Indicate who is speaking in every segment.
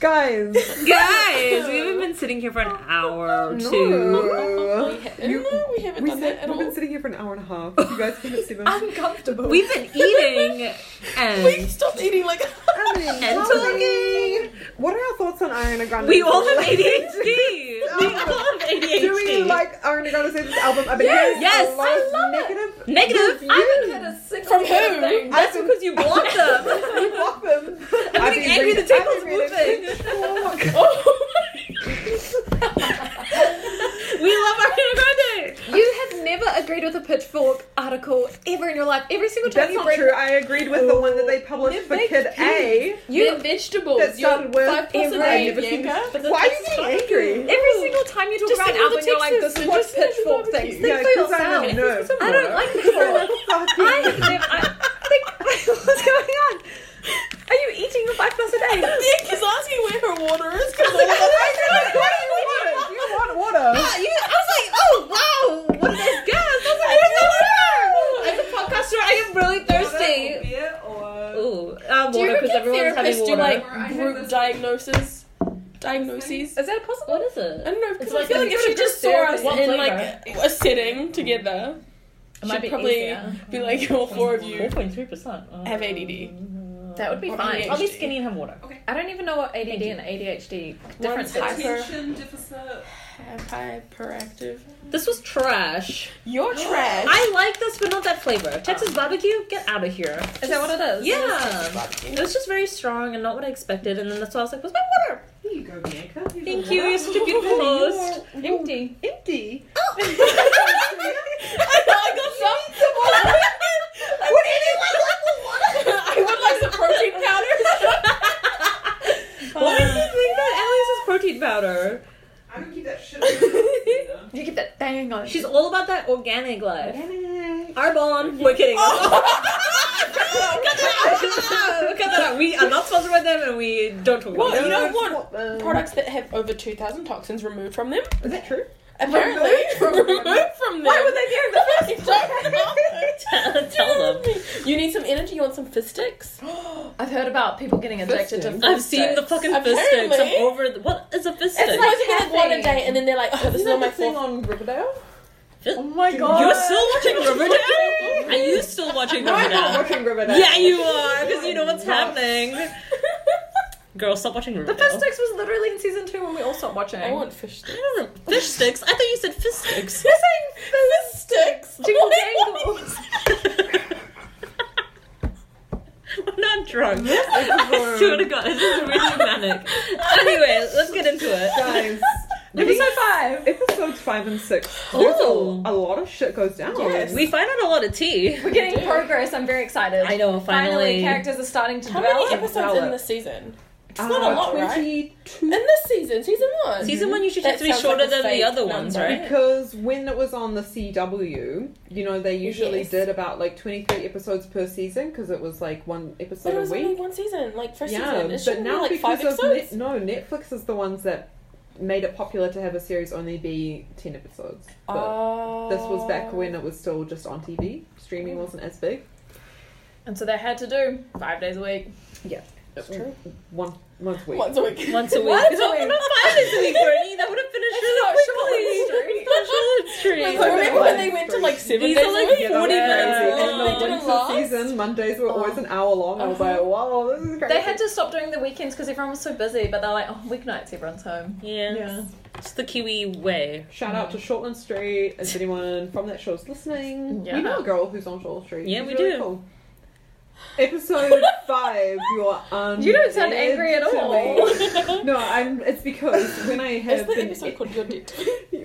Speaker 1: Guys,
Speaker 2: Guys, we haven't been sitting here for an hour or two.
Speaker 1: no. You-
Speaker 3: no, we haven't
Speaker 1: we
Speaker 3: done
Speaker 1: said,
Speaker 3: that at
Speaker 1: we've
Speaker 3: all.
Speaker 1: been sitting here for an hour and a half. You guys haven't seen us.
Speaker 3: Uncomfortable.
Speaker 2: We've been eating
Speaker 3: we
Speaker 2: and
Speaker 3: stopped eating like.
Speaker 2: and talking.
Speaker 1: What are our thoughts on Ariana Grande?
Speaker 2: We all have ADHD. We all have
Speaker 1: Do we
Speaker 2: ADHD.
Speaker 1: like Ariana Grande's album? I mean, yes,
Speaker 2: Yes, yes,
Speaker 1: a lot
Speaker 2: I
Speaker 1: of
Speaker 3: love it.
Speaker 1: negative.
Speaker 2: Negative.
Speaker 1: I haven't
Speaker 2: heard a
Speaker 3: From who?
Speaker 2: That's
Speaker 1: I've been-
Speaker 2: because you blocked them.
Speaker 1: You block them.
Speaker 2: I'm
Speaker 1: I've
Speaker 2: getting
Speaker 1: been
Speaker 2: angry.
Speaker 1: reading-
Speaker 2: The
Speaker 1: I've
Speaker 2: table's
Speaker 1: been reading-
Speaker 2: moving.
Speaker 1: Oh my God.
Speaker 3: Oh
Speaker 2: We love Ariana Grande.
Speaker 4: You have never agreed with a pitchfork article ever in your life. Every single time
Speaker 1: That's
Speaker 4: you
Speaker 1: not
Speaker 4: read
Speaker 1: true. I agreed with the one that they published for
Speaker 3: They're
Speaker 1: Kid A.
Speaker 4: you
Speaker 3: They're vegetables.
Speaker 1: That started
Speaker 3: You're
Speaker 1: with
Speaker 3: five plus
Speaker 4: every-
Speaker 3: a day,
Speaker 4: I've
Speaker 1: never seen
Speaker 3: Bianca.
Speaker 4: but the
Speaker 1: Why are you
Speaker 4: text-
Speaker 1: getting angry?
Speaker 4: every single time you talk
Speaker 3: Just
Speaker 4: about an
Speaker 3: send all the
Speaker 4: album, you're like,
Speaker 3: texts
Speaker 4: "This is
Speaker 3: and
Speaker 4: what
Speaker 3: just send it
Speaker 4: pitchfork
Speaker 3: over to
Speaker 4: thinks."
Speaker 3: you.
Speaker 4: Think
Speaker 1: Yeah,
Speaker 4: for
Speaker 1: because I'm a
Speaker 4: yourself.
Speaker 1: nerd.
Speaker 2: I
Speaker 1: I
Speaker 2: don't like this.
Speaker 1: don't fucking.
Speaker 4: I have never. I, think, what's going on? Are you eating the five plus a day?
Speaker 3: Bianca's asking where her water is because
Speaker 1: Why do you want water? You want water.
Speaker 2: You, I was like, oh wow, what is this gas? I was like, where's the water?
Speaker 4: Podcaster, I am really thirsty.
Speaker 2: Ooh, uh,
Speaker 3: Do you
Speaker 2: water
Speaker 3: ever
Speaker 2: because
Speaker 3: get
Speaker 2: everyone's having
Speaker 3: therapists do
Speaker 2: water.
Speaker 3: like group diagnosis? Diagnoses?
Speaker 4: Is that possible?
Speaker 2: what is
Speaker 3: I
Speaker 2: it?
Speaker 3: don't know because
Speaker 4: like
Speaker 3: I feel
Speaker 4: when
Speaker 3: like
Speaker 4: you
Speaker 3: if
Speaker 4: go
Speaker 3: she
Speaker 4: to
Speaker 3: just
Speaker 4: group
Speaker 3: saw us
Speaker 4: therapy.
Speaker 3: in
Speaker 4: What
Speaker 3: like a setting together,
Speaker 4: It
Speaker 3: she'd
Speaker 4: might be
Speaker 3: probably
Speaker 4: easier.
Speaker 3: be like, "Your four of you
Speaker 2: Four point three percent. Oh,
Speaker 3: have ADD."
Speaker 4: That would be
Speaker 3: Or
Speaker 4: fine.
Speaker 3: ADHD.
Speaker 2: I'll be skinny and have water.
Speaker 4: I don't even know what ADD
Speaker 2: Thank you.
Speaker 4: and ADHD
Speaker 3: One's
Speaker 4: difference is.
Speaker 3: hyper,
Speaker 5: Attention deficit.
Speaker 3: hyperactive.
Speaker 2: This was trash.
Speaker 3: You're trash.
Speaker 2: I like this, but not that flavor. Texas barbecue, get out of here.
Speaker 4: Is that what it is?
Speaker 2: Yeah, it was just very strong and not what I expected, and then that's why I was like, "Where's my water?"
Speaker 1: Here you go, Bianca. Here's
Speaker 2: Thank
Speaker 1: your
Speaker 2: you. You're
Speaker 1: water.
Speaker 2: such a beautiful host.
Speaker 4: Empty.
Speaker 1: Empty.
Speaker 3: I got some. some water. what do you like? I would like some protein powder.
Speaker 2: What makes you think that Alice is protein powder?
Speaker 1: I don't keep that shit.
Speaker 4: You get that dang on.
Speaker 2: She's all about that organic life.
Speaker 1: Organic.
Speaker 2: Arbon, we're kidding.
Speaker 3: Oh.
Speaker 2: Cut that out. Cut that out. We are not sponsored by them, and we don't talk about
Speaker 3: Well,
Speaker 2: them.
Speaker 3: you don't want
Speaker 1: Um,
Speaker 3: products that have over 2,000 toxins removed from them.
Speaker 1: Is that true?
Speaker 3: Apparently,
Speaker 1: Removed?
Speaker 3: removed from them. Why would they be removed?
Speaker 2: Tell them.
Speaker 3: You need some energy. You want some fistics? sticks?
Speaker 4: I've heard about people getting addicted to.
Speaker 3: Fisting.
Speaker 2: I've seen the fucking fist sticks.
Speaker 3: Apparently.
Speaker 2: I'm over. The, what is a fist stick?
Speaker 3: It's like you have
Speaker 4: caffeine.
Speaker 3: one a day, and then they're like, "Oh, this is
Speaker 1: Isn't
Speaker 3: on my
Speaker 1: that the thing
Speaker 3: fourth."
Speaker 1: on Riverdale?
Speaker 2: Oh
Speaker 1: my god.
Speaker 2: You're still watching Riverdale? Are you still watching
Speaker 1: No, I'm not
Speaker 2: Riverdale?
Speaker 1: watching Riverdale.
Speaker 2: Yeah, you are, because you know what's happening. Girl, stop watching
Speaker 4: The
Speaker 2: Riverdale.
Speaker 4: first six was literally in season two when we all stopped watching.
Speaker 3: I want fish sticks.
Speaker 2: I don't know. Fish sticks? I thought you said fish sticks.
Speaker 3: You're saying fist sticks?
Speaker 4: Jingle
Speaker 3: Wait,
Speaker 4: jangle.
Speaker 3: what?
Speaker 2: We're not drunk. I swear to God, this is really manic. Anyway, let's get into it.
Speaker 1: Guys.
Speaker 4: Episode five.
Speaker 1: Episodes five and six. There's a,
Speaker 2: Oh.
Speaker 1: a lot of shit goes down. Uh,
Speaker 3: Yes.
Speaker 2: We find out a lot of tea.
Speaker 4: We're getting progress. I'm very excited.
Speaker 2: I know, finally.
Speaker 4: characters are starting to
Speaker 3: How
Speaker 4: develop.
Speaker 3: many episodes
Speaker 1: Develop.
Speaker 3: in this season? It's
Speaker 1: Uh,
Speaker 3: not a lot, right?
Speaker 1: 22.
Speaker 3: In this season, season one.
Speaker 2: Season one usually
Speaker 3: That
Speaker 2: tends to be
Speaker 3: sounds
Speaker 2: shorter
Speaker 3: like a
Speaker 2: than the
Speaker 3: fake
Speaker 2: other ones,
Speaker 3: number.
Speaker 2: right?
Speaker 1: Because when it was on the CW, you know, they usually
Speaker 3: Yes.
Speaker 1: did about like 23 episodes per season because it was like one episode
Speaker 3: But it
Speaker 1: a
Speaker 3: was
Speaker 1: week.
Speaker 3: only one season, like first
Speaker 1: yeah,
Speaker 3: season. It
Speaker 1: but
Speaker 3: shouldn't
Speaker 1: now
Speaker 3: be like
Speaker 1: because
Speaker 3: five
Speaker 1: of Net-
Speaker 3: episodes.
Speaker 1: no, Netflix is the ones that made it popular to have a series only be 10 episodes. But
Speaker 3: Oh.
Speaker 1: this was back when it was still just on TV. Streaming wasn't as big.
Speaker 4: And so they had to do five days a week.
Speaker 3: It's true.
Speaker 1: Mm, One once a week.
Speaker 3: Once a week.
Speaker 2: Once a week.
Speaker 4: What?
Speaker 2: It's not not five days a week, Bernie. That would have finished
Speaker 4: not
Speaker 2: really
Speaker 4: Charlotte's
Speaker 2: quickly.
Speaker 4: Street.
Speaker 2: It's not Charlotte's Street.
Speaker 3: Like, remember when they went to like seven
Speaker 2: These
Speaker 3: days
Speaker 2: are
Speaker 3: a
Speaker 2: like
Speaker 3: week?
Speaker 2: 40
Speaker 4: Yeah.
Speaker 2: minutes
Speaker 1: And
Speaker 2: long.
Speaker 3: They
Speaker 1: the
Speaker 3: Oh, didn't
Speaker 1: winter
Speaker 3: last?
Speaker 1: season Mondays were always an hour long. I was
Speaker 3: Uh-huh.
Speaker 1: like, whoa, this is crazy.
Speaker 4: They had to stop doing the weekends because everyone was so busy. But they're like, oh, weeknights, everyone's home.
Speaker 2: Yeah. It's the Kiwi way.
Speaker 1: Shout out to Shortland Street. Is anyone from that show's listening?
Speaker 4: Yeah.
Speaker 1: We know a girl who's on Shortland Street.
Speaker 2: Yeah,
Speaker 1: She's
Speaker 2: we
Speaker 1: really
Speaker 2: do.
Speaker 1: cool. Episode five. You're un-
Speaker 4: You don't sound angry at
Speaker 1: to
Speaker 4: all.
Speaker 1: me. No, I'm. It's because when I
Speaker 3: Is
Speaker 1: have
Speaker 3: the
Speaker 1: been
Speaker 3: episode called Your Debt?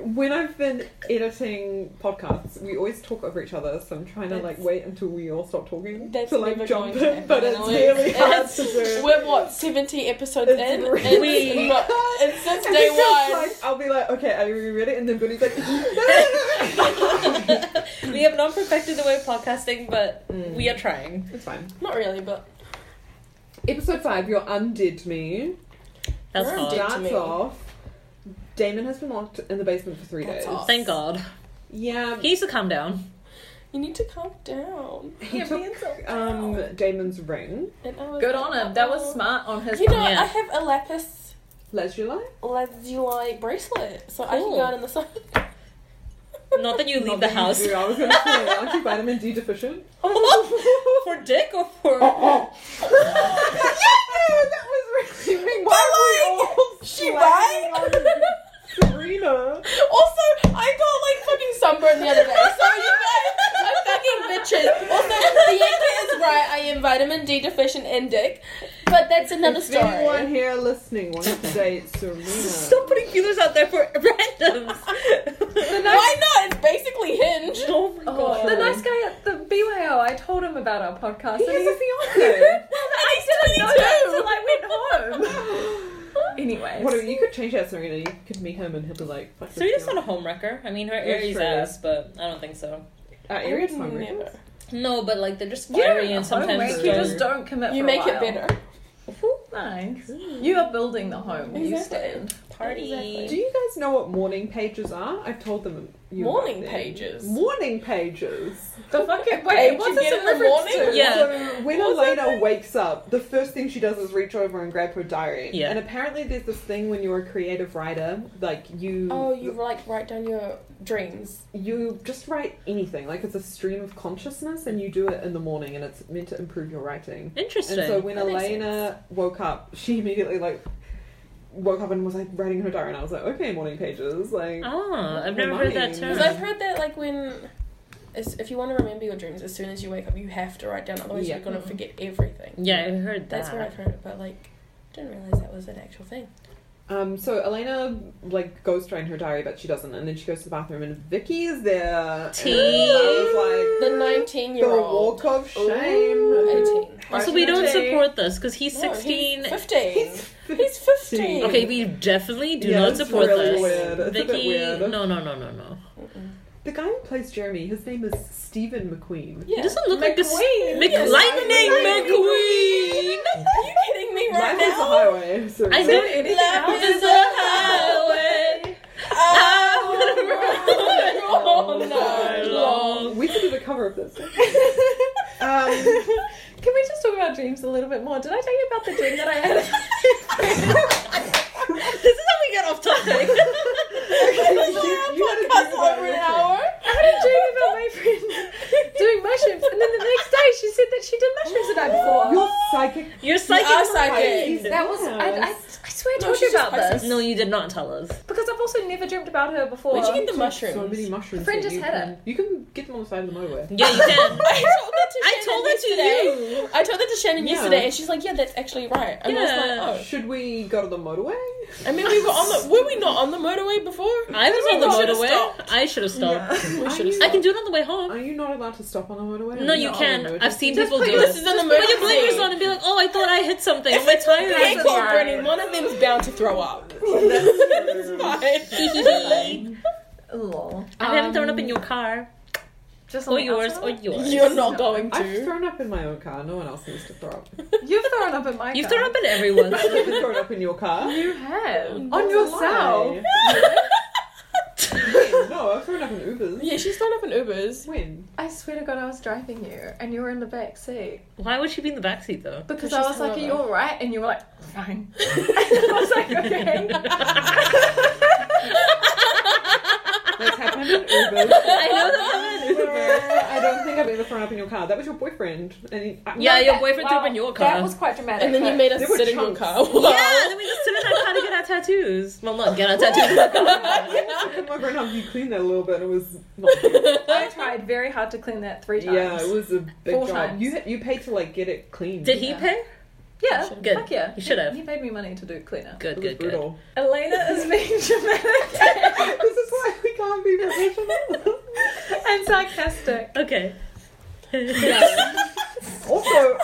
Speaker 1: when I've been editing podcasts, we always talk over each other. So I'm trying to like
Speaker 3: That's-
Speaker 1: wait until we all stop talking
Speaker 3: That's
Speaker 1: to like
Speaker 3: never
Speaker 1: jump
Speaker 3: going to
Speaker 1: in, but it's
Speaker 3: happen.
Speaker 1: really hard
Speaker 3: It's-
Speaker 1: to do.
Speaker 3: We're what, 70 episodes
Speaker 1: It's
Speaker 3: in?
Speaker 1: really-
Speaker 3: And
Speaker 2: We-
Speaker 3: not- and since
Speaker 1: And
Speaker 3: day
Speaker 1: it's just
Speaker 3: one.
Speaker 1: like, I'll be like, okay, are you ready? And then Billy's like, no, no, no, no.
Speaker 2: we have not perfected the way of podcasting, but we are trying.
Speaker 1: it's fine.
Speaker 3: Not really, but
Speaker 1: Episode five, you're undid me.
Speaker 2: That's
Speaker 3: You're
Speaker 2: hard.
Speaker 3: dead. to
Speaker 1: Starts
Speaker 3: me.
Speaker 1: off. Damon has been locked in the basement for three
Speaker 3: That's
Speaker 1: days.
Speaker 3: off.
Speaker 2: Thank God.
Speaker 1: Yeah,
Speaker 2: He needs to calm down.
Speaker 3: you need to calm down.
Speaker 1: he took um, Damon's ring.
Speaker 3: And I was
Speaker 4: Good
Speaker 3: like,
Speaker 4: on him. That was
Speaker 3: "Oh."
Speaker 4: smart on his
Speaker 3: You know,
Speaker 4: part.
Speaker 2: Yeah.
Speaker 3: I have a lapis
Speaker 1: Lazuli?
Speaker 3: Lazuli bracelet, so I can
Speaker 2: Cool.
Speaker 3: go out in the sun.
Speaker 2: Not that you leave
Speaker 1: Not
Speaker 2: the
Speaker 1: that you
Speaker 2: house.
Speaker 1: do, I was going to say, aren't you vitamin D deficient?
Speaker 2: for dick or for.
Speaker 1: Why are we all
Speaker 3: She
Speaker 1: slagging
Speaker 3: right?
Speaker 1: on Serena?
Speaker 3: Also, I got like fucking sunburned the other day. So you guys are fucking bitches. Also, Bianca is right. I am vitamin D deficient in dick, but that's another
Speaker 1: If anyone
Speaker 3: story.
Speaker 1: here listening wants to date Serena,
Speaker 2: Stop putting feelers out there for randoms.
Speaker 3: Why not? It's basically hinge.
Speaker 2: oh my god.
Speaker 4: The nice guy at the BYO, I told him about our podcast.
Speaker 1: he
Speaker 4: and
Speaker 1: has a
Speaker 4: well,
Speaker 1: fiance.
Speaker 4: I didn't know that until I went home. anyway.
Speaker 1: What you could change that, Serena. You could meet him and he'll be like, "Fuck this
Speaker 2: Serena's
Speaker 1: girl."
Speaker 2: not a homewrecker. I mean, her
Speaker 1: That's
Speaker 2: Aries
Speaker 1: true.
Speaker 2: ass, but I don't think so.
Speaker 1: Uh, Arian's
Speaker 3: Mm.
Speaker 1: hungry.
Speaker 2: No, but like they're just
Speaker 4: you
Speaker 2: fiery
Speaker 4: don't
Speaker 2: and sometimes
Speaker 4: homewreck,
Speaker 1: it's
Speaker 4: you
Speaker 1: done.
Speaker 4: just don't commit.
Speaker 3: You
Speaker 4: for a
Speaker 3: make it
Speaker 4: while.
Speaker 3: better.
Speaker 4: Nice. You are building the home where you
Speaker 3: Exactly.
Speaker 4: stand.
Speaker 2: party.
Speaker 3: Exactly.
Speaker 1: Do you guys know what morning pages are? I've told them. You about
Speaker 3: Morning
Speaker 1: them.
Speaker 3: pages?
Speaker 1: Morning pages.
Speaker 4: The fucking
Speaker 3: Hey,
Speaker 4: wait, what's
Speaker 3: you
Speaker 4: this
Speaker 3: get
Speaker 4: in
Speaker 3: it in the
Speaker 4: reference
Speaker 3: morning?
Speaker 4: to?
Speaker 2: Yeah.
Speaker 1: So when Elena wakes up, the first thing she does is reach over and grab her diary.
Speaker 2: Yeah.
Speaker 1: And apparently, there's this thing when you're a creative writer, like you,
Speaker 3: Oh, you like write down your dreams.
Speaker 1: you just write anything. Like it's a stream of consciousness, and you do it in the morning, and it's meant to improve your writing.
Speaker 2: Interesting.
Speaker 1: And so when
Speaker 3: That makes
Speaker 1: Elena woke up, she immediately like woke up and was like writing her diary, and I was like, okay, morning pages, like.
Speaker 2: ah, I've never heard that
Speaker 1: Reminding.
Speaker 2: term.
Speaker 3: Because I've heard that like when, as- if you want to remember your dreams, as soon as you wake up, you have to write down. Otherwise,
Speaker 1: Yeah.
Speaker 3: you're gonna forget everything.
Speaker 2: Yeah, I've heard that. Oh,
Speaker 3: That's where I've heard it, but like, I didn't realize that was an actual thing.
Speaker 1: Um, so Elena like goes to write in her diary, but she doesn't, and then she goes to the bathroom, and Vicky is there.
Speaker 2: Tea.
Speaker 1: And I was like
Speaker 3: The
Speaker 1: the
Speaker 3: nineteen-year-old,
Speaker 1: walk of shame.
Speaker 3: eighteen.
Speaker 2: Also, we don't
Speaker 4: Personality.
Speaker 2: support this because he's
Speaker 3: No, he's
Speaker 2: 16.
Speaker 3: Fifteen. He's, fifteen.
Speaker 2: okay, we definitely do
Speaker 1: Yeah,
Speaker 2: not
Speaker 1: it's
Speaker 2: support
Speaker 1: really
Speaker 2: this.
Speaker 1: weird. It's a bit
Speaker 2: Vicky,
Speaker 1: weird.
Speaker 2: no, no, no, no, no.
Speaker 1: The guy who plays Jeremy, his name is Stephen McQueen.
Speaker 3: Yeah.
Speaker 2: It doesn't look like this.
Speaker 4: McQueen.
Speaker 2: Mc-
Speaker 3: Yes,
Speaker 2: Lightning McQueen.
Speaker 3: Are you kidding me right
Speaker 1: Life is a
Speaker 3: now?
Speaker 1: highway. So
Speaker 2: I
Speaker 4: Is
Speaker 2: know.
Speaker 4: there anything
Speaker 3: Life
Speaker 4: else?
Speaker 3: is a highway.
Speaker 2: Ah.
Speaker 3: Oh,
Speaker 1: Oh,
Speaker 3: no.
Speaker 2: long.
Speaker 1: we could do the cover of this. Um,
Speaker 4: Can we just talk about dreams a little bit more? Did I tell you about the dream that I had?
Speaker 2: This is how we get off topic.
Speaker 1: you, you had a dream
Speaker 3: Podcast
Speaker 1: about
Speaker 3: over an
Speaker 1: your
Speaker 3: hour.
Speaker 4: I had a dream about my friend doing mushrooms, and then the next day she said that she did mushrooms the night
Speaker 1: dream.
Speaker 4: before.
Speaker 1: You're psychic.
Speaker 2: You're psychic.
Speaker 3: are
Speaker 1: Yes.
Speaker 3: psychic.
Speaker 4: That was I, I, I swear I
Speaker 3: No,
Speaker 4: told you
Speaker 3: she's just
Speaker 4: about this
Speaker 2: No, you did not tell us.
Speaker 4: because I've also never dreamt about her before.
Speaker 3: Where'd you get the
Speaker 1: So many
Speaker 3: mushrooms?
Speaker 1: mushrooms.
Speaker 4: Friend
Speaker 1: that
Speaker 4: just
Speaker 1: you
Speaker 4: had
Speaker 1: can- You can get them on the side of the motorway.
Speaker 2: Yeah, you can.
Speaker 3: I told that to
Speaker 2: I
Speaker 3: Shannon
Speaker 2: told it to
Speaker 3: yesterday.
Speaker 2: you.
Speaker 3: I told that to Shannon
Speaker 1: Yeah.
Speaker 3: yesterday, and she's like, "Yeah, that's actually right." And I was like,
Speaker 1: Should we go to the motorway?
Speaker 3: "Oh." I mean, we were on the were we not on the motorway before?
Speaker 2: I was on the
Speaker 3: We should've
Speaker 2: motorway.
Speaker 3: stopped.
Speaker 2: I should have stopped.
Speaker 1: Are
Speaker 3: should've
Speaker 1: you-
Speaker 2: I can do it on the way home.
Speaker 1: Are you not allowed to stop on the motorway?
Speaker 2: No, you
Speaker 1: Not on
Speaker 2: can. I've
Speaker 1: emergency?
Speaker 2: seen
Speaker 4: Just
Speaker 2: people
Speaker 4: put
Speaker 2: do
Speaker 4: your-
Speaker 2: it.
Speaker 3: This is an
Speaker 2: Put your
Speaker 3: emergency.
Speaker 2: blinkers on and be like, oh, I thought I hit something.
Speaker 3: If
Speaker 2: My
Speaker 3: it's
Speaker 2: tire
Speaker 3: an
Speaker 2: is
Speaker 3: ankle,
Speaker 2: hard.
Speaker 3: Brennan, one of them's bound to throw up.
Speaker 2: I
Speaker 4: Lol.
Speaker 2: haven't thrown up in your car
Speaker 4: Just on
Speaker 2: or
Speaker 4: the
Speaker 2: yours or
Speaker 4: outside?
Speaker 2: yours.
Speaker 3: You're not going
Speaker 1: I've
Speaker 3: to.
Speaker 1: thrown up in my own car. No one else needs to throw up.
Speaker 4: You've thrown up in my.
Speaker 2: You've
Speaker 4: car.
Speaker 2: thrown up in everyone's.
Speaker 1: I've never thrown up in your car.
Speaker 4: You have
Speaker 1: That's
Speaker 4: on
Speaker 1: a
Speaker 4: yourself.
Speaker 1: lie. no, I've thrown up in Ubers.
Speaker 3: Yeah, she's thrown up in Ubers.
Speaker 1: When?
Speaker 4: I swear to God, I was driving you, and you were in the back seat
Speaker 2: Why would she be in the backseat though?
Speaker 4: because
Speaker 3: She's
Speaker 4: I was like, "Are
Speaker 3: hungover.
Speaker 4: you all right?" And you were like, "Fine." I was like, "Okay."
Speaker 1: That's happened in Ubers. I
Speaker 2: know that
Speaker 1: in Uber. I don't think I've ever thrown up in your car. That was your boyfriend. And he, I-
Speaker 2: Yeah,
Speaker 4: No,
Speaker 2: your
Speaker 4: that-
Speaker 2: boyfriend threw up in your car.
Speaker 4: That was quite dramatic.
Speaker 3: And then you
Speaker 4: but-
Speaker 3: made us
Speaker 1: There were
Speaker 3: sit in your
Speaker 1: chunks.
Speaker 3: car.
Speaker 2: Yeah, then we just sit in our car to get our tattoos. Well, not get our tattoos.
Speaker 1: I came over and helped you clean that a little bit. and It was not.
Speaker 4: I tried very hard to clean that three times.
Speaker 1: yeah, it was a big
Speaker 4: Four
Speaker 1: job.
Speaker 4: times.
Speaker 1: You you paid to like get it clean.
Speaker 2: Did he pay?
Speaker 4: Yeah,
Speaker 2: Good.
Speaker 4: fuck yeah.
Speaker 2: You should have.
Speaker 4: He, he paid me money to do cleaner.
Speaker 1: It
Speaker 2: Good,
Speaker 1: was
Speaker 2: good, good.
Speaker 1: brutal.
Speaker 4: Elena is being dramatic
Speaker 1: this is why we can't be professional.
Speaker 4: and sarcastic.
Speaker 2: Okay.
Speaker 1: also,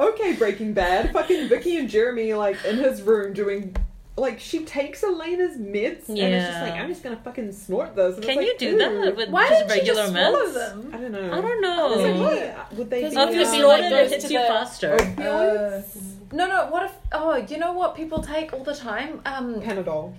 Speaker 1: okay, Breaking Bad. Fucking Vicky and Jeremy, like in his room doing, like she takes Elena's meds, and it's just
Speaker 2: Yeah.
Speaker 1: like I'm just gonna fucking snort this. And it's
Speaker 2: Can
Speaker 1: like,
Speaker 2: you do
Speaker 1: ew.
Speaker 2: that with
Speaker 4: Why
Speaker 2: just
Speaker 4: didn't you
Speaker 2: regular
Speaker 4: just swallow
Speaker 2: meds?
Speaker 4: them?
Speaker 1: I don't know.
Speaker 2: I don't
Speaker 1: It's like,
Speaker 2: know.
Speaker 1: what? Would they
Speaker 3: Because
Speaker 1: be
Speaker 2: After
Speaker 3: Yeah.
Speaker 2: you
Speaker 1: uh,
Speaker 2: snort it,
Speaker 3: Goes
Speaker 2: it hits
Speaker 3: to
Speaker 2: you
Speaker 3: the-
Speaker 2: faster.
Speaker 1: opioids?
Speaker 4: No, no. What if? Oh, you know what people take all the time? Um,
Speaker 1: Panadol.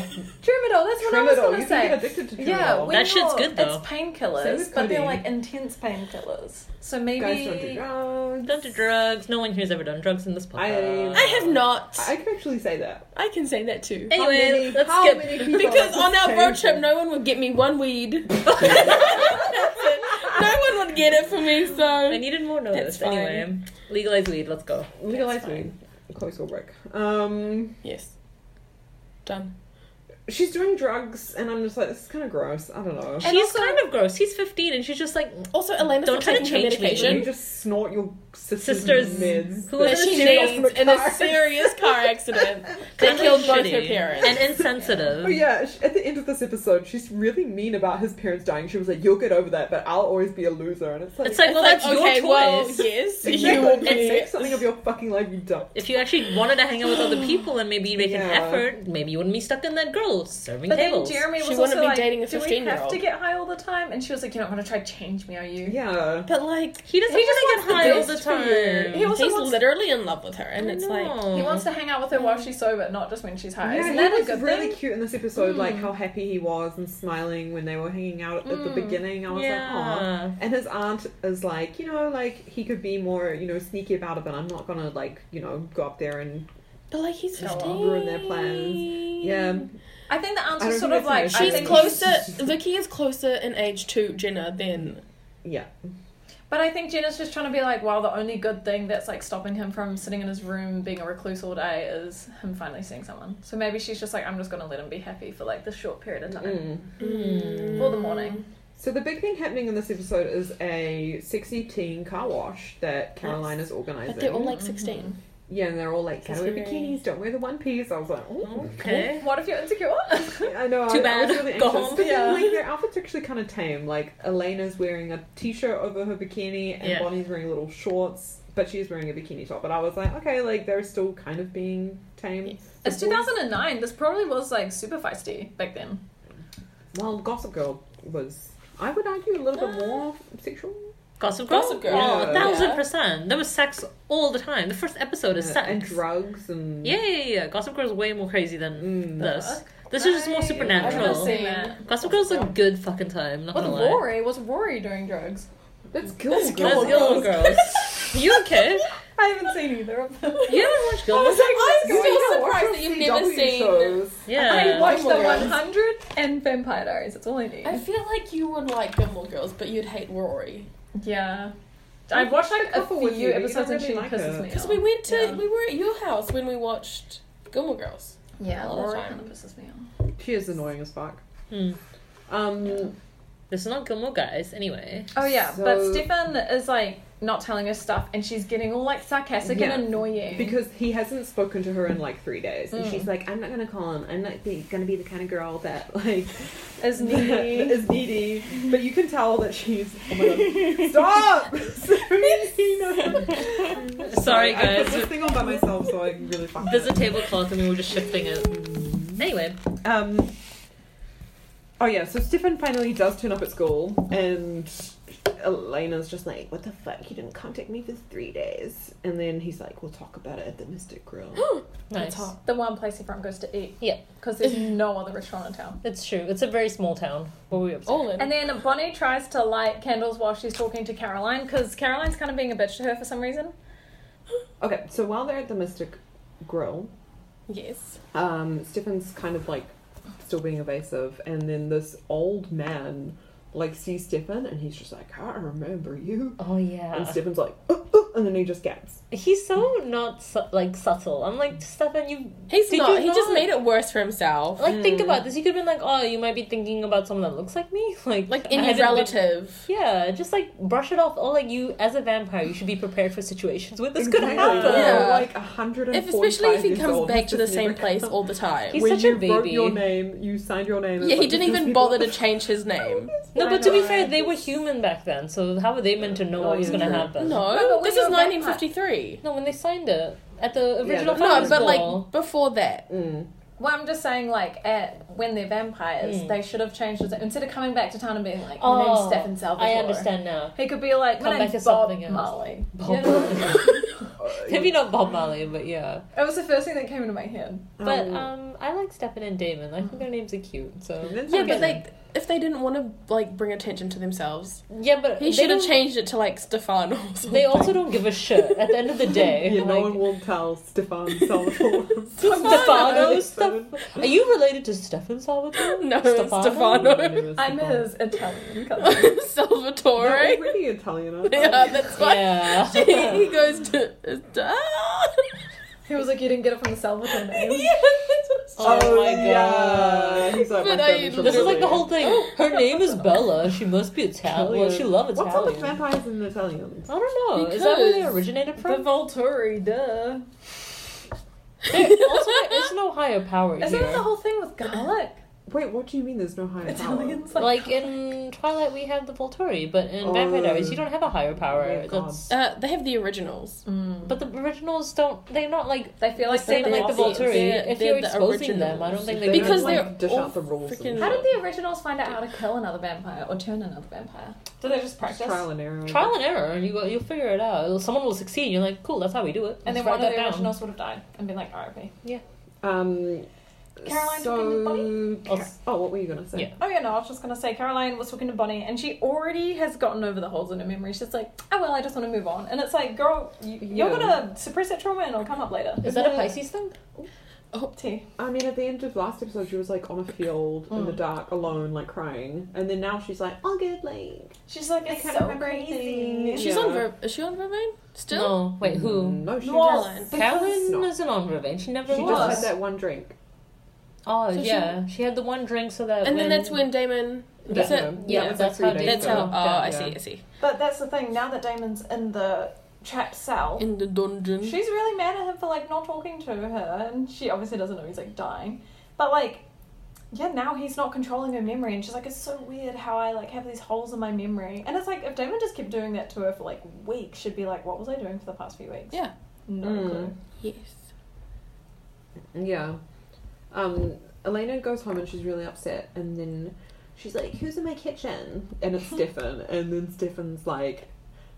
Speaker 4: Tramadol. That's what I was
Speaker 1: Tramadol.
Speaker 4: gonna
Speaker 1: You can
Speaker 4: say.
Speaker 1: get addicted to Tramadol.
Speaker 4: Yeah, when
Speaker 2: That shit's
Speaker 4: you're-
Speaker 2: good, though.
Speaker 4: It's
Speaker 1: Same
Speaker 4: painkillers,
Speaker 1: with
Speaker 4: but they're
Speaker 1: codeine.
Speaker 4: like intense painkillers. So maybe
Speaker 1: Guys don't do drugs.
Speaker 2: Don't do drugs. No one here's ever done drugs in this podcast.
Speaker 3: I have not.
Speaker 1: I can actually say that.
Speaker 3: I can say that too.
Speaker 1: How
Speaker 2: Anyway,
Speaker 1: many-
Speaker 2: let's
Speaker 1: how
Speaker 2: skip.
Speaker 1: many people
Speaker 3: Because
Speaker 1: are
Speaker 3: on our road trip,
Speaker 1: sustainable?
Speaker 3: no one would get me one weed. That's it. No one would get it for me,
Speaker 2: I
Speaker 3: so.
Speaker 2: needed more
Speaker 3: That's
Speaker 2: notice.
Speaker 3: fine.
Speaker 2: Anyway, legalize weed. Let's go.
Speaker 1: legalize
Speaker 3: That's
Speaker 1: weed. Chloe Solberg. Um,
Speaker 3: Yes. Done.
Speaker 1: she's doing drugs, and I'm just like, this is kind of gross. I don't know.
Speaker 3: And
Speaker 2: she's
Speaker 3: also-
Speaker 2: kind of gross. He's 15 and she's just like,
Speaker 3: Also, Elena's
Speaker 2: Don't
Speaker 3: not
Speaker 2: try to
Speaker 3: taking her
Speaker 2: change me.
Speaker 1: When you
Speaker 3: medication.
Speaker 1: just snort your sister's,
Speaker 2: sisters
Speaker 1: meds.
Speaker 2: who
Speaker 3: That
Speaker 2: was
Speaker 3: she
Speaker 1: serious
Speaker 3: needs in a
Speaker 1: car
Speaker 3: serious car accident that
Speaker 2: kind of
Speaker 3: killed both her
Speaker 2: shitty
Speaker 3: parents.
Speaker 2: and insensitive.
Speaker 1: Oh yeah, sh- at the end of this episode, she's really mean about his parents dying. She was like, "You'll get over that, but I'll always be a loser." And it's like,
Speaker 2: It's like, well,
Speaker 3: It's
Speaker 2: that's
Speaker 3: like, okay,
Speaker 2: your
Speaker 3: well,
Speaker 2: choice.
Speaker 3: yes,
Speaker 1: Exactly.
Speaker 3: you will
Speaker 1: Like,
Speaker 3: be.
Speaker 1: make something of your fucking life, you dumb.
Speaker 2: If you actually wanted to hang out with other people and maybe make an
Speaker 1: Yeah.
Speaker 2: effort, maybe you wouldn't be stuck in that girl serving
Speaker 4: But then
Speaker 2: tables.
Speaker 4: Jeremy
Speaker 3: She
Speaker 4: was
Speaker 3: wouldn't
Speaker 4: also
Speaker 3: be
Speaker 4: like,
Speaker 3: dating a
Speaker 4: "Do we
Speaker 3: 15-year-old.
Speaker 4: have to get high all the time?" And she was like, "You're not going to try to change me, are you?"
Speaker 1: Yeah,
Speaker 3: But like,
Speaker 2: he doesn't
Speaker 4: He just
Speaker 2: want to
Speaker 4: wants
Speaker 2: get
Speaker 4: the
Speaker 2: high all the
Speaker 4: best for you.
Speaker 2: time.
Speaker 4: He also
Speaker 3: he's
Speaker 4: wants-
Speaker 3: literally in love with her, and
Speaker 2: I
Speaker 3: it's like,
Speaker 2: know.
Speaker 4: He wants to hang out with her while she's sober, not just when she's high.
Speaker 1: yeah.
Speaker 4: Isn't
Speaker 1: he
Speaker 4: that a
Speaker 1: was
Speaker 4: good
Speaker 1: really
Speaker 4: thing?
Speaker 1: cute in this episode, like how happy he was and smiling when they were hanging out at the
Speaker 4: Mm.
Speaker 1: beginning. I was like, oh.
Speaker 2: yeah.
Speaker 1: And his aunt is like, you know, like he could be more, you know, sneaky about it, but I'm not gonna like, you know, go up there and
Speaker 3: but like he's
Speaker 1: Just
Speaker 3: fifteen.
Speaker 1: ruin their plans. yeah.
Speaker 4: I think the
Speaker 1: I
Speaker 4: answer's
Speaker 1: don't
Speaker 4: sort
Speaker 1: think
Speaker 4: of
Speaker 1: that's
Speaker 4: like
Speaker 1: an
Speaker 4: I
Speaker 1: issue.
Speaker 3: She's
Speaker 4: think
Speaker 3: closer. Vicky is closer in age to Jenna than
Speaker 4: But I think Jenna's just trying to be like, wow, the only good thing that's like stopping him from sitting in his room being a recluse all day is him finally seeing someone. So maybe she's just like, I'm just gonna let him be happy for like this short period of time.
Speaker 1: Mm.
Speaker 4: For the morning.
Speaker 1: So the big thing happening in this episode is a sexy teen car wash that Caroline is organizing.
Speaker 3: But they're all like 16
Speaker 1: yeah, and they're all like,
Speaker 3: That's
Speaker 1: "Don't wear
Speaker 3: very-
Speaker 1: bikinis, don't wear the one piece." I was like, "Oh,
Speaker 2: Okay.
Speaker 4: What if you're insecure?
Speaker 1: I know."
Speaker 2: Too
Speaker 1: I, I
Speaker 2: bad.
Speaker 1: was really
Speaker 2: Go
Speaker 1: anxious.
Speaker 2: home.
Speaker 1: But then,
Speaker 4: Yeah.
Speaker 1: like, their outfits are actually kind of tame. Like Elena's wearing a t-shirt over her bikini, and
Speaker 2: Yeah.
Speaker 1: Bonnie's wearing little shorts, but she's wearing a bikini top. But I was like, okay, like they're still kind of being tame.
Speaker 3: Yes.
Speaker 1: The
Speaker 4: it's
Speaker 1: boys-
Speaker 4: 2009. This probably was like super feisty back then.
Speaker 1: Well, Gossip Girl was, I would argue, a little bit more sexual.
Speaker 2: Gossip Girl?
Speaker 3: Gossip Girl.
Speaker 2: Oh,
Speaker 1: Yeah.
Speaker 2: a thousand
Speaker 3: Yeah.
Speaker 2: percent. There was sex all the time. The first episode is
Speaker 1: uh,
Speaker 2: sex.
Speaker 1: and drugs and
Speaker 2: yeah, yeah, yeah. Gossip Girl's way more crazy
Speaker 1: Mm.
Speaker 2: than this. This is just more
Speaker 4: I-
Speaker 2: supernatural.
Speaker 4: I've never seen that.
Speaker 2: Gossip Girl's a good fucking time. Not
Speaker 4: What
Speaker 2: gonna lie.
Speaker 4: Rory? Was Rory doing drugs?
Speaker 1: That's cool.
Speaker 3: That's
Speaker 1: girl.
Speaker 2: That's
Speaker 3: Gilmore
Speaker 2: Gilmore Girls. you okay?
Speaker 4: I haven't seen either of them.
Speaker 2: You haven't watched Gilmore?
Speaker 3: I'm
Speaker 1: Girl,
Speaker 3: still
Speaker 1: you gotta watch
Speaker 3: surprised
Speaker 1: those
Speaker 3: that you've never
Speaker 1: CW
Speaker 3: seen-
Speaker 1: shows.
Speaker 2: Yeah.
Speaker 4: I watched the
Speaker 3: Gilmore Girls.
Speaker 4: 100 and Vampire Diaries. That's all I need.
Speaker 3: I feel like you would like Gilmore Girls, but you'd hate Rory
Speaker 4: Yeah.
Speaker 1: I
Speaker 4: I've watched
Speaker 1: watched
Speaker 4: like
Speaker 1: a
Speaker 4: a
Speaker 1: couple with you,
Speaker 4: few
Speaker 1: but you
Speaker 4: episodes
Speaker 1: don't
Speaker 4: and she
Speaker 1: really like
Speaker 4: pisses
Speaker 1: it.
Speaker 4: me
Speaker 3: because
Speaker 4: off.
Speaker 3: we went to
Speaker 4: Yeah.
Speaker 3: we were at your house when we watched Gilmore Girls.
Speaker 4: Yeah,
Speaker 3: all the
Speaker 4: Laura
Speaker 3: time.
Speaker 4: kind of pisses me off.
Speaker 1: She is annoying as fuck.
Speaker 2: Hmm.
Speaker 1: Um,
Speaker 2: This is not Gilmore Guys, anyway.
Speaker 4: Oh yeah,
Speaker 1: So-
Speaker 4: but Stefan is like not telling her stuff, and she's getting all like sarcastic
Speaker 1: Yeah.
Speaker 4: and
Speaker 2: Eh?
Speaker 4: annoying.
Speaker 1: because he hasn't spoken to her in like three days, and
Speaker 4: Mm.
Speaker 1: she's like, "I'm not gonna call him. I'm not be- gonna be the kind of girl that like
Speaker 4: as
Speaker 1: that
Speaker 4: needy.
Speaker 1: is needy." But you can tell that she's. Oh my god! Stop!
Speaker 2: Sorry,
Speaker 1: I put this
Speaker 2: guys.
Speaker 1: thing on by myself, so I really fucked
Speaker 2: There's a
Speaker 1: it.
Speaker 2: tablecloth and we were just shifting it. Anyway,
Speaker 1: Um. Oh yeah, so Stefan finally does turn up at school, and Elena's just like, "What the fuck? You didn't contact me for three days." And then he's like, "We'll talk about it at the Mystic Grill."
Speaker 2: nice.
Speaker 3: That's hot.
Speaker 4: the one place everyone goes to eat.
Speaker 2: Yeah.
Speaker 4: Because there's no other restaurant in town.
Speaker 2: It's true. It's a very small town. What were we up to?
Speaker 3: All in.
Speaker 4: And then Bonnie tries to light candles while she's talking to Caroline, because Caroline's kind of being a bitch to her for some reason.
Speaker 1: Okay, so while they're at the Mystic Grill,
Speaker 3: yes.
Speaker 1: um, Stefan's kind of like still being evasive, and then this old man like sees Stefan, and he's just like, "I remember you."
Speaker 2: Oh
Speaker 1: And
Speaker 2: yeah,
Speaker 1: Stefan's like, "Uh, uh," and then he just gaps.
Speaker 2: he's so not su- like subtle. I'm like Stefan, you
Speaker 3: He's
Speaker 2: Did
Speaker 3: not. Oh,
Speaker 2: you
Speaker 3: He just
Speaker 2: not-
Speaker 3: made it worse for himself.
Speaker 2: like think about this. You could have been like, oh, you might be thinking about someone that looks like me, like
Speaker 3: Like
Speaker 2: I
Speaker 3: any
Speaker 2: haven't been-
Speaker 3: relative.
Speaker 2: Yeah, just like brush it off. Or like you, as a vampire, you should be prepared for situations where this could
Speaker 1: Exactly.
Speaker 2: happen.
Speaker 3: Yeah.
Speaker 1: Like a hundred and
Speaker 3: If especially if he
Speaker 1: years
Speaker 3: comes
Speaker 1: old,
Speaker 3: back
Speaker 1: he's
Speaker 3: to the
Speaker 1: just
Speaker 3: same
Speaker 1: never
Speaker 3: place
Speaker 1: come-
Speaker 3: all the time.
Speaker 2: He's
Speaker 1: when
Speaker 2: such a
Speaker 1: you wrote
Speaker 2: baby.
Speaker 1: your name, you signed your name.
Speaker 3: Yeah, he didn't even bother to change his name.
Speaker 2: No,
Speaker 4: I
Speaker 2: but to be
Speaker 4: know.
Speaker 2: fair, they were human back then, so how were they meant to know
Speaker 1: Oh,
Speaker 2: what was
Speaker 1: yeah,
Speaker 2: going to
Speaker 1: true.
Speaker 2: happen?
Speaker 4: No, but
Speaker 3: No,
Speaker 4: when
Speaker 3: this
Speaker 4: you're
Speaker 3: is
Speaker 4: a vampire-
Speaker 3: 1953.
Speaker 2: No, when they signed it at the original
Speaker 1: that's-
Speaker 3: No,
Speaker 2: founders
Speaker 3: but
Speaker 2: ball.
Speaker 3: like before that.
Speaker 1: Mm.
Speaker 4: Well, I'm just saying, like, at, when they're vampires,
Speaker 2: Mm.
Speaker 4: they should have changed his Instead of coming back to town and being like, my
Speaker 2: Oh,
Speaker 4: name's Stefan Salvatore.
Speaker 2: I understand now.
Speaker 4: He could be like,
Speaker 2: Come
Speaker 4: my
Speaker 2: back
Speaker 4: name's
Speaker 2: as
Speaker 4: Bob
Speaker 2: something else.
Speaker 4: Marley.
Speaker 2: Bob.
Speaker 4: You know?
Speaker 2: Maybe not Bob Marley, but yeah.
Speaker 4: it was the first thing that came into my head.
Speaker 2: But
Speaker 1: Um,
Speaker 2: um, I like Stefan and Damon. I think their names are cute. So
Speaker 1: That's
Speaker 3: Yeah,
Speaker 1: okay.
Speaker 3: but like if they didn't want to like bring attention to themselves,
Speaker 2: yeah, but
Speaker 3: he
Speaker 2: they
Speaker 3: should have
Speaker 2: don't-
Speaker 3: changed it to like Stefan. Or something.
Speaker 2: They also don't give a shit at the end of the day.
Speaker 1: yeah, no
Speaker 2: like,
Speaker 1: one will tell Stefan Salvatore.
Speaker 2: Stefano.
Speaker 1: Stefan.
Speaker 2: Stef- Are you related to Stefan Salvatore?
Speaker 3: No, it's Stefano.
Speaker 4: I'm his Italian cousin.
Speaker 1: They're
Speaker 3: Salvatore.
Speaker 1: already Italian. aren't they?
Speaker 3: Yeah, that's why
Speaker 2: Yeah.
Speaker 3: he goes to. to
Speaker 4: He was like, you didn't get it from the Salvatore name.
Speaker 3: yeah, that's what it's-
Speaker 2: Oh my
Speaker 1: yeah.
Speaker 2: God.
Speaker 1: He's like, my
Speaker 3: But I
Speaker 1: family's from
Speaker 2: This is like
Speaker 1: Italy.
Speaker 2: the whole thing. Her name is Bella. She must be Italian. Well, she loves
Speaker 1: What's up with
Speaker 2: Italian. I
Speaker 1: vampires and Italians?
Speaker 2: don't know. is that where they
Speaker 3: Because
Speaker 2: originated
Speaker 4: The
Speaker 2: from?
Speaker 4: Volturi, duh.
Speaker 2: There also is no higher power
Speaker 4: Isn't
Speaker 2: here.
Speaker 4: that the whole thing with garlic?
Speaker 1: Wait, what do you mean there's no higher
Speaker 4: Italians like,
Speaker 2: like in Twilight, we have the Volturi, but in
Speaker 1: Oh.
Speaker 2: Vampire Diaries, you don't have a higher power.
Speaker 1: Oh, God.
Speaker 2: That's
Speaker 3: Uh, they have the originals.
Speaker 2: but the originals don't. They're not like
Speaker 4: they feel like
Speaker 2: same
Speaker 4: they're
Speaker 2: like the
Speaker 4: Nazis.
Speaker 2: Volturi.
Speaker 3: They're-
Speaker 2: if
Speaker 3: they're
Speaker 2: you're
Speaker 3: the
Speaker 2: exposing them, I don't
Speaker 3: originals.
Speaker 2: think they
Speaker 1: They
Speaker 3: Because
Speaker 1: don't,
Speaker 2: do.
Speaker 1: like,
Speaker 3: they're
Speaker 1: dish
Speaker 3: all
Speaker 1: out the rules.
Speaker 3: freaking-
Speaker 4: How did the originals find out how to kill another vampire or turn another vampire? Do they just practice?
Speaker 1: trial and error?
Speaker 2: trial and error. You go, you'll figure it out. Someone will succeed. You're like, cool. That's how we do it.
Speaker 4: And then
Speaker 2: Let's
Speaker 4: one of
Speaker 2: write
Speaker 4: the
Speaker 2: that down.
Speaker 4: originals would have died and been like, RIP.
Speaker 1: Um,
Speaker 4: Caroline
Speaker 1: so,
Speaker 4: Pickens, buddy?
Speaker 1: Ca- oh, what were you gonna say?
Speaker 2: Yeah.
Speaker 4: Oh, yeah, no, I was just going to say, Caroline was talking to Bonnie and she already has gotten over the holes in her memory. She's like, oh, well, I just want to move on. And it's like, girl, you,
Speaker 1: Yeah.
Speaker 4: you're going to suppress that trauma and it'll come up later.
Speaker 2: Is that a Pisces thing?
Speaker 4: Tea.
Speaker 1: I mean, at the end of last episode, she was like on a field in the
Speaker 2: Mm.
Speaker 1: dark, alone, like crying, and then now she's like, "All good, like."
Speaker 4: She's like,
Speaker 1: I
Speaker 4: it's
Speaker 1: can't
Speaker 4: so
Speaker 1: remember anything.
Speaker 4: crazy.
Speaker 3: She's
Speaker 1: Yeah.
Speaker 3: on. Ver- is she on Vervain still?
Speaker 2: Mm. No. Wait, who?
Speaker 1: Mm, No, she
Speaker 4: No.
Speaker 1: just
Speaker 3: Caroline.
Speaker 2: Caroline
Speaker 1: No.
Speaker 2: isn't on revenge. She never
Speaker 1: she
Speaker 2: was.
Speaker 1: just had that one drink.
Speaker 2: Oh
Speaker 3: So she-
Speaker 2: yeah, she, had the one drink so that.
Speaker 3: And then that's when Damon.
Speaker 2: Yeah,
Speaker 3: That's it.
Speaker 2: yeah,
Speaker 1: Yeah,
Speaker 2: that's
Speaker 1: like
Speaker 2: how.
Speaker 1: three
Speaker 2: they
Speaker 1: days
Speaker 3: That's
Speaker 1: ago.
Speaker 3: how.
Speaker 2: got
Speaker 3: Oh,
Speaker 2: that,
Speaker 3: I
Speaker 2: yeah.
Speaker 3: see. I see.
Speaker 4: But that's the thing, now that Damon's in the trap cell,
Speaker 3: In the dungeon.
Speaker 4: She's really mad at him for like not talking to her, and she obviously doesn't know he's like dying. But like, yeah, now he's not controlling her memory, and she's like, it's so weird how I like have these holes in my memory. And it's like, if Damon just kept doing that to her for like weeks, she'd be like, what was I doing for the past few weeks?
Speaker 3: Yeah.
Speaker 4: No
Speaker 1: Mm.
Speaker 4: clue.
Speaker 3: Yes.
Speaker 1: Yeah. Um, Elena goes home and she's really upset, and then she's like, "Who's in my kitchen?" And it's Stefan, and then Stefan's like,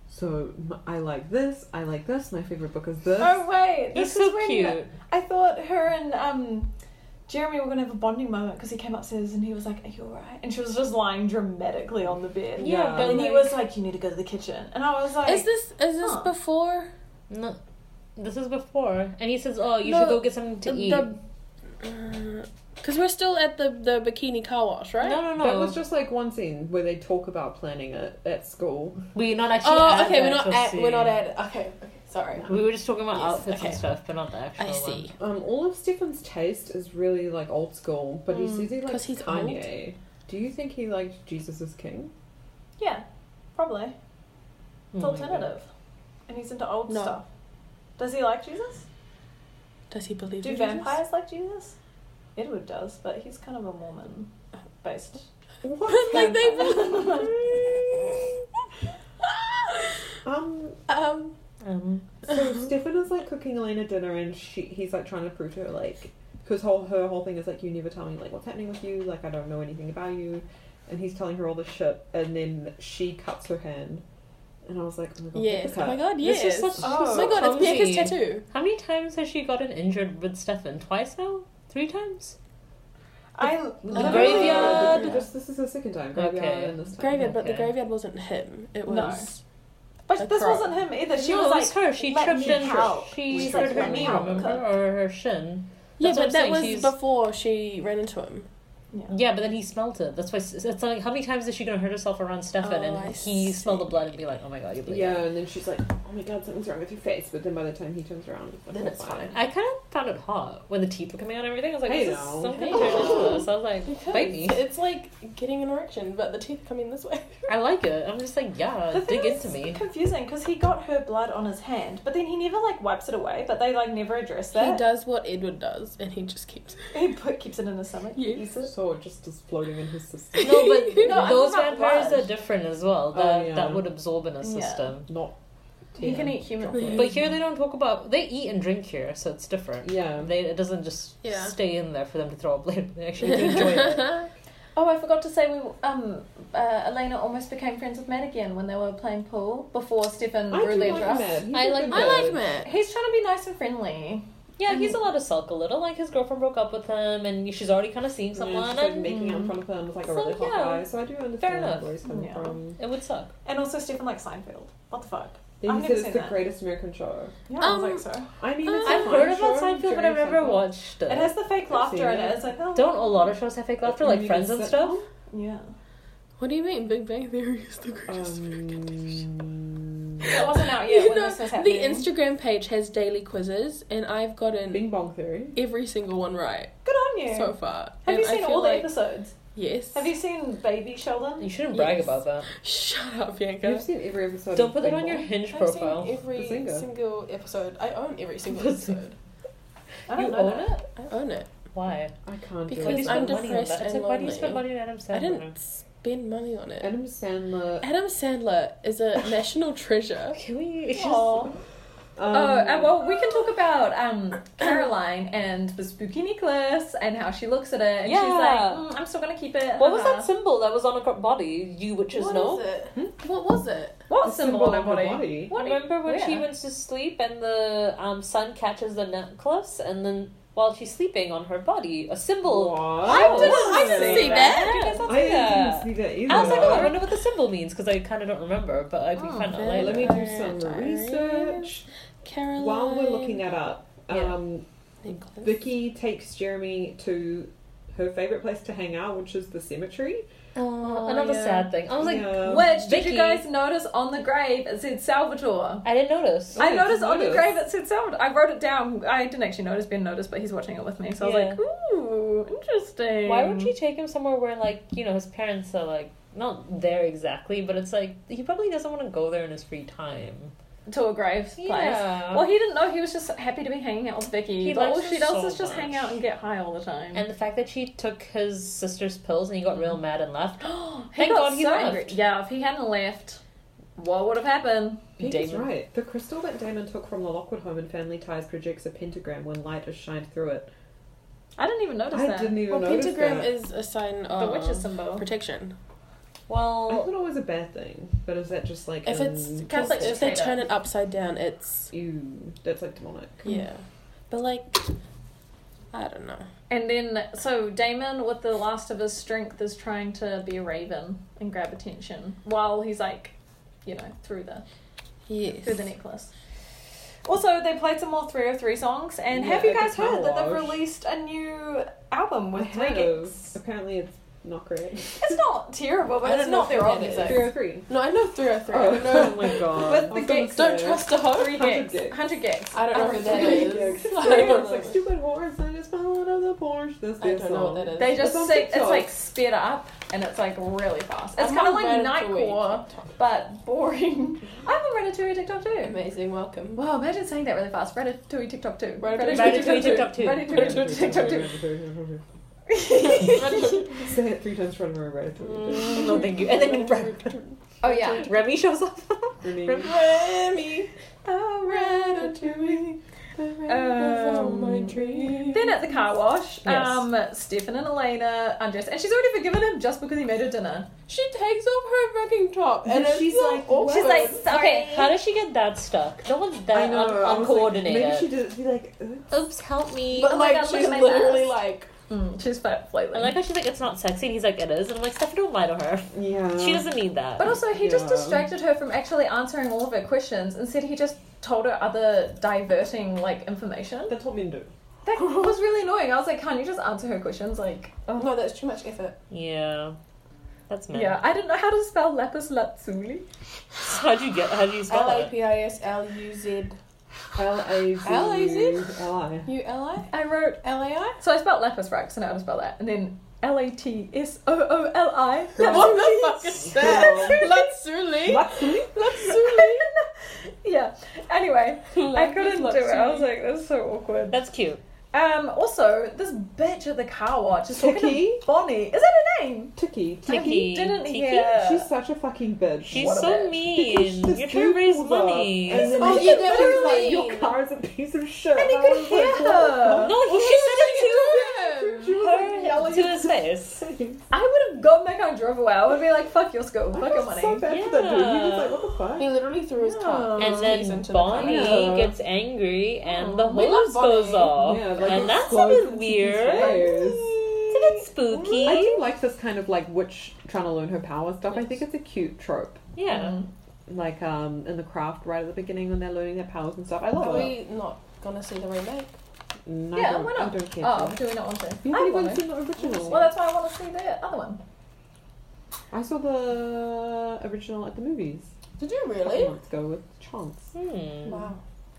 Speaker 1: "So m- I like this. I like this. My favorite book is this."
Speaker 4: Oh wait,
Speaker 2: He's
Speaker 4: this is
Speaker 2: so
Speaker 4: when
Speaker 2: cute.
Speaker 4: I thought her and um. Jeremy were gonna have a bonding moment because he came upstairs and he was like, "Are you alright?" And she was just lying dramatically on the bed.
Speaker 2: Yeah,
Speaker 1: Yeah.
Speaker 2: but
Speaker 4: And he
Speaker 2: like-
Speaker 4: was like, "You need to go to the kitchen," and I was like,
Speaker 3: Is this is this
Speaker 4: Huh.
Speaker 3: before
Speaker 2: No, this is before, and he says, "Oh, you
Speaker 3: No,
Speaker 2: should go get something to eat."
Speaker 3: Because we're still at the the bikini car wash, right?
Speaker 2: No, no, no.
Speaker 1: That was just like one scene where they talk about planning it at school.
Speaker 2: We're not actually.
Speaker 3: Oh,
Speaker 2: at
Speaker 3: okay.
Speaker 2: the
Speaker 3: We're not
Speaker 2: actual
Speaker 3: at. We're not
Speaker 2: scene.
Speaker 3: at. Okay. Oh, okay sorry.
Speaker 2: We were just talking about
Speaker 3: Yes,
Speaker 2: outfits and
Speaker 3: okay.
Speaker 2: stuff, but not the actual.
Speaker 3: I see.
Speaker 1: Um, all of Stefan's taste is really like old school, but he
Speaker 3: Mm,
Speaker 1: says he
Speaker 3: 'cause
Speaker 1: likes
Speaker 3: he's
Speaker 1: Kanye. Do you think he liked Jesus is King?
Speaker 4: "Yeah, probably."
Speaker 2: One.
Speaker 4: It's
Speaker 2: Oh my God.
Speaker 4: alternative. And he's into old
Speaker 3: No.
Speaker 4: stuff. Does he like Jesus?
Speaker 3: Does he believe
Speaker 4: Do
Speaker 3: in Jesus?
Speaker 4: vampires like Jesus? Edward does, but he's kind of a Mormon based.
Speaker 1: What?
Speaker 3: like they
Speaker 4: vampires?
Speaker 1: um.
Speaker 3: um.
Speaker 2: Um,
Speaker 1: So
Speaker 3: Uh-huh.
Speaker 1: Stefan is like cooking Elena dinner, and she he's like trying to prove to her like because whole her whole thing is like you never tell me like what's happening with you, like I don't know anything about you, and he's telling her all this shit, and then she cuts her hand, and I was like, oh my god,
Speaker 3: Yes.
Speaker 1: that's a
Speaker 3: Oh
Speaker 1: cut.
Speaker 3: my god.
Speaker 2: This
Speaker 3: Yes.
Speaker 2: is such.
Speaker 4: Oh.
Speaker 3: oh
Speaker 2: so
Speaker 3: my god. It's Bianca's
Speaker 2: clumsy.
Speaker 3: tattoo.
Speaker 2: How many times has she gotten injured with Stefan? Twice now? Three times?
Speaker 4: I literally-
Speaker 2: graveyard.
Speaker 1: This, this is the second time graveyard
Speaker 2: Okay.
Speaker 1: and this time.
Speaker 3: Graveyard, but the
Speaker 2: Okay.
Speaker 3: graveyard wasn't him. It
Speaker 4: No.
Speaker 3: was.
Speaker 4: But
Speaker 3: The
Speaker 4: this
Speaker 3: crow.
Speaker 4: wasn't him either. She
Speaker 2: no,
Speaker 4: was
Speaker 2: it
Speaker 4: like,
Speaker 2: was her. She
Speaker 4: "Let
Speaker 2: tripped
Speaker 4: me
Speaker 2: and
Speaker 4: help."
Speaker 2: she
Speaker 4: She's
Speaker 2: hurt
Speaker 4: like,
Speaker 2: her
Speaker 4: "Let me
Speaker 2: knee,
Speaker 4: help."
Speaker 2: remember, or her shin.
Speaker 3: Yeah,
Speaker 2: That's what I'm
Speaker 3: but that
Speaker 2: saying,
Speaker 3: was
Speaker 2: she's-
Speaker 3: before she ran into him.
Speaker 4: Yeah.
Speaker 2: Yeah, but then he smelt it. That's why it's it's like how many times is she gonna hurt herself around Stefan
Speaker 3: Oh, I
Speaker 2: and he
Speaker 3: see.
Speaker 2: smelled the blood and be like, oh my god, you're bleeding.
Speaker 1: Yeah, and then she's like, "Oh my god, something's wrong with your face," but then by the time he turns around, like,
Speaker 3: Then
Speaker 1: all
Speaker 3: it's fine.
Speaker 2: I kind of found it hot when the teeth were coming out and everything. I was like,
Speaker 1: Hey
Speaker 2: this is
Speaker 1: now.
Speaker 2: something
Speaker 3: Hey
Speaker 2: turned
Speaker 3: now.
Speaker 2: into this. I was like, bite me.
Speaker 3: It's like getting an erection, but the teeth come in this way.
Speaker 2: I like it. I'm just like, yeah,
Speaker 4: The thing
Speaker 2: dig
Speaker 4: is
Speaker 2: into me.
Speaker 4: confusing because he got her blood on his hand, but then he never like wipes it away. But they like never address
Speaker 3: He
Speaker 4: that.
Speaker 3: does what Edward does, and he just keeps.
Speaker 4: He, put, keeps it in his stomach.
Speaker 3: Yes.
Speaker 4: Eats
Speaker 1: fine.
Speaker 4: it.
Speaker 1: So it just is floating in his system,
Speaker 2: No, but
Speaker 4: No, I'm
Speaker 2: those
Speaker 4: not
Speaker 2: vampires
Speaker 4: blood.
Speaker 2: are different as well.
Speaker 1: Oh,
Speaker 2: That
Speaker 1: yeah.
Speaker 2: that would absorb in a
Speaker 4: Yeah.
Speaker 2: system.
Speaker 1: not
Speaker 4: You can eat human food.
Speaker 2: But here they don't talk about. They eat and drink here, so it's different. Um,
Speaker 1: Yeah.
Speaker 2: They, it doesn't just
Speaker 3: Yeah.
Speaker 2: stay in there for them to throw up later. They actually enjoy it.
Speaker 4: Oh, I forgot to say we um uh, Elena almost became friends with Matt again when they were playing pool before Stefan
Speaker 1: I do
Speaker 4: really
Speaker 1: like
Speaker 4: dressed.
Speaker 1: Matt. He's
Speaker 2: I
Speaker 1: a
Speaker 2: like-
Speaker 1: good
Speaker 3: I like
Speaker 1: dude.
Speaker 3: Matt.
Speaker 4: He's trying to be nice and friendly.
Speaker 2: Yeah, he's allowed to sulk a little. Like his girlfriend broke up with him, and she's already kind of seeing
Speaker 1: Yeah,
Speaker 2: someone,
Speaker 1: just, like,
Speaker 2: and
Speaker 1: making out in front of them with like a
Speaker 2: So,
Speaker 1: really hot
Speaker 2: yeah.
Speaker 1: guy. So I do understand
Speaker 2: enough.
Speaker 1: where he's coming
Speaker 4: Yeah.
Speaker 1: from.
Speaker 2: it would suck.
Speaker 4: And also Stefan likes Seinfeld. What the fuck?
Speaker 1: Then
Speaker 4: I've
Speaker 1: he
Speaker 4: never
Speaker 1: said it's
Speaker 4: seen
Speaker 1: the
Speaker 4: that.
Speaker 1: greatest American show.
Speaker 4: Yeah, I
Speaker 3: Um,
Speaker 4: was like so.
Speaker 1: I mean, it's a
Speaker 2: I've
Speaker 1: fun
Speaker 2: heard about
Speaker 1: show,
Speaker 2: Seinfeld, but
Speaker 1: Jerry
Speaker 2: I've never
Speaker 1: Seinfeld.
Speaker 2: watched it.
Speaker 4: It has the fake
Speaker 1: I've
Speaker 4: laughter
Speaker 1: seen
Speaker 4: in
Speaker 1: it.
Speaker 4: it. It's like oh.
Speaker 2: don't a lot of shows have fake laughter,
Speaker 1: You
Speaker 2: like
Speaker 1: mean
Speaker 2: Friends
Speaker 1: the
Speaker 2: and stuff?
Speaker 1: sitcom?
Speaker 4: Yeah.
Speaker 3: What do you mean Big Bang Theory is the greatest?
Speaker 2: Um,
Speaker 1: Um,
Speaker 4: It wasn't out yet
Speaker 3: you
Speaker 4: when
Speaker 3: know,
Speaker 4: this was
Speaker 3: the
Speaker 4: happening.
Speaker 3: Instagram page has daily quizzes, and I've gotten
Speaker 1: Bing Bong Theory.
Speaker 3: every single one right
Speaker 4: Good on you.
Speaker 3: so far.
Speaker 4: have
Speaker 3: And
Speaker 4: you
Speaker 3: I
Speaker 4: seen
Speaker 3: feel
Speaker 4: all the
Speaker 3: like-
Speaker 4: episodes?
Speaker 3: Yes.
Speaker 4: Have you seen Baby Sheldon?
Speaker 1: Oh,
Speaker 2: You shouldn't brag
Speaker 3: Yes.
Speaker 2: about that.
Speaker 3: Shut up,
Speaker 1: You've
Speaker 3: Bianca.
Speaker 1: seen every episode.
Speaker 2: Don't
Speaker 1: of
Speaker 2: put that
Speaker 1: Bing
Speaker 2: on your
Speaker 1: Bong.
Speaker 2: Hinge
Speaker 3: I've seen
Speaker 2: profile.
Speaker 3: every
Speaker 1: Bazinga.
Speaker 3: single episode. I own every single
Speaker 2: Bazinga.
Speaker 3: episode.
Speaker 4: I don't
Speaker 2: You
Speaker 4: know
Speaker 2: own
Speaker 4: that.
Speaker 2: it?
Speaker 3: I own it.
Speaker 2: Why?
Speaker 1: I can't do
Speaker 3: Because
Speaker 2: Why do you
Speaker 1: it.
Speaker 3: I'm
Speaker 2: spend money on
Speaker 3: depressed
Speaker 2: that? It's
Speaker 3: and
Speaker 2: like, why do you spend
Speaker 3: lonely.
Speaker 2: money on Adam Sandler?
Speaker 3: I didn't spend money on it.
Speaker 1: Adam Sandler.
Speaker 3: Adam Sandler is a national treasure.
Speaker 2: Can we?
Speaker 4: Aw.
Speaker 1: Um,
Speaker 4: oh, uh, well, we can talk about um, Caroline and the spooky necklace and how she looks at it. And she's
Speaker 2: Yeah.
Speaker 4: like, mm, I'm still going to keep it. Uh-huh.
Speaker 2: What was
Speaker 4: haha."
Speaker 2: that symbol that was on her body? You witches know.
Speaker 3: it? What was it?
Speaker 4: What
Speaker 1: The
Speaker 4: symbol,
Speaker 1: symbol
Speaker 4: on her
Speaker 1: of her
Speaker 4: body?
Speaker 1: body.
Speaker 4: What
Speaker 2: Remember when she
Speaker 4: where?
Speaker 2: went to sleep and the um, sun catches the necklace, and then while she's sleeping on her body, a symbol.
Speaker 1: What?
Speaker 2: I didn't-
Speaker 3: I didn't see that.
Speaker 2: Did you guys not see
Speaker 1: I
Speaker 2: that?
Speaker 1: didn't see that either.
Speaker 2: I was like, oh, I wonder what the symbol means because I kind of don't remember, but I can
Speaker 4: Oh,
Speaker 2: find out
Speaker 3: very
Speaker 2: later.
Speaker 1: Let me do some
Speaker 3: Diary.
Speaker 1: research.
Speaker 3: Caroline.
Speaker 1: While we're looking that up,
Speaker 2: Yeah.
Speaker 1: um, Vicky takes Jeremy to her favorite place to hang out, which is the cemetery.
Speaker 2: Oh, another
Speaker 3: yeah.
Speaker 2: sad thing. I was like,
Speaker 1: Yeah.
Speaker 4: Which, did
Speaker 2: Vicky.
Speaker 4: you guys notice on the grave it said Salvatore?
Speaker 2: I didn't notice.
Speaker 1: I
Speaker 4: I
Speaker 1: didn't
Speaker 4: noticed on the
Speaker 1: notice.
Speaker 4: grave it said Salvatore. I wrote it down. I didn't actually notice. Ben noticed, but he's watching it with me. So I
Speaker 2: Yeah.
Speaker 4: was like, ooh, interesting.
Speaker 2: Why would she take him somewhere where, like, you know, his parents are like not there exactly, but it's like he probably doesn't want to go there in his free time.
Speaker 4: To a grave place.
Speaker 2: Yeah.
Speaker 4: Well, he didn't know. He was just happy to be hanging out with Vicky.
Speaker 2: He
Speaker 4: but all
Speaker 2: likes her
Speaker 4: she does
Speaker 2: so
Speaker 4: is just hang
Speaker 2: much.
Speaker 4: out and get high all the time.
Speaker 2: And the fact that she took his sister's pills and he got
Speaker 4: Mm.
Speaker 2: real mad and left.
Speaker 4: He
Speaker 2: Thank
Speaker 4: got
Speaker 2: God he
Speaker 4: so
Speaker 2: left.
Speaker 4: angry. Yeah, if he hadn't left, what would have happened?
Speaker 1: He's
Speaker 2: Damon.
Speaker 1: right. The crystal that Damon took from the Lockwood home in Family Ties projects a pentagram when light is shined through it.
Speaker 4: I didn't even notice
Speaker 1: I
Speaker 4: that.
Speaker 1: didn't even
Speaker 3: Well,
Speaker 1: notice
Speaker 3: oh, pentagram
Speaker 1: that.
Speaker 3: is a sign
Speaker 4: the
Speaker 3: of
Speaker 4: witch's symbol.
Speaker 3: protection.
Speaker 1: I
Speaker 2: Well,
Speaker 1: thought it was a bad thing, but is that just like
Speaker 3: If
Speaker 1: um,
Speaker 3: it's
Speaker 4: Catholic
Speaker 3: if they
Speaker 4: dictator.
Speaker 3: turn it upside down, it's
Speaker 1: ew, that's like demonic.
Speaker 3: yeah. But like, I don't know.
Speaker 4: And then, so Damon, with the last of his strength, is trying to be a raven and grab attention while he's like, you know, through the
Speaker 3: Yes.
Speaker 4: through the necklace. Also, they played some more 303 songs, and have you
Speaker 1: Yeah,
Speaker 4: guys heard that they've
Speaker 1: Catalog.
Speaker 4: released a new album
Speaker 1: I
Speaker 4: with three
Speaker 1: heard of-
Speaker 4: gigs?
Speaker 1: Apparently, it's not great.
Speaker 4: It's not terrible,
Speaker 3: I
Speaker 4: but it's
Speaker 3: don't know
Speaker 4: not
Speaker 3: if
Speaker 4: their own
Speaker 3: I've heard it.
Speaker 4: music.
Speaker 1: Three hundred three.
Speaker 3: No, I know three or three. I don't
Speaker 1: Oh
Speaker 2: my
Speaker 3: know.
Speaker 1: With
Speaker 2: god.
Speaker 1: the
Speaker 4: gigs.
Speaker 3: don't trust a hoe.
Speaker 4: Three
Speaker 1: 100
Speaker 4: gigs.
Speaker 1: gigs.
Speaker 4: 100 gigs.
Speaker 3: I don't know who that
Speaker 4: Three
Speaker 3: is.
Speaker 1: gigs.
Speaker 3: I
Speaker 1: Three
Speaker 3: don't know.
Speaker 1: gigs, like stupid horse. I just fell out of the Porsche. That's
Speaker 3: I
Speaker 1: their
Speaker 3: don't know what
Speaker 1: song.
Speaker 3: that is.
Speaker 4: They
Speaker 1: It's
Speaker 4: just
Speaker 1: on
Speaker 4: say it's
Speaker 1: TikTok.
Speaker 4: like sped up and it's like really fast. It's
Speaker 3: I'm
Speaker 4: kind of
Speaker 3: on
Speaker 4: like
Speaker 3: Ratatouille
Speaker 4: Nightcore,
Speaker 3: TikTok.
Speaker 4: but boring. I'm on Ratatouille TikTok too.
Speaker 3: Amazing. Welcome.
Speaker 4: Wow, imagine saying that really fast. Ratatouille TikTok too.
Speaker 3: Ratatouille
Speaker 2: Ratatouille TikTok too.
Speaker 4: Ratatouille TikTok too.
Speaker 1: Say it three times trying to remember it.
Speaker 2: mm,
Speaker 3: Mm.
Speaker 2: no, thank you. And then Rem-
Speaker 4: Oh yeah.
Speaker 2: Remy shows up.
Speaker 1: Renee.
Speaker 3: Remy,
Speaker 4: Oh,
Speaker 3: Ratatouille, the rainbow's on my
Speaker 4: Um,
Speaker 3: tree.
Speaker 4: Then at the car wash,
Speaker 2: Yes.
Speaker 4: um, Stefan and Elena undress, and she's already forgiven him just because he made her dinner.
Speaker 3: She takes off her fucking top and
Speaker 1: Yeah,
Speaker 3: it's
Speaker 1: she's
Speaker 3: so
Speaker 1: like,
Speaker 3: awkward.
Speaker 1: She's like,
Speaker 2: Okay, how does she get that stuck? No one's
Speaker 1: I
Speaker 2: that
Speaker 1: know. I was
Speaker 2: un-
Speaker 1: like,
Speaker 2: uncoordinated.
Speaker 1: Maybe she did it to be like, uh, "Oops."
Speaker 2: Oops, help me.
Speaker 3: but
Speaker 4: Oh my
Speaker 3: like
Speaker 4: God, look
Speaker 3: she's
Speaker 4: at my
Speaker 3: literally
Speaker 4: mask.
Speaker 3: like,
Speaker 4: Mm, she's flat
Speaker 2: I
Speaker 4: flailing.
Speaker 2: like how she's like, it's not sexy, and he's like, it is. And I'm like, Stefan, don't lie to her.
Speaker 1: yeah.
Speaker 2: She doesn't need that.
Speaker 4: But also, he just
Speaker 1: Yeah.
Speaker 4: distracted her from actually answering all of her questions. Instead, he just told her other diverting like information.
Speaker 1: That's what men do.
Speaker 4: That was really annoying. I was like, can't you just answer her questions? Like, oh.
Speaker 3: no, that's too much effort.
Speaker 2: yeah. That's mad.
Speaker 4: yeah, I didn't know how to spell lapis lazuli.
Speaker 2: How'd you get, how'd you spell
Speaker 3: L A
Speaker 2: that?
Speaker 3: P I S L U Z
Speaker 1: L A Z
Speaker 3: L A Z?
Speaker 1: L I.
Speaker 3: U L I
Speaker 4: I wrote,
Speaker 3: L A I.
Speaker 4: so I spelled lapis right, so now how to spell that. And then L A T S O O L I.
Speaker 3: What the fuck is that? Lazuli.
Speaker 4: Yeah. Anyway, I couldn't do it. I was like, that's so awkward.
Speaker 2: That's cute.
Speaker 4: Um. Also, this bitch at the car watch is talking
Speaker 1: Vicky?
Speaker 4: to Bonnie. Is that her name?
Speaker 1: Tiki.
Speaker 2: Tiki.
Speaker 4: Didn't
Speaker 2: Tiki?
Speaker 4: hear.
Speaker 1: She's such a fucking bitch.
Speaker 2: She's
Speaker 4: What a
Speaker 2: so
Speaker 4: bitch.
Speaker 2: mean.
Speaker 1: Because
Speaker 2: You're
Speaker 1: this
Speaker 2: trying to
Speaker 1: dude
Speaker 2: raise
Speaker 1: pulled up,
Speaker 2: money.
Speaker 1: And then
Speaker 3: Oh,
Speaker 1: he
Speaker 3: yeah,
Speaker 1: was
Speaker 3: that was
Speaker 1: like, your
Speaker 3: mean.
Speaker 1: car is a piece of shit.
Speaker 4: And he
Speaker 1: I
Speaker 4: could
Speaker 1: was
Speaker 4: hear
Speaker 1: like, what the
Speaker 4: her.
Speaker 1: fuck?
Speaker 2: no, he
Speaker 4: She
Speaker 1: She was like
Speaker 2: said
Speaker 1: yelling
Speaker 2: it to her to his face.
Speaker 4: I would have gone back and drove away. I would be like, fuck your school, fuck
Speaker 1: I
Speaker 4: your
Speaker 1: felt
Speaker 4: money.
Speaker 1: so bad for that dude. He was like, what the
Speaker 3: He
Speaker 1: fuck?
Speaker 3: literally threw his car.
Speaker 4: Yeah.
Speaker 2: And
Speaker 3: keys
Speaker 2: then
Speaker 3: into the car.
Speaker 2: Bonnie
Speaker 1: Yeah.
Speaker 2: gets angry and the
Speaker 3: We love
Speaker 2: hose goes
Speaker 3: Bonnie.
Speaker 2: off.
Speaker 1: Yeah, like
Speaker 2: and
Speaker 1: it
Speaker 2: that's a
Speaker 1: explodes
Speaker 2: bit
Speaker 1: into
Speaker 2: weird.
Speaker 1: pieces.
Speaker 2: It's a bit spooky.
Speaker 1: I do like this kind of like witch trying to learn her power stuff. I think it's a cute trope.
Speaker 2: Yeah.
Speaker 1: Mm, Like um in the craft right at the beginning when they're learning their powers and stuff. I
Speaker 3: Are
Speaker 1: love it.
Speaker 3: we not gonna see the remake?
Speaker 1: No,
Speaker 4: Yeah,
Speaker 1: I don't,
Speaker 4: why not?
Speaker 1: I don't care.
Speaker 4: Oh,
Speaker 1: to.
Speaker 4: do we not want to?
Speaker 1: You
Speaker 4: I
Speaker 1: haven't
Speaker 4: want
Speaker 1: even
Speaker 4: to.
Speaker 1: seen the original.
Speaker 4: Well, that's why I want to see the other one.
Speaker 1: I saw the original at the movies.
Speaker 3: Did you
Speaker 1: a couple
Speaker 3: really?
Speaker 1: months ago with Chance.
Speaker 2: Hmm.
Speaker 3: Wow.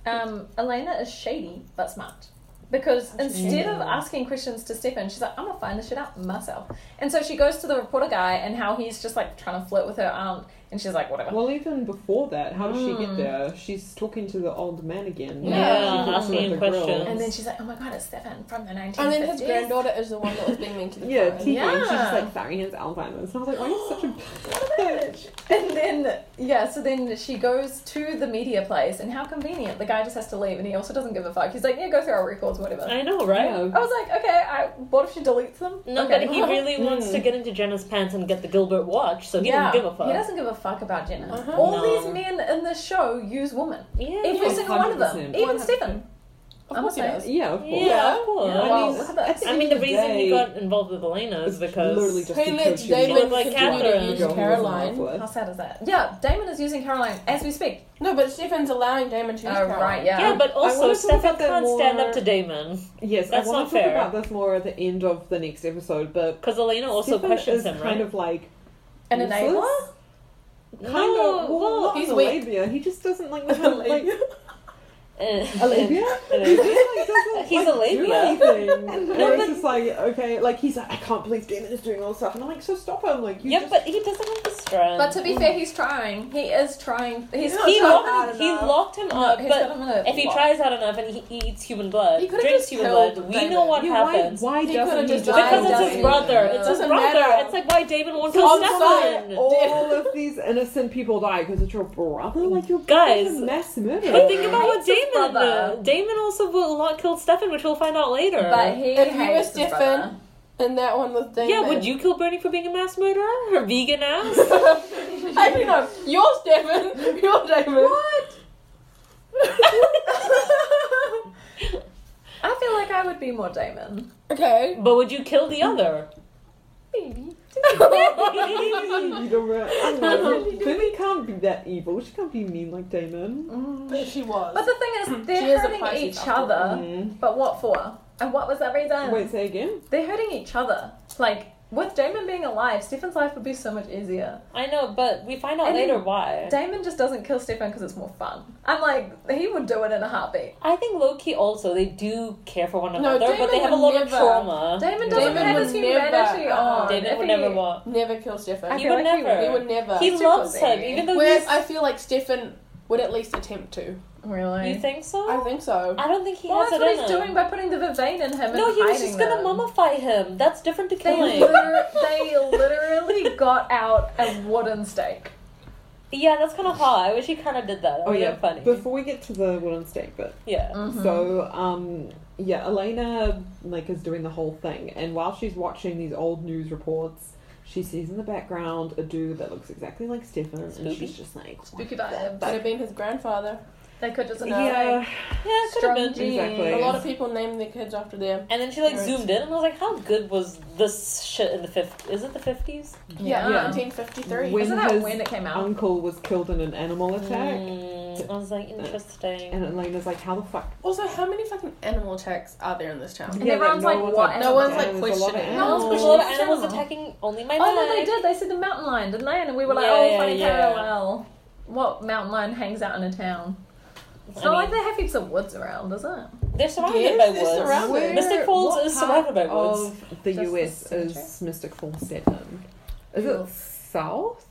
Speaker 4: Um, Elena is shady but smart. Because instead of asking questions to Stefan, she's like, I'm gonna find this shit out myself. And so she goes to the reporter guy and how he's just like trying to flirt with her aunt, and she's like, whatever.
Speaker 1: Well, even before that, how does she
Speaker 4: Mm.
Speaker 1: get there? She's talking to the old man again.
Speaker 2: Yeah,
Speaker 3: Yeah.
Speaker 1: She's
Speaker 2: asking
Speaker 1: at
Speaker 2: him
Speaker 1: the grill.
Speaker 2: questions.
Speaker 4: and then she's like, oh my god, it's Stefan from the 1950s.
Speaker 3: And then his granddaughter is the one that was being mean to the
Speaker 1: Yeah,
Speaker 3: car.
Speaker 1: Tiki. And she's just
Speaker 4: Yeah.
Speaker 1: like, sorry, he has Alzheimer's. And I was like, why are you such a bitch?
Speaker 4: Bitch. And then, yeah, so then she goes to the media place, and how convenient. The guy just has to leave, and he also doesn't give a fuck. He's like, yeah, go through our records, whatever. I,
Speaker 2: I know, right?
Speaker 1: Yeah.
Speaker 4: was like, okay, I, what if she deletes them?
Speaker 2: No,
Speaker 4: okay.
Speaker 2: but he really wants to
Speaker 1: Mm.
Speaker 2: get into Jenna's pants and get the Gilbert watch, so he
Speaker 4: yeah,
Speaker 2: didn't give a fuck.
Speaker 4: He doesn't give a fuck about Jenna.
Speaker 3: Uh-huh.
Speaker 4: All
Speaker 2: No.
Speaker 4: these men in the show use women.
Speaker 2: yeah.
Speaker 4: Every
Speaker 1: Oh,
Speaker 4: single one of them.
Speaker 1: 100%.
Speaker 4: Even
Speaker 3: 100%.
Speaker 4: Stephen.
Speaker 3: Of
Speaker 4: I'm
Speaker 3: course he
Speaker 4: okay.
Speaker 3: does.
Speaker 1: Yeah, of course.
Speaker 2: Oh, Yeah, of course.
Speaker 1: I
Speaker 4: Wow,
Speaker 1: mean,
Speaker 4: look at that.
Speaker 1: at the
Speaker 2: I mean,
Speaker 1: end
Speaker 2: the
Speaker 1: of
Speaker 2: reason
Speaker 1: day,
Speaker 2: he got involved with Elena is
Speaker 1: it's
Speaker 2: because
Speaker 1: literally just
Speaker 3: He
Speaker 1: because
Speaker 3: lets
Speaker 1: she was
Speaker 3: Damon
Speaker 2: like
Speaker 3: continue
Speaker 2: Catherine.
Speaker 3: to
Speaker 1: the girl who
Speaker 3: use
Speaker 1: was in love
Speaker 3: Caroline.
Speaker 1: with.
Speaker 4: How sad is that? Yeah, Damon is using Caroline as we speak.
Speaker 3: No, but Stephen's allowing Damon to use
Speaker 4: Oh,
Speaker 3: Caroline.
Speaker 4: right, yeah.
Speaker 2: Yeah, but also
Speaker 1: Um, wanna talk
Speaker 2: Stefan
Speaker 1: about that
Speaker 2: can't stand
Speaker 1: more-
Speaker 2: up to Damon
Speaker 1: Yes,
Speaker 2: That's
Speaker 1: I
Speaker 2: not
Speaker 1: want to
Speaker 2: fair.
Speaker 1: talk about this more at the end of the next episode, but
Speaker 2: because Elena uh, also
Speaker 1: Stefan
Speaker 2: questions
Speaker 1: is
Speaker 2: him,
Speaker 1: kind
Speaker 2: right?
Speaker 1: of like
Speaker 4: An
Speaker 1: useless.
Speaker 4: enabler?
Speaker 1: Kind
Speaker 2: No,
Speaker 1: of. Well,
Speaker 2: well,
Speaker 1: not
Speaker 3: he's
Speaker 1: an
Speaker 3: weak.
Speaker 1: labia. He just doesn't like.
Speaker 3: An
Speaker 1: like
Speaker 3: labia.
Speaker 2: Uh,
Speaker 1: Olivia? He
Speaker 2: uh,
Speaker 1: just, like, doesn't, like,
Speaker 2: He's a
Speaker 1: do
Speaker 2: labia.
Speaker 1: anything. and
Speaker 2: No,
Speaker 1: it's
Speaker 2: but-
Speaker 1: just like okay, like he's like I can't believe Damon is doing all this stuff, and I'm like so stop him, like you
Speaker 2: yeah,
Speaker 1: just
Speaker 2: but he doesn't have the strength.
Speaker 4: But to be fair, he's trying. He is trying. He's
Speaker 3: He's
Speaker 4: not
Speaker 2: he
Speaker 3: not
Speaker 4: trying
Speaker 2: locked
Speaker 4: hard
Speaker 2: him, he
Speaker 4: enough.
Speaker 2: locked him
Speaker 4: No,
Speaker 2: up,
Speaker 4: he's got
Speaker 2: but
Speaker 4: him in a
Speaker 2: if he
Speaker 4: lock.
Speaker 2: tries hard enough and he, he eats human blood,
Speaker 3: He could've
Speaker 2: drinks
Speaker 3: just
Speaker 2: human
Speaker 3: killed
Speaker 2: blood, we know
Speaker 3: Damon.
Speaker 2: what
Speaker 1: yeah,
Speaker 2: happens.
Speaker 1: Why, why
Speaker 3: He
Speaker 1: doesn't
Speaker 3: could've
Speaker 1: he
Speaker 3: just
Speaker 1: just
Speaker 3: died
Speaker 2: Because
Speaker 3: Why
Speaker 2: it's his
Speaker 3: doesn't-
Speaker 2: brother. It's his
Speaker 3: Doesn't
Speaker 2: brother.
Speaker 3: matter.
Speaker 2: It's like why David won't
Speaker 3: all
Speaker 2: kill
Speaker 1: oh,
Speaker 3: fine.
Speaker 2: Stefan.
Speaker 1: all of these innocent people die because it's your brother? Like your
Speaker 2: Guys,
Speaker 1: brother's a mass murderer.
Speaker 2: But think about what
Speaker 4: Hates his
Speaker 2: Damon
Speaker 4: brother.
Speaker 2: did. Damon also will not kill Stefan, which we'll find out later.
Speaker 4: But he
Speaker 3: If he
Speaker 4: hates
Speaker 3: was
Speaker 4: his
Speaker 3: Stefan-
Speaker 4: brother.
Speaker 3: And that one with Damon.
Speaker 2: yeah, would you kill Bernie for being a mass murderer? Her vegan ass?
Speaker 3: I don't know. You're Stephen. You're Damon.
Speaker 4: What? I feel like I would be more Damon.
Speaker 3: Okay.
Speaker 2: but would you kill the other?
Speaker 4: Maybe.
Speaker 1: you don't re- I don't know. Bimmy can't be that evil. She can't be mean like Damon.
Speaker 3: But she was.
Speaker 4: But the thing is,
Speaker 3: She is
Speaker 4: they're
Speaker 3: a
Speaker 4: hurting
Speaker 3: Pisces
Speaker 4: each
Speaker 3: after all.
Speaker 4: other. But what for? And what was that reason?
Speaker 1: Mm. Wait, say again.
Speaker 4: They're hurting each other. Like, with Damon being alive, Stefan's life would be so much easier.
Speaker 2: I know, but we find out
Speaker 4: And
Speaker 2: later why.
Speaker 4: Damon just doesn't kill Stefan because it's more fun. I'm like, he would do it in a heartbeat.
Speaker 2: I think Loki also they do care for one
Speaker 3: No,
Speaker 2: another, but they
Speaker 3: Damon
Speaker 2: have a
Speaker 3: would
Speaker 2: lot of
Speaker 3: never.
Speaker 2: trauma.
Speaker 4: Damon doesn't
Speaker 3: Damon
Speaker 4: have
Speaker 3: would
Speaker 4: his
Speaker 3: never-
Speaker 4: humanity on.
Speaker 2: David
Speaker 4: If
Speaker 2: Oh, would
Speaker 4: he-
Speaker 2: never want.
Speaker 3: never kill Stefan.
Speaker 4: I
Speaker 2: He
Speaker 4: feel
Speaker 2: would
Speaker 4: like he
Speaker 2: never.
Speaker 3: He would never.
Speaker 2: He
Speaker 4: That's too
Speaker 2: loves
Speaker 4: pussy.
Speaker 2: him, even though
Speaker 3: Whereas
Speaker 2: he's.
Speaker 3: I feel like Stefan would at least attempt to.
Speaker 4: Really?
Speaker 2: you think so?
Speaker 3: I think so.
Speaker 2: I don't think he
Speaker 4: well,
Speaker 2: has
Speaker 4: that's
Speaker 2: it
Speaker 4: what
Speaker 2: in
Speaker 4: he's
Speaker 2: him.
Speaker 4: doing by putting the vervain in him.
Speaker 2: no,
Speaker 4: and
Speaker 2: he was
Speaker 4: hiding
Speaker 2: just gonna
Speaker 4: them.
Speaker 2: mummify him. That's different to
Speaker 4: They,
Speaker 2: killing.
Speaker 4: liter- they literally got out a wooden stake.
Speaker 2: yeah, that's kind of hot. I wish he kind of did that. That
Speaker 1: Oh
Speaker 2: would've
Speaker 1: yeah,
Speaker 2: been funny.
Speaker 1: before we get to the wooden stake bit.
Speaker 2: yeah.
Speaker 4: Mm. Mm-hmm.
Speaker 1: So, um, yeah, Elena like is doing the whole thing, and while she's watching these old news reports, she sees in the background a dude that looks exactly like Stefan, and
Speaker 2: Spooky.
Speaker 1: she's just like, what
Speaker 4: Spooky
Speaker 1: the
Speaker 4: vibes.
Speaker 3: Might have been his grandfather.
Speaker 4: They could just announce.
Speaker 1: yeah,
Speaker 2: Yeah, it could have been.
Speaker 1: Strong Exactly.
Speaker 3: A lot of people name their kids after them.
Speaker 2: And then she like
Speaker 3: Right.
Speaker 2: zoomed in, and I was like, "How good was this shit in the fifth? Is it the fifties?
Speaker 3: uh,
Speaker 4: Yeah.
Speaker 1: Yeah.
Speaker 3: 1953.
Speaker 1: When
Speaker 4: Isn't that
Speaker 1: his
Speaker 4: when it came out?
Speaker 1: uncle was killed in an animal attack,
Speaker 2: Mm, I was like, interesting.
Speaker 1: and Elena's like, how the fuck?
Speaker 3: Also, how many fucking animal attacks are there in this town?
Speaker 4: And
Speaker 1: Yeah, but
Speaker 4: everyone's
Speaker 1: no
Speaker 4: like,
Speaker 1: one's
Speaker 4: what?
Speaker 1: like-
Speaker 4: animal
Speaker 3: no one's
Speaker 4: attack?
Speaker 3: like
Speaker 1: There's a lot of
Speaker 3: questioning.
Speaker 1: No one's
Speaker 2: There's a lot of animals
Speaker 1: Oh,
Speaker 2: attacking only my
Speaker 4: Oh no,
Speaker 2: leg.
Speaker 4: they did. They said the mountain lion, didn't they? And we were like,
Speaker 2: Yeah,
Speaker 4: oh,
Speaker 2: yeah,
Speaker 4: funny
Speaker 2: yeah.
Speaker 4: parallel. What mountain lion hangs out in a town? It's
Speaker 2: I
Speaker 4: not
Speaker 2: mean,
Speaker 4: like they have heaps of woods around, is it?
Speaker 2: they're surrounded
Speaker 3: Yes,
Speaker 2: by
Speaker 3: they're
Speaker 2: woods.
Speaker 3: surrounded. Where-
Speaker 2: Mystic Falls
Speaker 1: what
Speaker 2: is
Speaker 1: part
Speaker 2: surrounded by woods.
Speaker 1: Of the
Speaker 4: Just the
Speaker 1: US is
Speaker 4: signature.
Speaker 1: Mystic Falls set in. Is it south?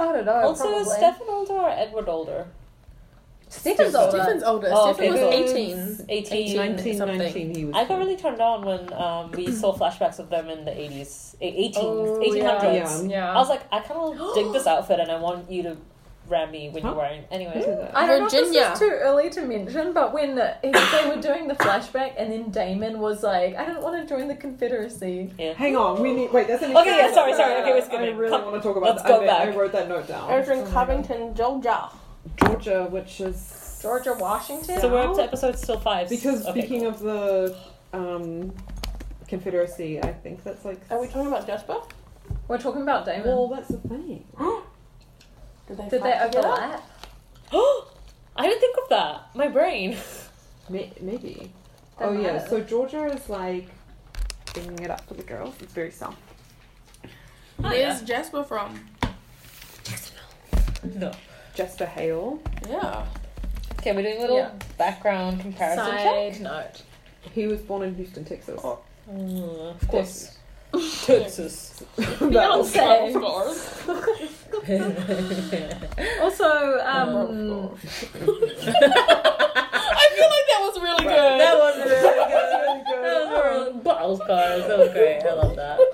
Speaker 4: I don't know.
Speaker 1: Oh,
Speaker 2: also, is Stefan older or Edward older?
Speaker 4: Stefan's older.
Speaker 3: Stephen's older.
Speaker 2: Oh,
Speaker 3: Stephen
Speaker 2: okay,
Speaker 3: was
Speaker 2: cool.
Speaker 3: 18.
Speaker 2: 18,
Speaker 1: 19,
Speaker 3: something.
Speaker 1: 19 he was.
Speaker 2: I got really turned on when um, we saw flashbacks of them in the 80s, eh, 18s,
Speaker 4: Oh,
Speaker 2: 1800s.
Speaker 1: yeah.
Speaker 4: Yeah.
Speaker 2: I was like, I kind of dig this outfit and I want you to ram me when you're
Speaker 1: Huh?
Speaker 2: wearing Anyways.
Speaker 4: I don't know
Speaker 3: Virginia.
Speaker 4: if this is too early to mention, but when he, they were doing the flashback, and then Damon was like, "I don't want to join the Confederacy."
Speaker 2: Yeah.
Speaker 1: Hang on, we need. Wait, that's an
Speaker 2: Okay, yeah, sorry, sorry, okay, we're
Speaker 1: I
Speaker 2: skipping.
Speaker 1: really
Speaker 2: Come-
Speaker 1: want to talk about
Speaker 2: let's
Speaker 1: that.
Speaker 2: go
Speaker 1: I, bet-
Speaker 2: back.
Speaker 1: I wrote that note
Speaker 3: I
Speaker 1: down.
Speaker 3: was Oh, in Covington, Georgia.
Speaker 1: Georgia, which is.
Speaker 4: Georgia Washington.
Speaker 2: So we're up to episode still five.
Speaker 1: Because
Speaker 2: okay,
Speaker 1: speaking of the um, Confederacy, I think that's like.
Speaker 2: Oh,
Speaker 3: Are we talking about Jasper?
Speaker 4: We're talking about Damon.
Speaker 1: Well, that's the thing.
Speaker 3: Did they,
Speaker 4: Did they
Speaker 3: fight together?
Speaker 4: overlap?
Speaker 2: cool. I didn't think of that. My brain.
Speaker 1: May- maybe.
Speaker 4: They
Speaker 1: oh
Speaker 4: might
Speaker 1: yeah.
Speaker 4: have.
Speaker 1: So Georgia is like bringing it up for the girls. It's very soft.
Speaker 3: Where's Jasper from?
Speaker 2: No.
Speaker 1: Jasper Hale.
Speaker 3: Yeah.
Speaker 2: Okay, we're doing a little
Speaker 4: Yeah.
Speaker 2: background comparison
Speaker 4: Side note.
Speaker 1: He was born in Houston, Texas.
Speaker 3: Oh.
Speaker 2: check. Mm, of course.
Speaker 1: That was-
Speaker 4: Beyonce.
Speaker 3: Scars.
Speaker 4: Also, um,
Speaker 1: That
Speaker 3: I feel like that was really good.
Speaker 2: That was really
Speaker 1: was
Speaker 2: good. That
Speaker 1: good.
Speaker 2: was really bottle scars. That was great. I love that.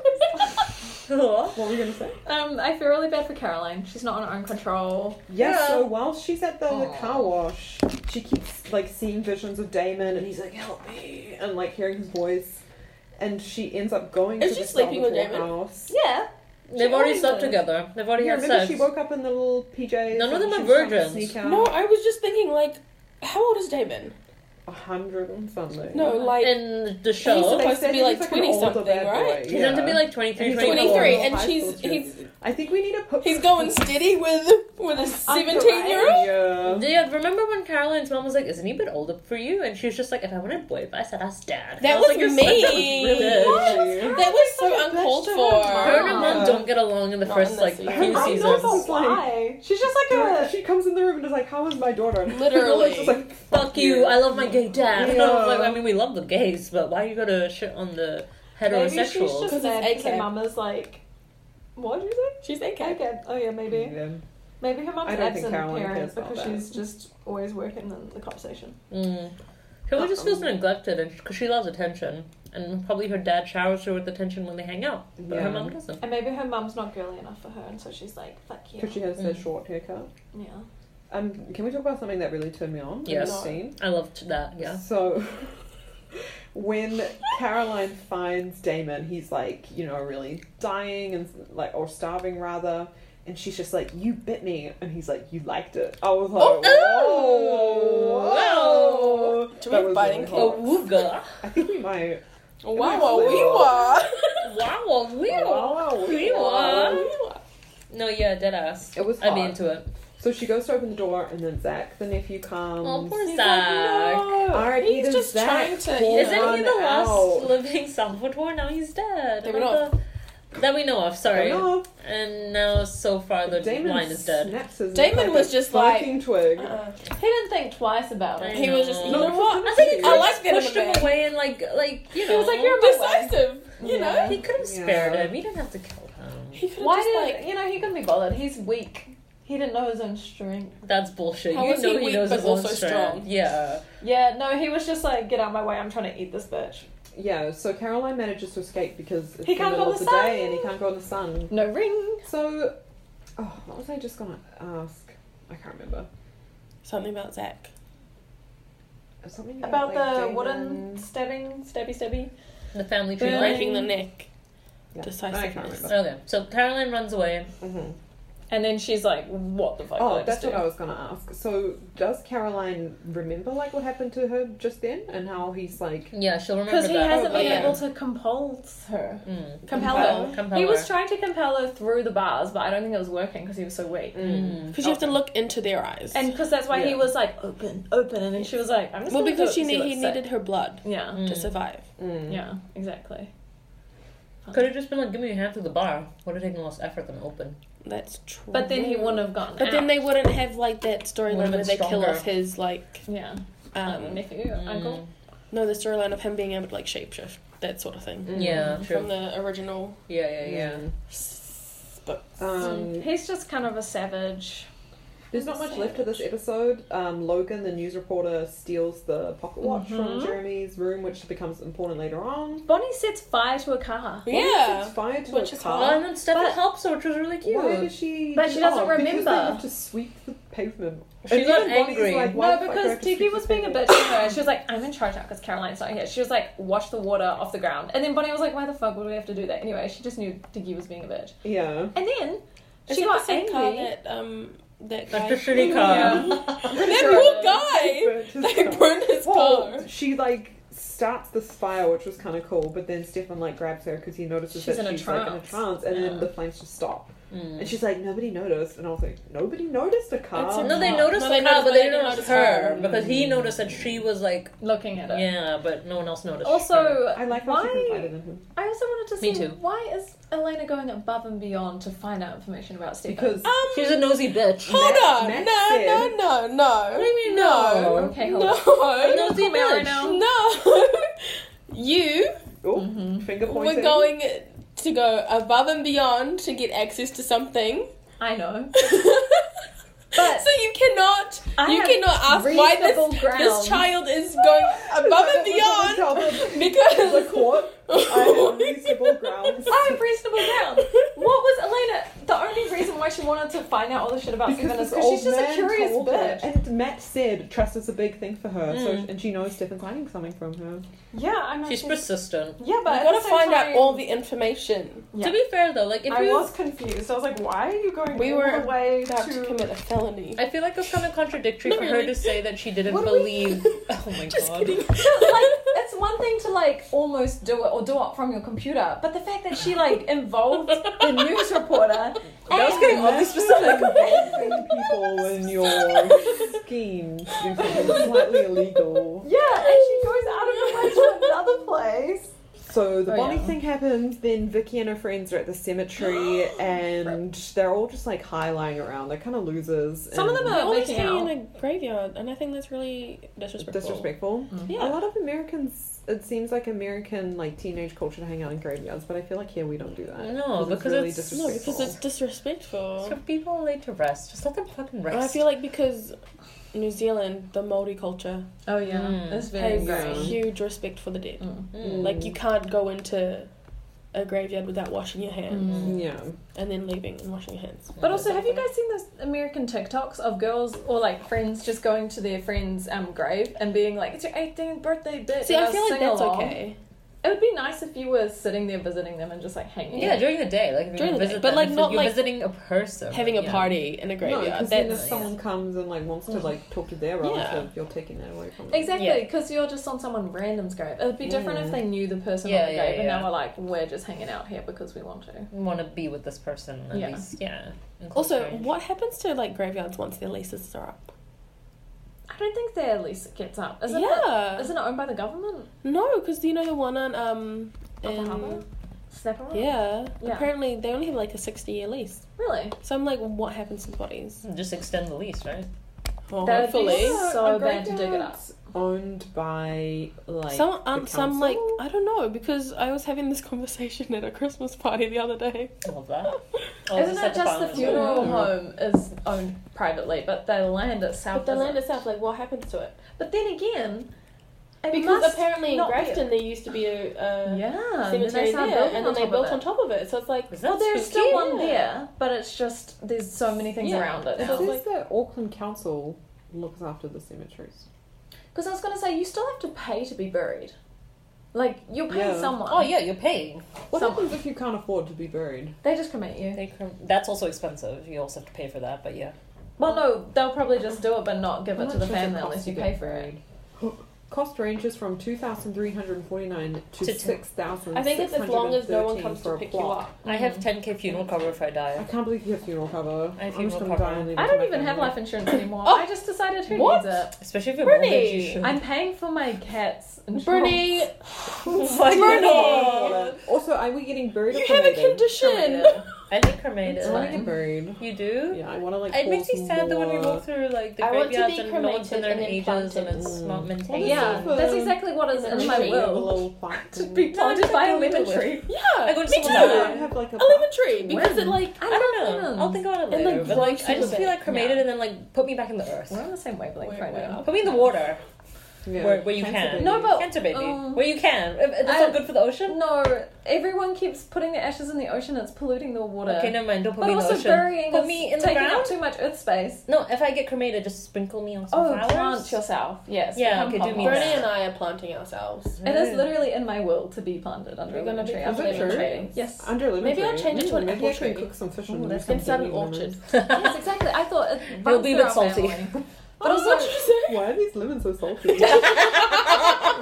Speaker 2: Cool.
Speaker 1: What were you gonna say?
Speaker 4: um, I feel really bad for Caroline. She's not on her own control.
Speaker 1: Yeah,
Speaker 2: Yeah.
Speaker 1: so while she's at the car wash, she keeps like seeing visions of Damon and he's like, Help me and like hearing his voice. And she ends up going
Speaker 3: Is
Speaker 1: to
Speaker 3: she
Speaker 1: the
Speaker 3: sleeping with
Speaker 1: Salvatore
Speaker 3: Damon?
Speaker 1: house.
Speaker 3: yeah.
Speaker 2: They've already
Speaker 3: always
Speaker 2: slept
Speaker 3: does.
Speaker 2: together. They've already
Speaker 1: Yeah,
Speaker 2: had
Speaker 1: remember
Speaker 2: sex.
Speaker 1: she woke up in the little PJs.
Speaker 2: None of
Speaker 1: and
Speaker 2: them
Speaker 1: she
Speaker 2: are
Speaker 1: was trying to
Speaker 2: virgins.
Speaker 1: Sneak out
Speaker 3: No, I was just thinking, like, how old is Damon?
Speaker 1: a hundred and something.
Speaker 3: No, like,
Speaker 2: in the
Speaker 3: he's
Speaker 2: show.
Speaker 1: They
Speaker 3: supposed to
Speaker 1: said
Speaker 3: be
Speaker 1: he's
Speaker 3: like
Speaker 1: an
Speaker 3: 20
Speaker 1: older
Speaker 3: something,
Speaker 1: bad boy,
Speaker 3: right?
Speaker 2: He's meant to be
Speaker 1: yeah.
Speaker 2: like 23,
Speaker 1: He's
Speaker 2: 24.
Speaker 3: 23, and
Speaker 1: High
Speaker 3: she's-
Speaker 1: school
Speaker 3: he's-
Speaker 1: student. I think we need to put.
Speaker 3: he's going steady with with a 17 year old.
Speaker 1: Yeah.
Speaker 2: Yeah, remember when Caroline's mom was like, "Isn't he a bit older for you?" And she was just like, "If I wanted a boy, if I said that's dad."
Speaker 3: That
Speaker 2: And I
Speaker 3: was
Speaker 2: like, "Your son
Speaker 3: me.
Speaker 2: was really
Speaker 1: That
Speaker 2: good."
Speaker 1: was
Speaker 3: That was so
Speaker 1: such a bitch
Speaker 3: uncalled
Speaker 1: to
Speaker 3: for.
Speaker 1: her
Speaker 2: Her and her mom
Speaker 1: Ah.
Speaker 2: don't get along in the
Speaker 3: Not
Speaker 2: first
Speaker 3: in
Speaker 2: like
Speaker 3: this
Speaker 2: few
Speaker 3: season. I
Speaker 2: seasons.
Speaker 1: why.
Speaker 4: She's just like a.
Speaker 1: She comes in the room and is like, "How is my daughter?" And
Speaker 3: Literally.
Speaker 1: it's just like,
Speaker 2: Fuck you! I love my gay dad. And I was like,
Speaker 1: Yeah.
Speaker 2: I mean, we love the gays, but why you gotta shit on the
Speaker 4: Maybe she's
Speaker 2: heterosexuals?
Speaker 4: just
Speaker 3: 'Cause it's
Speaker 4: mad because her
Speaker 3: ACAB.
Speaker 4: mum is like. What did you
Speaker 3: She's AK.
Speaker 4: say? Okay. Oh yeah, maybe. Maybe her
Speaker 1: I
Speaker 4: mum's
Speaker 1: don't think
Speaker 4: absent
Speaker 1: Caroline cares
Speaker 4: parents
Speaker 1: about
Speaker 4: because
Speaker 1: that.
Speaker 4: she's just always working in the cop station.
Speaker 2: Mm. Hillary just feels neglected, and because she loves attention, and probably her dad showers her with attention when they hang out, but
Speaker 1: Yeah.
Speaker 2: her mom doesn't.
Speaker 4: And maybe her mum's not girly enough for her, and so she's like, fuck you.
Speaker 1: Because she has that
Speaker 2: Mm.
Speaker 1: short haircut.
Speaker 4: Yeah.
Speaker 1: Um, can we talk about something that really turned me on? in
Speaker 2: Yes.
Speaker 1: this Scene?
Speaker 2: I loved that. Yeah.
Speaker 1: So, when Caroline finds Damon, he's like, you know, really dying and like, or starving rather. And she's just like, "You bit me," and he's like, "You liked it." I was like,
Speaker 2: Oh,
Speaker 1: "Whoa,
Speaker 2: oh,
Speaker 3: Do we
Speaker 1: That
Speaker 3: have
Speaker 1: was
Speaker 3: biting
Speaker 1: really
Speaker 2: Oh,
Speaker 1: hot.
Speaker 2: wooga.
Speaker 1: I think we might.
Speaker 3: Wow,
Speaker 1: Wow,
Speaker 3: we were.
Speaker 2: Wow, we
Speaker 1: Wow,
Speaker 2: we
Speaker 1: wow.
Speaker 2: were. No, yeah, dead ass.
Speaker 1: It was
Speaker 2: I'd be
Speaker 1: hot. Mm.
Speaker 2: into it.
Speaker 1: So she goes to open the door, and then Zach, the nephew, comes.
Speaker 2: Oh, poor
Speaker 3: He's like,
Speaker 2: Zach.
Speaker 3: no.
Speaker 1: Alright,
Speaker 3: He's
Speaker 1: Edith,
Speaker 3: just
Speaker 1: Zach,
Speaker 3: trying to.
Speaker 1: cool.
Speaker 3: you
Speaker 1: Is
Speaker 2: Isn't
Speaker 3: know.
Speaker 2: he
Speaker 1: Run
Speaker 2: the last
Speaker 1: out.
Speaker 2: living Salvatore? Now he's dead.
Speaker 3: That we
Speaker 2: What
Speaker 3: know of.
Speaker 2: the- That we know of, sorry.
Speaker 1: Enough.
Speaker 2: And now so far the
Speaker 1: Damon
Speaker 2: line is dead.
Speaker 1: Snaps his
Speaker 3: Damon
Speaker 1: neck like
Speaker 3: was
Speaker 1: a
Speaker 3: just
Speaker 1: smoking twig.
Speaker 3: Uh-uh.
Speaker 4: He didn't think twice about
Speaker 2: I
Speaker 4: it.
Speaker 3: He was just. You
Speaker 2: No,
Speaker 3: know
Speaker 1: it's
Speaker 3: what?
Speaker 1: just-
Speaker 2: I think he
Speaker 1: I
Speaker 2: could
Speaker 3: like
Speaker 2: have
Speaker 3: that
Speaker 2: pushed
Speaker 3: in a
Speaker 2: him
Speaker 3: bit.
Speaker 2: away and like like you know
Speaker 4: He was like, "You're my wife."
Speaker 3: Decisive, you know.
Speaker 2: he could have spared
Speaker 1: Yeah.
Speaker 2: him. He didn't have to kill him.
Speaker 3: He could
Speaker 4: Why
Speaker 3: have just
Speaker 4: did
Speaker 3: like.
Speaker 4: you know he couldn't be bothered? He's weak. He didn't know his own strength.
Speaker 2: That's bullshit.
Speaker 3: How
Speaker 2: you
Speaker 3: is
Speaker 2: know
Speaker 3: he
Speaker 2: he
Speaker 3: weak
Speaker 2: knows
Speaker 3: but
Speaker 2: his own
Speaker 3: also
Speaker 2: strength.
Speaker 3: strong?
Speaker 2: Yeah.
Speaker 4: Yeah, no, he was just like, get out of my way. I'm trying to eat this bitch.
Speaker 1: Yeah, so Caroline manages to escape because it's
Speaker 4: He
Speaker 1: the
Speaker 4: can't go
Speaker 1: middle
Speaker 4: in
Speaker 1: of
Speaker 4: the
Speaker 1: the
Speaker 4: sun.
Speaker 1: day and he can't go in the sun.
Speaker 4: No ring.
Speaker 1: So, oh, what was I just gonna ask? I can't remember.
Speaker 3: Something about Zach.
Speaker 1: Something
Speaker 4: About
Speaker 1: like,
Speaker 4: the
Speaker 1: Damon-
Speaker 4: wooden stabbing, stabby, stabby.
Speaker 2: The family tree
Speaker 4: Yeah.
Speaker 2: line.
Speaker 3: Breaking the neck.
Speaker 1: Yeah. I can't
Speaker 3: Decisiveness.
Speaker 1: remember.
Speaker 2: Okay. So Caroline runs away.
Speaker 1: Mhm.
Speaker 4: And then she's like, what the fuck? did
Speaker 1: Oh,
Speaker 4: I just
Speaker 1: that's what
Speaker 4: do?
Speaker 1: I was gonna ask. So, does Caroline remember like what happened to her just then and how he's like?
Speaker 2: Yeah, she'll remember
Speaker 4: Because
Speaker 2: that.
Speaker 4: he hasn't been
Speaker 1: Yeah.
Speaker 4: able to compulse her.
Speaker 2: Mm.
Speaker 4: Compel
Speaker 1: Compel.
Speaker 4: her.
Speaker 2: Compel
Speaker 4: He
Speaker 2: her.
Speaker 4: was trying to compel her through the bars, but I don't think it was working because he was so weak.
Speaker 2: Mm.
Speaker 3: Because you have to look into their eyes.
Speaker 4: And because that's why
Speaker 1: Yeah.
Speaker 4: he was like, open, open. And then she was like, I'm just
Speaker 3: well,
Speaker 4: gonna
Speaker 3: because
Speaker 4: do
Speaker 3: she
Speaker 4: it to see
Speaker 3: knew
Speaker 4: what
Speaker 3: he
Speaker 4: it's like.
Speaker 3: needed her blood
Speaker 4: Yeah.
Speaker 2: Mm.
Speaker 3: to survive.
Speaker 1: Mm.
Speaker 4: Yeah, exactly.
Speaker 2: Could have just been like, give me your hand through the bar. Would have taken less effort than open.
Speaker 3: That's true.
Speaker 4: But then he wouldn't have gotten
Speaker 3: But
Speaker 4: out.
Speaker 3: then they wouldn't have like that storyline
Speaker 2: Would've
Speaker 3: where
Speaker 2: been
Speaker 3: they kill
Speaker 2: stronger.
Speaker 3: off his like
Speaker 4: Yeah.
Speaker 1: Mm.
Speaker 4: Um,
Speaker 3: um
Speaker 4: nephew,
Speaker 2: Mm.
Speaker 4: uncle.
Speaker 3: no the storyline of him being able to like shapeshift that sort of thing
Speaker 1: Mm.
Speaker 2: Yeah, true.
Speaker 3: from the original
Speaker 2: yeah, yeah, yeah.
Speaker 3: s- book.
Speaker 1: Um,
Speaker 4: He's just kind of a savage.
Speaker 1: There's not much left to this episode. Um, Logan, the news reporter, steals the pocket watch from
Speaker 4: Mm-hmm.
Speaker 6: Mhm.
Speaker 1: Jeremy's room, which becomes important later on.
Speaker 6: Bonnie sets fire to a car.
Speaker 1: Bonnie
Speaker 3: Yeah.
Speaker 1: sets fire to
Speaker 3: Which
Speaker 1: a
Speaker 3: is
Speaker 1: car.
Speaker 6: And then Stefan helps her, which was really cute.
Speaker 1: Why does she?
Speaker 4: But she doesn't
Speaker 1: because
Speaker 4: remember.
Speaker 1: They have to sweep the pavement.
Speaker 2: She
Speaker 1: And
Speaker 2: got
Speaker 1: even Bonnie's
Speaker 2: angry.
Speaker 1: Like, why
Speaker 4: No,
Speaker 1: the fuck do I
Speaker 4: because
Speaker 1: have to sweep
Speaker 4: DP
Speaker 1: the
Speaker 4: was being a bitch
Speaker 1: pavement?
Speaker 4: to her. She was like, I'm in charge now because Caroline's not here. She was like, wash the water off the ground. And then Bonnie was like, why the fuck would we have to do that? Anyway, she just knew Diggy was being a bitch.
Speaker 1: Yeah.
Speaker 4: And then
Speaker 3: Is
Speaker 4: she
Speaker 3: it
Speaker 4: got
Speaker 3: the same car
Speaker 4: angry.
Speaker 3: that um that guy?
Speaker 2: Like a shitty car.
Speaker 3: That
Speaker 4: sure
Speaker 3: poor
Speaker 4: it
Speaker 1: They burnt
Speaker 3: guy.
Speaker 1: his
Speaker 3: They
Speaker 1: car.
Speaker 3: burned his
Speaker 1: Well,
Speaker 3: car.
Speaker 1: she like starts this fire, which was kind of cool, but then Stefan like grabs her because he notices
Speaker 4: She's
Speaker 1: that
Speaker 4: in a
Speaker 1: she's like in a
Speaker 4: trance.
Speaker 1: trance, and then
Speaker 4: Yeah.
Speaker 1: the flames just stop.
Speaker 2: Mm.
Speaker 1: And she's like, nobody noticed, and I was like, nobody noticed a car.
Speaker 3: It's a-
Speaker 2: No, they
Speaker 3: No,
Speaker 2: noticed
Speaker 3: they
Speaker 2: the car, but
Speaker 3: noticed, but
Speaker 2: they
Speaker 3: they
Speaker 2: didn't
Speaker 3: didn't
Speaker 2: notice
Speaker 3: notice
Speaker 2: her
Speaker 3: her.
Speaker 2: because he noticed that she was like,
Speaker 4: looking at it.
Speaker 2: yeah, but no one else noticed. her.
Speaker 4: Also,
Speaker 1: I like how she
Speaker 4: why?
Speaker 1: confided in him
Speaker 4: I also wanted to see
Speaker 2: Me too.
Speaker 4: why is Elena going above and beyond to find out information about Stefan?
Speaker 1: because
Speaker 3: Um,
Speaker 2: she's a nosy bitch.
Speaker 3: hold
Speaker 1: Max-
Speaker 3: on.
Speaker 1: Max
Speaker 3: no,
Speaker 1: said-
Speaker 3: no, no, no.
Speaker 2: What do you mean,
Speaker 3: No.
Speaker 2: no?
Speaker 4: okay, hold
Speaker 3: No.
Speaker 4: on.
Speaker 2: A
Speaker 3: No.
Speaker 2: nosy
Speaker 4: Come on right
Speaker 2: bitch.
Speaker 4: now.
Speaker 3: You
Speaker 1: oh,
Speaker 4: Mm-hmm.
Speaker 1: finger pointing.
Speaker 3: were going to go above and beyond to get access to something.
Speaker 4: I know. But-
Speaker 3: so you cannot
Speaker 4: I
Speaker 3: you
Speaker 4: have
Speaker 3: cannot ask why
Speaker 4: reasonable
Speaker 3: this,
Speaker 4: grounds.
Speaker 3: this child is going above and beyond
Speaker 1: the
Speaker 3: because
Speaker 1: court. I have reasonable grounds.
Speaker 4: I have reasonable grounds. What was Elena? The only reason why she wanted to find out all this shit about Stefan
Speaker 1: Because
Speaker 4: is
Speaker 1: this
Speaker 4: because
Speaker 1: old
Speaker 4: she's just a
Speaker 1: man
Speaker 4: curious
Speaker 1: told
Speaker 4: bitch.
Speaker 1: her, and Matt said trust is a big thing for her, so
Speaker 2: Mm.
Speaker 1: and she knows Stefan's hiding something from her.
Speaker 4: Yeah, I know.
Speaker 2: She's persistent.
Speaker 4: Yeah, but
Speaker 3: I
Speaker 4: at
Speaker 3: gotta
Speaker 4: the same
Speaker 3: find out
Speaker 4: time,
Speaker 3: all the information.
Speaker 4: Yeah.
Speaker 2: To be fair though, like if
Speaker 4: I
Speaker 2: you,
Speaker 4: was confused. I was like, why are you going
Speaker 3: We
Speaker 4: all
Speaker 3: were
Speaker 4: the way
Speaker 3: You have to
Speaker 4: to?
Speaker 3: commit a felony.
Speaker 2: I feel like it's kind of contradictory
Speaker 3: Not
Speaker 2: for her
Speaker 3: really.
Speaker 2: to say that she didn't
Speaker 4: What do we-
Speaker 2: believe. Oh my
Speaker 3: Just
Speaker 2: god.
Speaker 3: kidding.
Speaker 4: like, it's one thing to like almost do it or do it from your computer, but the fact that she like involved the news reporter.
Speaker 2: That was getting
Speaker 4: and-
Speaker 2: oddly specific.
Speaker 1: Involving people in your scheme to do something slightly illegal.
Speaker 4: Yeah, and she goes out of her way to another place.
Speaker 1: So the
Speaker 4: Oh,
Speaker 1: Bonnie
Speaker 4: yeah.
Speaker 1: thing happens, then Vicky and her friends are at the cemetery and they're all just like high lying around. They're kind of losers.
Speaker 4: Some of
Speaker 1: and
Speaker 4: them are making out.
Speaker 3: in a graveyard, and I think that's really disrespectful.
Speaker 1: disrespectful.
Speaker 3: Yeah.
Speaker 1: A lot of Americans, it seems like American like teenage culture to hang out in graveyards, but I feel like here we don't do that.
Speaker 2: No, because
Speaker 1: really
Speaker 2: it's-
Speaker 1: disrespectful.
Speaker 3: disrespectful.
Speaker 2: So people laid to rest. Just let them fucking rest.
Speaker 3: I feel like because New Zealand, the Maori culture
Speaker 4: Oh yeah,
Speaker 2: Mm.
Speaker 4: it's very
Speaker 3: has
Speaker 1: gross.
Speaker 4: gross.
Speaker 3: huge respect for the dead.
Speaker 2: Mm.
Speaker 3: Like you can't go into a graveyard without washing your hands
Speaker 4: Mm.
Speaker 1: Yeah.
Speaker 3: and then leaving and washing your hands.
Speaker 4: But also, have you guys seen those American TikToks of girls or like friends just going to their friend's um grave and being like, "It's your 18th birthday, bitch."
Speaker 3: See,
Speaker 4: and they'll
Speaker 3: I feel like
Speaker 4: sing
Speaker 3: that's
Speaker 4: along.
Speaker 3: okay
Speaker 4: It would be nice if you were sitting there visiting them and just like hanging.
Speaker 2: Yeah, during the day, like if
Speaker 3: During
Speaker 2: you
Speaker 3: the day.
Speaker 2: visit
Speaker 3: But,
Speaker 2: them,
Speaker 3: like,
Speaker 2: if
Speaker 3: not,
Speaker 2: you're
Speaker 3: like,
Speaker 2: visiting a person,
Speaker 3: having a
Speaker 2: yeah.
Speaker 3: party in a
Speaker 1: No, because
Speaker 3: graveyard.
Speaker 1: then if
Speaker 3: that's
Speaker 1: someone comes and like wants to like talk to their relative, you're taking that away from them.
Speaker 4: Exactly,
Speaker 2: Yeah.
Speaker 4: because you're just on someone random's grave. It would be different
Speaker 1: Yeah.
Speaker 4: if
Speaker 3: Mm.
Speaker 4: they knew the person
Speaker 2: Yeah,
Speaker 4: on the
Speaker 2: yeah,
Speaker 4: grave and
Speaker 2: yeah.
Speaker 4: they were like, "We're just hanging out here because we want to."
Speaker 2: want to be with this person at
Speaker 4: Yeah.
Speaker 2: least. Yeah. In close
Speaker 3: also,
Speaker 2: range.
Speaker 3: what happens to like graveyards once their leases are up?
Speaker 4: I don't think their lease gets up. Isn't
Speaker 3: yeah,
Speaker 4: it? Isn't it owned by the government?
Speaker 3: no, because you know the one on um,
Speaker 4: Upper
Speaker 3: in-
Speaker 4: Harbour? Separate?
Speaker 3: yeah,
Speaker 4: Yeah.
Speaker 3: apparently they only have like a sixty-year lease.
Speaker 4: Really?
Speaker 3: So I'm like, what happens to the bodies?
Speaker 2: Just extend the lease, right?
Speaker 3: Well,
Speaker 4: That would be
Speaker 3: hopefully,
Speaker 4: so
Speaker 1: Are
Speaker 4: bad to dig it up.
Speaker 1: graveyards Owned by like
Speaker 3: some
Speaker 1: the
Speaker 3: um,
Speaker 1: council?
Speaker 3: some like I don't know because I was having this conversation at a Christmas party the other day.
Speaker 2: I love that. Oh, is
Speaker 4: Isn't
Speaker 2: this
Speaker 4: it
Speaker 2: at
Speaker 4: just
Speaker 2: farm
Speaker 4: the
Speaker 2: as well?
Speaker 4: funeral
Speaker 1: Mhm.
Speaker 4: home is owned privately, but the land itself.
Speaker 3: But the land
Speaker 4: isn't?
Speaker 3: itself, like, what happens to it?
Speaker 4: But then again, it
Speaker 3: Because
Speaker 4: must
Speaker 3: apparently in
Speaker 4: not be-
Speaker 3: Grafton there used to be a, a
Speaker 4: yeah, they
Speaker 3: cemetery there,
Speaker 4: started building
Speaker 3: and then they
Speaker 4: top of
Speaker 3: built
Speaker 4: it.
Speaker 3: on top of it. So it's like,
Speaker 2: Is that
Speaker 4: Well, there's
Speaker 3: spooky?
Speaker 4: still one
Speaker 3: Yeah.
Speaker 4: there, but it's just there's so many things
Speaker 3: Yeah.
Speaker 4: around it
Speaker 1: It
Speaker 3: Yeah.
Speaker 4: now.
Speaker 1: says
Speaker 3: like-
Speaker 1: that Auckland Council looks after the cemeteries.
Speaker 4: Because I was gonna say you still have to pay to be buried. Like you're paying
Speaker 1: Yeah.
Speaker 4: someone.
Speaker 2: Oh yeah, you're paying.
Speaker 1: What
Speaker 4: Someone.
Speaker 1: happens if you can't afford to be buried?
Speaker 4: They just cremate you.
Speaker 2: They cr- That's also expensive. You also have to pay for that, but yeah.
Speaker 4: Well, no, they'll probably just do it, but not give
Speaker 1: How
Speaker 4: it
Speaker 1: much
Speaker 4: to the
Speaker 1: does it
Speaker 4: family
Speaker 1: cost
Speaker 4: unless
Speaker 1: to
Speaker 4: you
Speaker 1: get
Speaker 4: pay for it.
Speaker 1: buried? Cost ranges from two thousand three hundred forty nine to,
Speaker 2: To ten.
Speaker 1: six thousand.
Speaker 3: I think it's as long as no one comes to pick you up.
Speaker 2: I have 10k funeral cover if I
Speaker 1: I
Speaker 2: die.
Speaker 1: can't believe you have funeral cover.
Speaker 2: I have
Speaker 1: am just
Speaker 2: funeral
Speaker 1: gonna
Speaker 2: cover.
Speaker 1: die and leave it
Speaker 4: I
Speaker 1: to
Speaker 4: don't
Speaker 1: my
Speaker 4: even have
Speaker 1: family.
Speaker 4: life insurance anymore.
Speaker 3: Oh.
Speaker 4: I just decided who
Speaker 3: What?
Speaker 4: needs it.
Speaker 2: Especially if you're
Speaker 3: Bernie!
Speaker 2: mortgage, you should.
Speaker 4: I'm paying for my cat's insurance.
Speaker 3: Bernie,
Speaker 2: Oh my
Speaker 3: Bernie!
Speaker 2: God.
Speaker 1: Also, are we getting buried?
Speaker 3: you
Speaker 1: or
Speaker 3: have a
Speaker 1: cremated?
Speaker 3: condition.
Speaker 4: Cremated.
Speaker 2: I think cremated.
Speaker 4: It's
Speaker 1: I want to
Speaker 4: fine.
Speaker 1: get buried.
Speaker 2: You do?
Speaker 1: Yeah, I want to like.
Speaker 2: It makes
Speaker 1: pull
Speaker 2: me
Speaker 1: some
Speaker 2: sad that when we
Speaker 1: more-
Speaker 2: walk through like the
Speaker 3: I want to
Speaker 2: graveyards
Speaker 3: be
Speaker 2: and no one's in
Speaker 3: cremated
Speaker 2: their
Speaker 3: and then
Speaker 2: ages and
Speaker 3: planted.
Speaker 2: it's
Speaker 1: Mm.
Speaker 2: not maintained.
Speaker 4: Yeah,
Speaker 1: Well,
Speaker 4: that's exactly what is in my
Speaker 1: Like, a
Speaker 4: will.
Speaker 1: little plaque.
Speaker 4: To be
Speaker 2: No, I
Speaker 4: planted
Speaker 2: think
Speaker 4: by
Speaker 2: I'll
Speaker 4: a lemon
Speaker 2: do it.
Speaker 4: tree.
Speaker 2: I
Speaker 3: Yeah,
Speaker 2: go to
Speaker 3: me
Speaker 2: someone's
Speaker 1: Yeah,
Speaker 2: house.
Speaker 3: too.
Speaker 1: I have like a.
Speaker 3: A lemon tree because
Speaker 4: When?
Speaker 3: it like
Speaker 4: I
Speaker 2: I don't
Speaker 4: love
Speaker 2: know.
Speaker 4: lemons.
Speaker 2: I'll think about it
Speaker 3: And,
Speaker 2: later.
Speaker 3: like,
Speaker 2: but like,
Speaker 3: grow
Speaker 2: I just
Speaker 3: through
Speaker 2: feel like
Speaker 3: it.
Speaker 2: cremated
Speaker 4: Yeah.
Speaker 2: and then like put me back in the earth.
Speaker 4: We're on the same wavelength
Speaker 3: Wait,
Speaker 4: right
Speaker 3: wait.
Speaker 4: now.
Speaker 2: Put me in the water
Speaker 1: Yeah.
Speaker 2: where, where you
Speaker 1: Cancer
Speaker 2: can.
Speaker 1: baby.
Speaker 4: No, but
Speaker 2: Cancer baby.
Speaker 4: um,
Speaker 2: where you can. If- if That's
Speaker 4: I-
Speaker 2: not good for the ocean.
Speaker 4: No, everyone keeps putting the ashes in the ocean. It's polluting the water.
Speaker 2: Okay, never mind. Don't put
Speaker 4: but
Speaker 2: me in the
Speaker 4: also
Speaker 2: ocean.
Speaker 4: burying
Speaker 2: put
Speaker 4: is
Speaker 2: me in the
Speaker 4: taking
Speaker 2: ground.
Speaker 4: up too much earth space.
Speaker 2: No, if I get cremated, just sprinkle me on some
Speaker 4: Oh,
Speaker 2: flowers.
Speaker 4: plant yourself. Yes.
Speaker 2: Yeah,
Speaker 4: become
Speaker 2: okay, do me
Speaker 4: compost.
Speaker 3: Bernie and I are planting ourselves.
Speaker 4: It is literally in my will to be planted under
Speaker 3: We're
Speaker 4: a
Speaker 3: gonna
Speaker 4: lemon
Speaker 3: be
Speaker 4: tree. I'm
Speaker 1: planted
Speaker 4: lemon
Speaker 1: trees.
Speaker 4: tree. Yes.
Speaker 1: Under a lemon
Speaker 3: Maybe I'll
Speaker 1: tree.
Speaker 3: change it to an
Speaker 1: Maybe
Speaker 3: apple
Speaker 1: I can
Speaker 3: tree.
Speaker 1: cook some fish
Speaker 2: Ooh,
Speaker 1: and
Speaker 2: that's
Speaker 1: something
Speaker 3: Instead of an
Speaker 1: really nice.
Speaker 3: orchard.
Speaker 4: yes, exactly. I thought it
Speaker 2: It'll
Speaker 4: runs
Speaker 2: be
Speaker 4: through
Speaker 2: a bit
Speaker 4: our
Speaker 2: salty.
Speaker 4: family.
Speaker 3: But also,
Speaker 1: Oh, Why are these lemons so salty?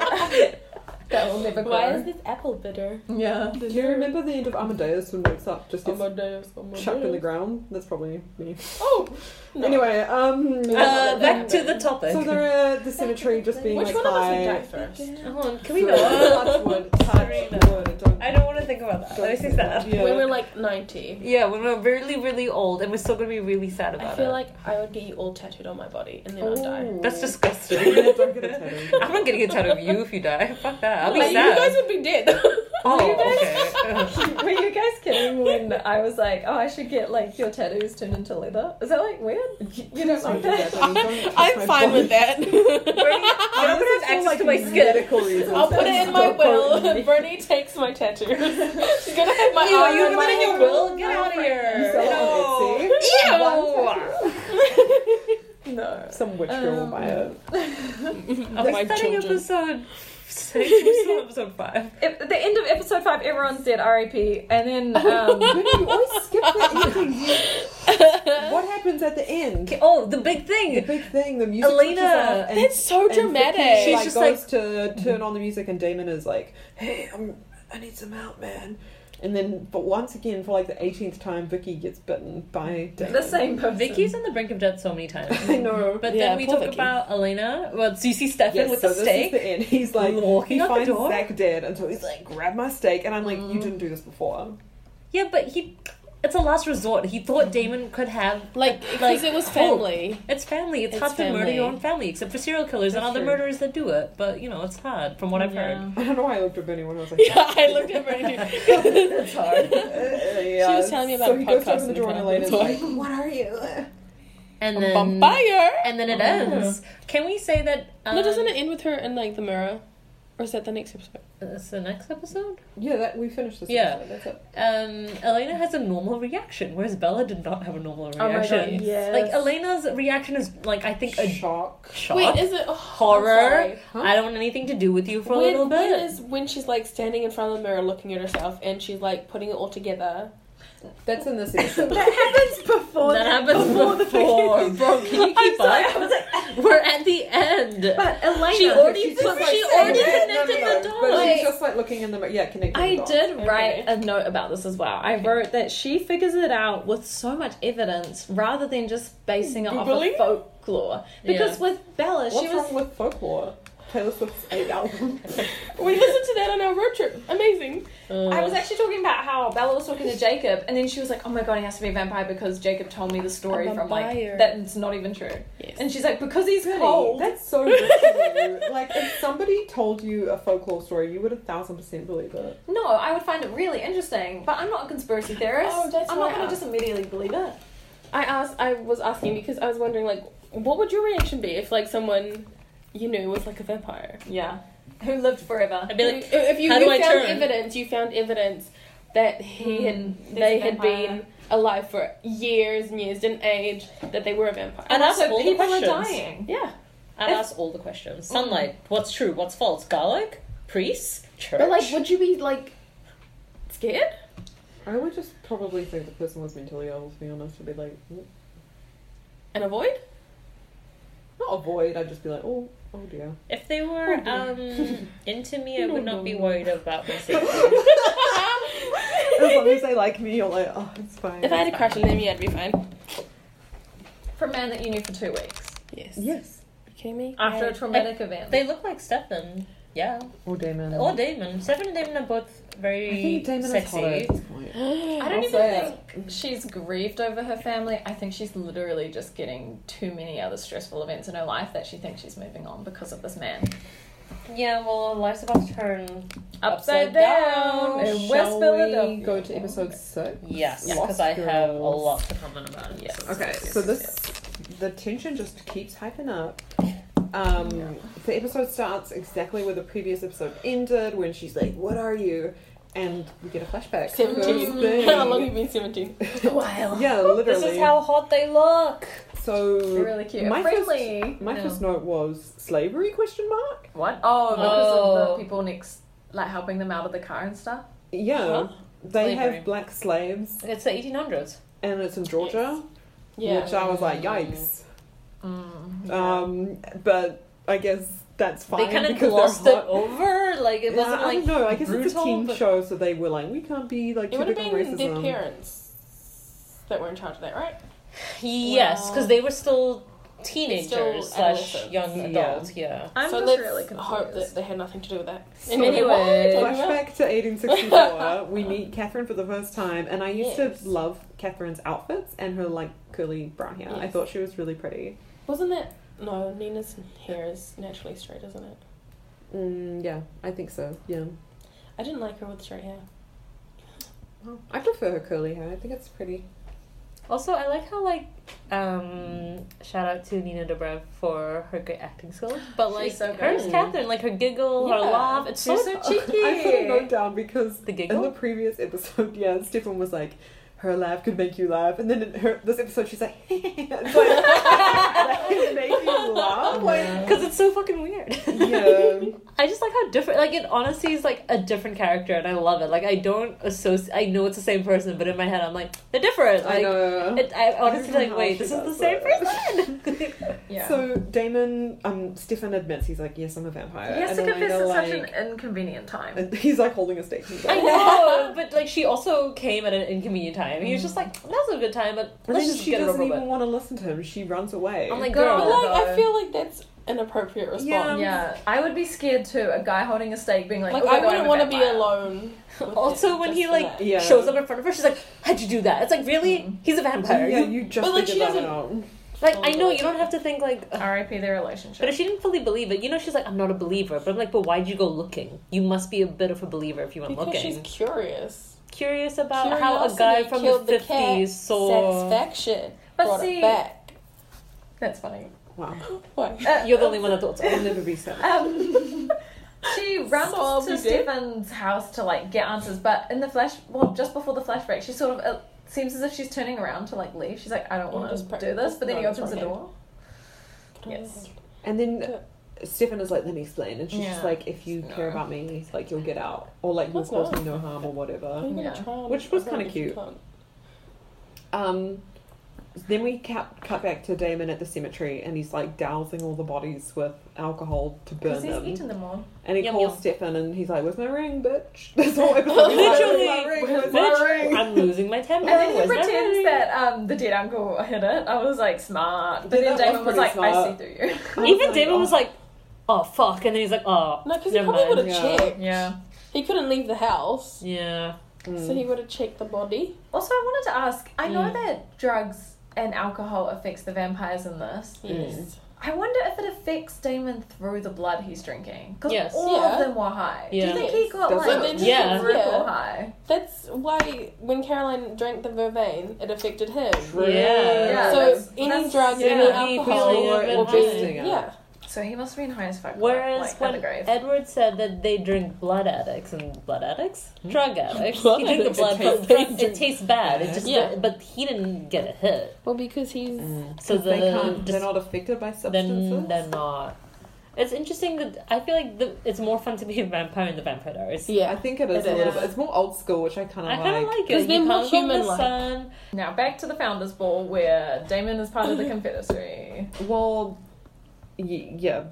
Speaker 4: That will never grow.
Speaker 3: why is this apple bitter?
Speaker 4: Yeah.
Speaker 1: Do you remember the end of Amadeus when wakes up just gets
Speaker 3: Amadeus,
Speaker 1: chucked in the ground? That's probably me.
Speaker 3: Oh, no.
Speaker 1: Anyway, um,
Speaker 2: Uh, back to the topic.
Speaker 1: so they're at the cemetery just being
Speaker 3: Which
Speaker 1: like
Speaker 3: one of us would die
Speaker 1: by.
Speaker 3: first?
Speaker 2: Come on, can we
Speaker 1: Sorry,
Speaker 2: not?
Speaker 1: touch wood, touch wood, don't-
Speaker 2: I don't want to think about that.
Speaker 1: don't
Speaker 2: This
Speaker 1: do
Speaker 2: is sad.
Speaker 1: Yeah.
Speaker 3: When we're like 90.
Speaker 2: Yeah, when we're really, really old, and we're still gonna be really sad about
Speaker 3: I feel
Speaker 2: it.
Speaker 3: like I would get you all tattooed on my body and then I'll die.
Speaker 2: That's
Speaker 1: Oh. Yeah,
Speaker 2: disgusting.
Speaker 1: don't get a tattoo.
Speaker 2: I'm not getting a tattoo of you if you die. Fuck that. I'll be
Speaker 3: Like,
Speaker 2: sad.
Speaker 3: You guys would be dead.
Speaker 2: oh, okay.
Speaker 4: Were you guys kidding when I was like, oh, I should get like your tattoos turned into leather? Is that like weird? You know,
Speaker 1: Don't do
Speaker 4: like
Speaker 1: that,
Speaker 4: that.
Speaker 1: don't- don't touch my
Speaker 3: I'm fine
Speaker 1: body.
Speaker 3: with that.
Speaker 2: I'm not gonna have
Speaker 1: Just for,
Speaker 2: access
Speaker 1: like,
Speaker 2: to my skin.
Speaker 1: medical reasons.
Speaker 3: I'll put it in my
Speaker 1: Don't quote
Speaker 3: will.
Speaker 1: me.
Speaker 3: Bernie takes my tattoos. She's gonna have my
Speaker 2: Ew,
Speaker 3: arm
Speaker 2: you
Speaker 3: and
Speaker 2: have
Speaker 3: my
Speaker 2: it in your
Speaker 3: ankle.
Speaker 2: will? Get out of
Speaker 1: You
Speaker 2: here.
Speaker 1: sell it
Speaker 2: No.
Speaker 1: on
Speaker 2: Ew.
Speaker 3: No.
Speaker 1: Etsy? Some witch girl will
Speaker 4: Um,
Speaker 1: buy it.
Speaker 2: Are
Speaker 3: my
Speaker 2: we starting
Speaker 3: children.
Speaker 2: episode six? We're still on episode five.
Speaker 4: If, at the end of episode five, everyone's dead, R.I.P. And then, um,
Speaker 1: Bernie, you always skip the ending. What happens at the end?
Speaker 2: Okay, oh, the big
Speaker 1: The
Speaker 2: thing.
Speaker 1: big thing, the music.
Speaker 2: Elena,
Speaker 1: switches off and-
Speaker 3: That's so
Speaker 1: and
Speaker 3: dramatic.
Speaker 1: Vicky,
Speaker 2: She's
Speaker 1: like,
Speaker 2: just
Speaker 1: goes to turn on the music, and Damon is like, "Hey, I'm, I need some help, man." And then, but once again, for like the eighteenth time, Vicky gets bitten by Damon.
Speaker 4: the same person.
Speaker 2: Vicky's on the brink of death so many times.
Speaker 1: I know.
Speaker 2: But
Speaker 3: Yeah,
Speaker 2: then we
Speaker 3: poor
Speaker 2: talk
Speaker 3: Vicky.
Speaker 2: about Elena. Well, so you see Stefan
Speaker 1: Yes,
Speaker 2: with
Speaker 1: so
Speaker 2: the
Speaker 1: this is
Speaker 2: steak.
Speaker 1: the end. He's like,
Speaker 2: Walking
Speaker 1: he
Speaker 2: out the
Speaker 1: finds
Speaker 2: door.
Speaker 1: Zach dead, and so he's like, "Grab my steak," and I'm like, "You didn't do this before."
Speaker 2: Yeah, but he. It's a last resort. He thought Damon could have.
Speaker 3: Like, oh. because it was family.
Speaker 2: It's family. It's,
Speaker 3: It's
Speaker 2: hard to murder
Speaker 3: family.
Speaker 2: your own family, except for serial killers and
Speaker 4: That's
Speaker 2: other
Speaker 4: true.
Speaker 2: murderers that do it. But, you know, it's hard, from what I've heard.
Speaker 1: I don't know why I looked at Benny when I was like,
Speaker 3: Yeah, I looked at Bernie.
Speaker 4: It's hard.
Speaker 1: Uh,
Speaker 3: She
Speaker 1: yeah.
Speaker 3: was telling me about
Speaker 1: so
Speaker 3: a
Speaker 1: he goes
Speaker 3: podcast
Speaker 1: to open the
Speaker 3: and
Speaker 1: door
Speaker 3: it
Speaker 1: and Elena's
Speaker 3: fell.
Speaker 1: like, "What are
Speaker 4: Oh
Speaker 1: you?"
Speaker 2: And
Speaker 3: A
Speaker 2: then.
Speaker 3: vampire.
Speaker 2: And then it ends. Can we say that. Um,
Speaker 3: No, doesn't it end with her in like the mirror? Or is that the next episode?
Speaker 2: uh, It's the next episode?
Speaker 1: Yeah, that we finished this.
Speaker 2: Yeah.
Speaker 1: episode, that's it.
Speaker 2: Um, Elena has a normal reaction, whereas Bella did not have a normal
Speaker 4: Oh my
Speaker 2: reaction.
Speaker 4: god, yes.
Speaker 2: Like, Elena's reaction is, like, I think a
Speaker 1: shock.
Speaker 2: shock.
Speaker 3: Wait, is it oh, I'm
Speaker 2: horror.
Speaker 3: sorry.
Speaker 1: Huh?
Speaker 2: I don't want anything to do with you for a
Speaker 3: when,
Speaker 2: little bit.
Speaker 3: When is when she's like standing in front of the mirror looking at herself and she's like putting it all together?
Speaker 1: That's in this episode.
Speaker 4: That happens before.
Speaker 2: that happens before, bro. Can you keep up? We're at the end.
Speaker 4: But Elena,
Speaker 2: She already
Speaker 1: She's
Speaker 2: put-
Speaker 1: just, like,
Speaker 2: she
Speaker 1: saying
Speaker 2: already
Speaker 1: that. no,
Speaker 2: connected
Speaker 1: no, no.
Speaker 2: the
Speaker 1: But
Speaker 2: dots.
Speaker 1: she's just like looking in the mirror. Yeah, connecting.
Speaker 4: I
Speaker 1: the dots.
Speaker 4: did write a note about this as well. I wrote that she figures it out with so much evidence rather than just basing it off
Speaker 3: Googling
Speaker 4: of
Speaker 3: it?
Speaker 4: folklore. Because with Bella,
Speaker 1: What's
Speaker 4: she
Speaker 1: wrong
Speaker 4: was.
Speaker 1: with folklore? Taylor Swift's eight album.
Speaker 3: We listened to that on our road trip. Amazing.
Speaker 4: I was actually talking about how Bella was talking to Jacob, and then she was like, "Oh my god, he has to be a vampire because Jacob told me the story
Speaker 3: A
Speaker 4: from like
Speaker 3: vampire.
Speaker 4: that it's not even true."
Speaker 3: Yes.
Speaker 4: And she's like, "Because he's
Speaker 1: Really?
Speaker 4: cold."
Speaker 1: That's so good for you. Like, if somebody told you a folklore story, you would a thousand percent believe it.
Speaker 4: No, I would find it really interesting, but I'm not a conspiracy theorist.
Speaker 3: Oh, that's
Speaker 4: I'm
Speaker 3: why
Speaker 4: not going to
Speaker 3: I-
Speaker 4: just immediately believe it.
Speaker 3: I asked. I was asking because I was wondering like, what would your reaction be if like someone you knew was like a vampire?
Speaker 4: Yeah. Who lived forever?
Speaker 2: I'd be like,
Speaker 3: if if you,
Speaker 2: how
Speaker 3: you
Speaker 2: do I
Speaker 3: found
Speaker 2: turn?
Speaker 3: evidence, you found evidence that he
Speaker 4: Hmm,
Speaker 3: had,
Speaker 4: there's a
Speaker 3: they had
Speaker 4: vampire.
Speaker 3: been alive for years and years, didn't age, that they were a vampire.
Speaker 4: And
Speaker 2: ask all
Speaker 4: also,
Speaker 2: the
Speaker 4: people are
Speaker 2: questions.
Speaker 4: dying.
Speaker 3: Yeah,
Speaker 2: I'd ask all the questions. Sunlight. What's true? What's false? Garlic? Priests? Church?
Speaker 3: but like, would you be like scared?
Speaker 1: I would just probably think the person was mentally ill, to be honest. I'd be like, mm.
Speaker 3: And avoid?
Speaker 1: not avoid, I'd just be like, oh, oh dear.
Speaker 2: if they were um, into me, I would not be worried about my safety.
Speaker 1: As long as they like me, you're like, oh, it's fine.
Speaker 3: If I had a crush on them, yeah, I'd be fine.
Speaker 4: From a man that you knew for two weeks.
Speaker 3: Yes.
Speaker 1: Yes.
Speaker 3: You kidding me?
Speaker 4: After a
Speaker 3: Yeah.
Speaker 4: traumatic event.
Speaker 2: They look like Stefan. Yeah.
Speaker 1: Or Damon.
Speaker 2: Or Damon. Seven and Damon are both very
Speaker 1: I think Damon
Speaker 2: sexy.
Speaker 1: is hotter at this point.
Speaker 4: I
Speaker 1: I'll
Speaker 4: don't even
Speaker 1: say
Speaker 4: think she's grieved over her family. I think she's literally just getting too many other stressful events in her life that she thinks she's moving on because of this man.
Speaker 2: Yeah, well, life's about to turn.
Speaker 4: Upside,
Speaker 2: e- Upside
Speaker 4: down,
Speaker 2: down.
Speaker 4: in West
Speaker 1: Shall we
Speaker 4: Philadelphia.
Speaker 1: go to episode six?
Speaker 2: Yes,
Speaker 1: Yes.
Speaker 2: because I have a
Speaker 1: Girls.
Speaker 2: lot to comment about. It,
Speaker 4: Yes.
Speaker 2: so-
Speaker 1: Okay, so this the tension just keeps hyping up. Um, The episode starts exactly where the previous episode ended, when she's like, "What are you?" and we get a flashback.
Speaker 3: Seventeen.
Speaker 1: First thing.
Speaker 3: How long have you been seventeen?
Speaker 4: Wow.
Speaker 1: yeah,
Speaker 2: This
Speaker 1: literally.
Speaker 2: is how hot they look.
Speaker 1: so
Speaker 4: They're really cute.
Speaker 1: My
Speaker 4: Friendly.
Speaker 1: first, my
Speaker 2: No.
Speaker 1: first note was slavery question mark.
Speaker 4: What? Oh, because
Speaker 2: Oh.
Speaker 4: of the people next, like helping them out of the car and stuff.
Speaker 1: Yeah,
Speaker 2: Huh?
Speaker 1: they
Speaker 2: Slavery.
Speaker 1: have black slaves,
Speaker 2: It's the 1800s.
Speaker 1: and it's in Georgia, which I was like, yikes.
Speaker 4: Mm.
Speaker 1: Um, but I guess that's fine
Speaker 2: they kind of
Speaker 1: because
Speaker 2: glossed
Speaker 1: they're hot.
Speaker 2: it over. Like it wasn't
Speaker 1: yeah, I
Speaker 2: like
Speaker 1: don't know. I guess it's a
Speaker 2: brutal,
Speaker 1: teen
Speaker 2: but-
Speaker 1: show, so they were like, we can't be like
Speaker 3: It would have
Speaker 1: typical
Speaker 3: been their
Speaker 1: racism.
Speaker 3: parents that were in charge of that, right?
Speaker 2: yes, because
Speaker 3: Well-
Speaker 2: they were still teenagers slash
Speaker 3: adolescents.
Speaker 2: young
Speaker 1: Yeah.
Speaker 2: adults. Yeah.
Speaker 4: I'm
Speaker 3: so
Speaker 4: just
Speaker 3: let's
Speaker 4: really confused.
Speaker 3: hope that they had nothing to do with that.
Speaker 4: So anyway,
Speaker 1: Flashback to 1864. we meet Catherine for the first time, and I used
Speaker 3: Yes.
Speaker 1: to love Catherine's outfits and her like curly brown hair. I
Speaker 3: Yes.
Speaker 1: thought she was really pretty.
Speaker 3: wasn't that no? Nina's hair is naturally straight, isn't it?
Speaker 1: Mm, yeah, I think so. Yeah,
Speaker 3: I didn't like her with straight hair.
Speaker 1: I prefer her curly hair. I think it's pretty.
Speaker 2: Also, I like how like um shout out to Nina Dobrev for her great acting skills, but like
Speaker 4: so good.
Speaker 2: hers, Catherine, like her giggle, her
Speaker 3: Yeah.
Speaker 2: laugh. It's
Speaker 4: She's
Speaker 2: so,
Speaker 4: so cheeky.
Speaker 1: I put a note down because
Speaker 2: The
Speaker 1: in the
Speaker 2: giggle.
Speaker 1: previous episode, yeah, Stefan was like, her laugh could make you laugh, and then in her this episode, she's like, it's like that can make you laugh. Like,
Speaker 2: Because it's so fucking weird.
Speaker 1: yeah.
Speaker 2: I just like how different, like, it honestly is like a different character, and I love it. Like, I don't associate, I know it's the same person, but in my head, I'm like, they're different. Like,
Speaker 1: I know.
Speaker 2: It, I honestly,
Speaker 1: know
Speaker 2: like,
Speaker 1: how
Speaker 2: wait,
Speaker 1: she
Speaker 2: this is the
Speaker 1: does
Speaker 2: same
Speaker 1: that.
Speaker 2: person.
Speaker 4: yeah.
Speaker 1: So Damon, um, Stefan admits he's like, yes, I'm a vampire.
Speaker 4: he has to
Speaker 1: And
Speaker 4: confess
Speaker 1: Elena,
Speaker 4: at such
Speaker 1: like-
Speaker 4: an inconvenient time.
Speaker 1: and he's like holding a stake. He's
Speaker 2: I
Speaker 1: like,
Speaker 2: know, but like, she also came at an inconvenient time. He was just like, now's a good time, but
Speaker 1: And
Speaker 2: let's
Speaker 1: then
Speaker 2: just
Speaker 1: she
Speaker 2: get Oh it over
Speaker 1: doesn't
Speaker 2: with.
Speaker 1: even want to listen to him. She runs away.
Speaker 2: I'm like,
Speaker 4: Girl.
Speaker 2: girl.
Speaker 3: But like,
Speaker 4: God.
Speaker 3: I feel like that's an appropriate response.
Speaker 4: yeah, I would be scared too. A guy holding a stake being like,
Speaker 3: Like
Speaker 4: "Oh my
Speaker 3: I
Speaker 4: God, I'm
Speaker 3: wouldn't
Speaker 4: a
Speaker 3: want to be
Speaker 4: vampire."
Speaker 3: alone. with
Speaker 2: also,
Speaker 3: it,
Speaker 2: when
Speaker 3: just
Speaker 2: he
Speaker 3: for
Speaker 2: like
Speaker 3: that.
Speaker 1: Yeah.
Speaker 2: shows up in front of her, she's like, "How'd you do that?" It's like, really? He's a vampire.
Speaker 1: yeah, you just
Speaker 3: But, like,
Speaker 1: figured
Speaker 3: she
Speaker 1: that
Speaker 3: doesn't-
Speaker 1: out.
Speaker 2: Like, I know you don't have to think like. "Ugh."
Speaker 4: R.I.P. their relationship.
Speaker 2: But if she didn't fully believe it, you know, she's like, I'm not a believer. But I'm like, but why'd you go looking? You must be a bit of a believer if you went
Speaker 3: Because
Speaker 2: looking.
Speaker 3: she's curious.
Speaker 2: Curious about how a
Speaker 3: Curiosity
Speaker 2: guy from the
Speaker 3: killed the
Speaker 2: 50s
Speaker 3: cat.
Speaker 2: saw.
Speaker 3: Satisfaction
Speaker 4: But
Speaker 3: brought
Speaker 4: see-
Speaker 3: it back.
Speaker 4: That's funny.
Speaker 1: Wow,
Speaker 3: What?
Speaker 2: You're the only one that thought so.
Speaker 1: I'll never be sad.
Speaker 4: Um, she runs
Speaker 3: So I'll
Speaker 4: to
Speaker 3: be dead?
Speaker 4: Stefan's house to like get answers, but in the flash, well, just before the flashback, she sort of it seems as if she's turning around to like leave. She's like, I don't
Speaker 3: Well,
Speaker 4: want to
Speaker 3: just pra-
Speaker 4: do this, but then he
Speaker 3: no,
Speaker 4: opens the
Speaker 3: okay.
Speaker 4: door. Yes.
Speaker 1: And then Stefan is like, let me explain. And she's just
Speaker 4: Yeah.
Speaker 1: like, if you care
Speaker 4: No.
Speaker 1: about me, like, you'll get out. Or, like, you'll
Speaker 3: That's
Speaker 1: cause me
Speaker 3: nice.
Speaker 1: no harm or
Speaker 3: I'm
Speaker 1: whatever.
Speaker 3: gonna
Speaker 4: Yeah.
Speaker 3: try and-
Speaker 1: Which was
Speaker 3: I'm gonna
Speaker 1: kinda
Speaker 3: give you
Speaker 1: cute.
Speaker 3: time.
Speaker 1: Um, then we cut, cut back to Damon at the cemetery and he's like dousing all the bodies with alcohol to burn
Speaker 4: Because he's
Speaker 1: them.
Speaker 4: eaten them all.
Speaker 1: And he
Speaker 2: Yum,
Speaker 1: calls
Speaker 2: yum.
Speaker 1: Stefan and he's like, Where's my ring, bitch? This whole episode. he's like, "Where's my ring? Where's my
Speaker 2: Bitch,
Speaker 1: ring?"
Speaker 2: I'm losing my
Speaker 4: And
Speaker 2: temper.
Speaker 4: then he
Speaker 2: Where's my
Speaker 4: pretends
Speaker 2: ring?
Speaker 4: that um, the dead uncle hit it. I was like, smart. But
Speaker 1: Yeah, that
Speaker 4: then
Speaker 1: was
Speaker 4: Damon was
Speaker 1: pretty
Speaker 4: like, I see
Speaker 1: smart.
Speaker 4: through you.
Speaker 1: I was
Speaker 2: Even
Speaker 1: like,
Speaker 2: David
Speaker 1: "Oh."
Speaker 2: was like, oh, fuck. And then he's like, oh.
Speaker 3: No, because he
Speaker 2: never
Speaker 3: probably
Speaker 2: mind."
Speaker 3: would have
Speaker 1: Yeah.
Speaker 3: checked.
Speaker 4: Yeah.
Speaker 3: He couldn't leave the house,
Speaker 2: Yeah.
Speaker 1: Mm.
Speaker 3: so he would have checked the body.
Speaker 4: Also, I wanted to ask. I know
Speaker 2: Mm.
Speaker 4: that drugs and alcohol affects the vampires in this.
Speaker 3: Yes.
Speaker 4: I wonder if it affects Damon through the blood he's drinking. Because
Speaker 2: Yes.
Speaker 4: all
Speaker 3: Yeah.
Speaker 4: of them were high. Do
Speaker 2: Yeah.
Speaker 4: you think he got
Speaker 1: Does
Speaker 4: like
Speaker 1: it?
Speaker 2: Yeah.
Speaker 4: triple
Speaker 3: Yeah.
Speaker 4: high?
Speaker 3: That's why when Caroline drank the vervain, it affected him.
Speaker 1: True.
Speaker 2: Yeah.
Speaker 4: Yeah,
Speaker 3: so
Speaker 4: that's-
Speaker 3: any
Speaker 4: that's-
Speaker 3: drug,
Speaker 1: yeah.
Speaker 3: any
Speaker 2: Yeah.
Speaker 3: alcohol,
Speaker 2: Feeling
Speaker 3: will
Speaker 2: of
Speaker 3: be
Speaker 2: it.
Speaker 3: yeah.
Speaker 4: So he must have been high as fuck.
Speaker 2: Whereas
Speaker 4: like, at the
Speaker 2: when
Speaker 4: grave.
Speaker 2: Edward said that they drink blood addicts and blood addicts, drug addicts,
Speaker 3: Hmm? Blood
Speaker 2: he drank the
Speaker 3: addicts,
Speaker 2: blood,
Speaker 3: it
Speaker 2: but
Speaker 3: tastes-
Speaker 2: it tastes bad. It just,
Speaker 3: Yeah.
Speaker 2: but he didn't get a hit.
Speaker 3: Well, because he's
Speaker 2: So
Speaker 1: Mm. they
Speaker 2: the
Speaker 1: can't,
Speaker 2: just-
Speaker 1: they're not affected by substances.
Speaker 2: then they're not. It's interesting that I feel like the, it's more fun to be a vampire in the Vampire Diaries.
Speaker 1: I
Speaker 3: yeah.
Speaker 1: think it is
Speaker 3: It
Speaker 1: a little
Speaker 3: is.
Speaker 1: bit. It's more old school, which I kind
Speaker 2: I
Speaker 1: of
Speaker 2: kind of like,
Speaker 3: Because
Speaker 2: it.
Speaker 3: they're
Speaker 2: He
Speaker 3: more
Speaker 2: comes from the
Speaker 3: human-like.
Speaker 2: sun.
Speaker 4: now back to the founders' ball where Damon is part of the Confederacy.
Speaker 1: Well, y- yeah.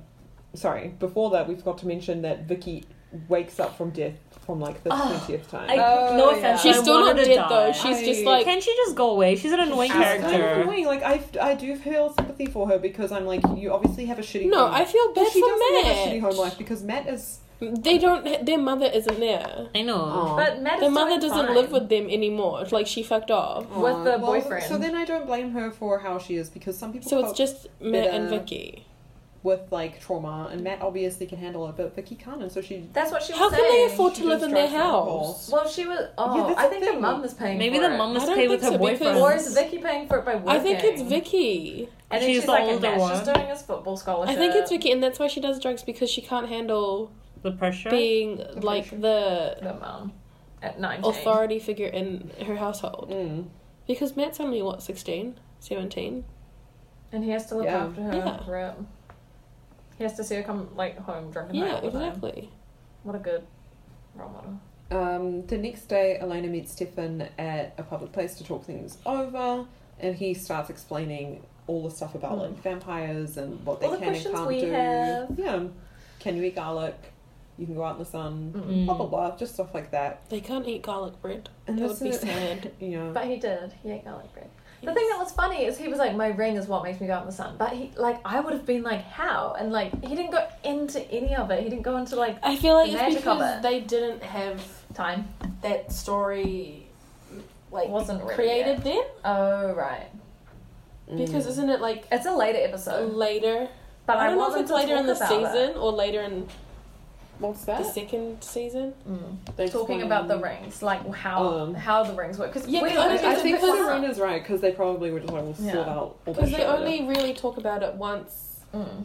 Speaker 1: Sorry. Before that, we've got to mention that Vicky wakes up from death from like the
Speaker 2: Ah,
Speaker 1: twentieth time.
Speaker 2: I,
Speaker 4: Oh,
Speaker 2: no
Speaker 4: yeah.
Speaker 2: offense,
Speaker 3: She's
Speaker 2: I
Speaker 3: still not
Speaker 2: wanted to
Speaker 3: dead
Speaker 2: die.
Speaker 3: though. She's just
Speaker 1: I-
Speaker 3: like
Speaker 2: Can she just go away? She's an annoying
Speaker 4: She's
Speaker 1: It's kind of
Speaker 2: character.
Speaker 1: annoying. Like I, I do feel sympathy for her because I'm like, you obviously have a shitty.
Speaker 3: no.
Speaker 1: home
Speaker 3: I feel
Speaker 1: But
Speaker 3: bad
Speaker 1: she
Speaker 3: for
Speaker 1: doesn't have a shitty
Speaker 3: Matt.
Speaker 1: home life because Matt is
Speaker 3: They don't. Their mother isn't there.
Speaker 2: I know.
Speaker 3: Oh,
Speaker 1: Aw.
Speaker 4: But Matt is
Speaker 3: Their mother
Speaker 4: doing
Speaker 3: doesn't
Speaker 4: fine.
Speaker 3: live with them anymore. It's Like she fucked off.
Speaker 4: With
Speaker 1: Aw,
Speaker 4: the boyfriend.
Speaker 1: So then I don't blame her for how she is because some people
Speaker 3: So it's
Speaker 1: cope
Speaker 3: just Matt and
Speaker 1: Bitter.
Speaker 3: Vicky.
Speaker 1: with like trauma, and Matt obviously can handle it, but Vicky can't, and so she.
Speaker 4: That's what she was
Speaker 3: How
Speaker 4: saying.
Speaker 3: can they afford
Speaker 1: she
Speaker 3: to live
Speaker 1: just
Speaker 3: in their
Speaker 1: drives that ball.
Speaker 3: house?
Speaker 4: Well, she was.
Speaker 1: Yeah,
Speaker 4: Oh,
Speaker 1: that's
Speaker 4: I
Speaker 1: the
Speaker 4: think
Speaker 1: thing.
Speaker 4: the mum is paying.
Speaker 2: Maybe
Speaker 4: for
Speaker 2: the
Speaker 4: it.
Speaker 2: mum
Speaker 3: I
Speaker 2: must
Speaker 3: don't
Speaker 2: pay
Speaker 3: think
Speaker 2: with her
Speaker 3: so, because-
Speaker 2: boyfriend.
Speaker 4: Or is Vicky paying for it by working?
Speaker 3: I think it's Vicky.
Speaker 4: And then
Speaker 2: She's
Speaker 4: she's,
Speaker 2: the
Speaker 4: like,
Speaker 2: older
Speaker 4: "Nah,
Speaker 2: one.
Speaker 4: She's doing this football scholarship.
Speaker 3: I think it's Vicky, and that's why she does drugs because she can't handle
Speaker 2: the pressure.
Speaker 3: being like
Speaker 1: pressure.
Speaker 3: the
Speaker 4: the mum at
Speaker 3: Oh,
Speaker 4: nineteen.
Speaker 3: authority figure in her household.
Speaker 1: Mm.
Speaker 3: Because Matt's only what 16, 17?
Speaker 4: and he has to look
Speaker 1: Yeah.
Speaker 4: after her.
Speaker 3: Yeah.
Speaker 4: Rip. He has to see her come like home drunk and
Speaker 3: Yeah,
Speaker 4: all the time.
Speaker 3: exactly.
Speaker 4: What a good role model.
Speaker 1: Um, the next day, Elena meets Stefan at a public place to talk things over, and he starts explaining all the stuff about like vampires and what they
Speaker 4: Hmm. All the
Speaker 1: can and
Speaker 4: questions
Speaker 1: can't
Speaker 4: we
Speaker 1: do.
Speaker 4: have.
Speaker 1: Yeah, can you eat garlic? You can go out in the sun.
Speaker 2: Mm.
Speaker 1: Blah blah blah, just stuff like that.
Speaker 3: They can't eat garlic bread.
Speaker 1: And
Speaker 3: That
Speaker 1: that's
Speaker 3: would be
Speaker 1: it.
Speaker 3: sad.
Speaker 1: Yeah.
Speaker 4: But he did. He ate garlic bread. The thing that was funny is he was like, "My ring is what makes me go out in the sun." But he, like, I would have been like, "How?" And like, he didn't go into any of it. He didn't go into like
Speaker 3: I feel like
Speaker 4: The
Speaker 3: it's
Speaker 4: magic of
Speaker 3: because
Speaker 4: it.
Speaker 3: they didn't have
Speaker 4: time.
Speaker 3: that story like
Speaker 4: Wasn't ready
Speaker 3: created then.
Speaker 4: Oh right,
Speaker 1: Mm.
Speaker 3: Because isn't it like
Speaker 4: it's a later episode.
Speaker 3: later?
Speaker 4: But
Speaker 3: Mm. I
Speaker 4: I,
Speaker 3: don't know if
Speaker 4: wanted
Speaker 3: it's
Speaker 4: to
Speaker 3: later
Speaker 4: talk
Speaker 3: in the
Speaker 4: about
Speaker 3: season
Speaker 4: it.
Speaker 3: or later in
Speaker 1: what's
Speaker 3: the
Speaker 1: that?
Speaker 3: second season.
Speaker 4: Mm.
Speaker 1: They just
Speaker 4: Talking
Speaker 1: wanna-
Speaker 4: about the rings, like how
Speaker 1: Um,
Speaker 4: how the rings work. Because
Speaker 3: Yeah,
Speaker 4: we
Speaker 3: 'cause I
Speaker 4: only
Speaker 3: don't
Speaker 1: I
Speaker 4: did
Speaker 1: think
Speaker 4: pick
Speaker 1: that
Speaker 4: one up.
Speaker 1: Serena's right because they probably were just like, we'll sort
Speaker 4: Yeah.
Speaker 1: out all this
Speaker 3: Because they
Speaker 1: shit later.
Speaker 3: only really talk about it once
Speaker 4: Mm,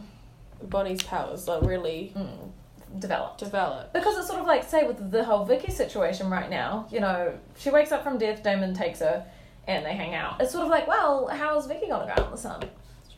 Speaker 3: Bonnie's powers like really
Speaker 4: mm, developed.
Speaker 3: develop.
Speaker 4: Because it's sort of like, say, with the whole Vicky situation right now, you know, she wakes up from death, Damon takes her, and they hang out. It's sort of like, well, how is Vicky gonna go out in the sun?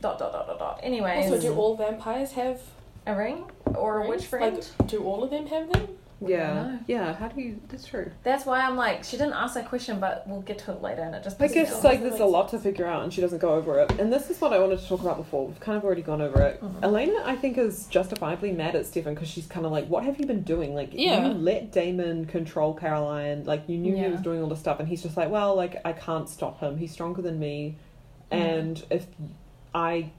Speaker 4: Dot, dot, dot, dot, dot. Anyways,
Speaker 3: Also, do all vampires have
Speaker 4: a ring or a
Speaker 3: rings?
Speaker 4: witch friend?
Speaker 3: Like, do all of them have them?
Speaker 1: Yeah,
Speaker 4: know.
Speaker 1: yeah. How do you? That's true.
Speaker 4: That's why I'm like, she didn't ask that question, but we'll get to it later, and it just
Speaker 1: I
Speaker 4: pisses me
Speaker 1: guess
Speaker 4: off.
Speaker 1: like there's a lot to figure out, and she doesn't go over it. And this is what I wanted to talk about before. We've kind of already gone over it.
Speaker 4: Uh-huh.
Speaker 1: Elena, I think, is justifiably mad at Stefan because she's kind of like, "What have you been doing? Like,
Speaker 3: Yeah.
Speaker 1: you let Damon control Caroline. Like, you knew he
Speaker 4: Yeah.
Speaker 1: was doing all this stuff, and he's just like, well, like I can't stop him. He's stronger than me,
Speaker 4: Mm-hmm.
Speaker 1: and if I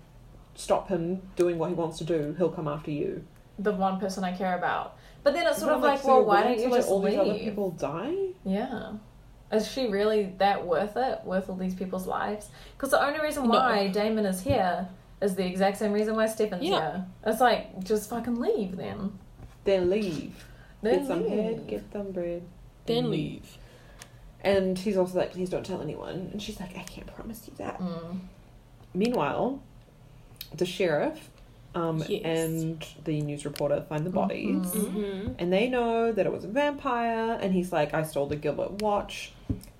Speaker 1: stop him doing what he wants to do, he'll come after you.
Speaker 4: the one person I care about. But then it's sort
Speaker 1: Well,
Speaker 4: of like,
Speaker 1: so
Speaker 4: well, why
Speaker 1: wouldn't
Speaker 4: don't you
Speaker 1: let
Speaker 4: just
Speaker 1: all these other
Speaker 4: leave?
Speaker 1: people die?
Speaker 4: Yeah. Is she really that worth it? Worth all these people's lives? Because the only reason
Speaker 3: No.
Speaker 4: why Damon is here is the exact same reason why Stefan's
Speaker 3: Yeah.
Speaker 4: here. It's like, just fucking leave then.
Speaker 1: Then leave.
Speaker 4: Then
Speaker 1: get some
Speaker 4: leave.
Speaker 1: head. Get some bread. Mm-hmm.
Speaker 3: Then leave.
Speaker 1: And he's also like, please don't tell anyone. And she's like, I can't promise you that.
Speaker 4: Mm.
Speaker 1: Meanwhile, the sheriff um,
Speaker 3: Yes.
Speaker 1: and the news reporter find the bodies.
Speaker 3: Mm-hmm.
Speaker 1: And they know that it was a vampire. And he's like, I stole the Gilbert watch.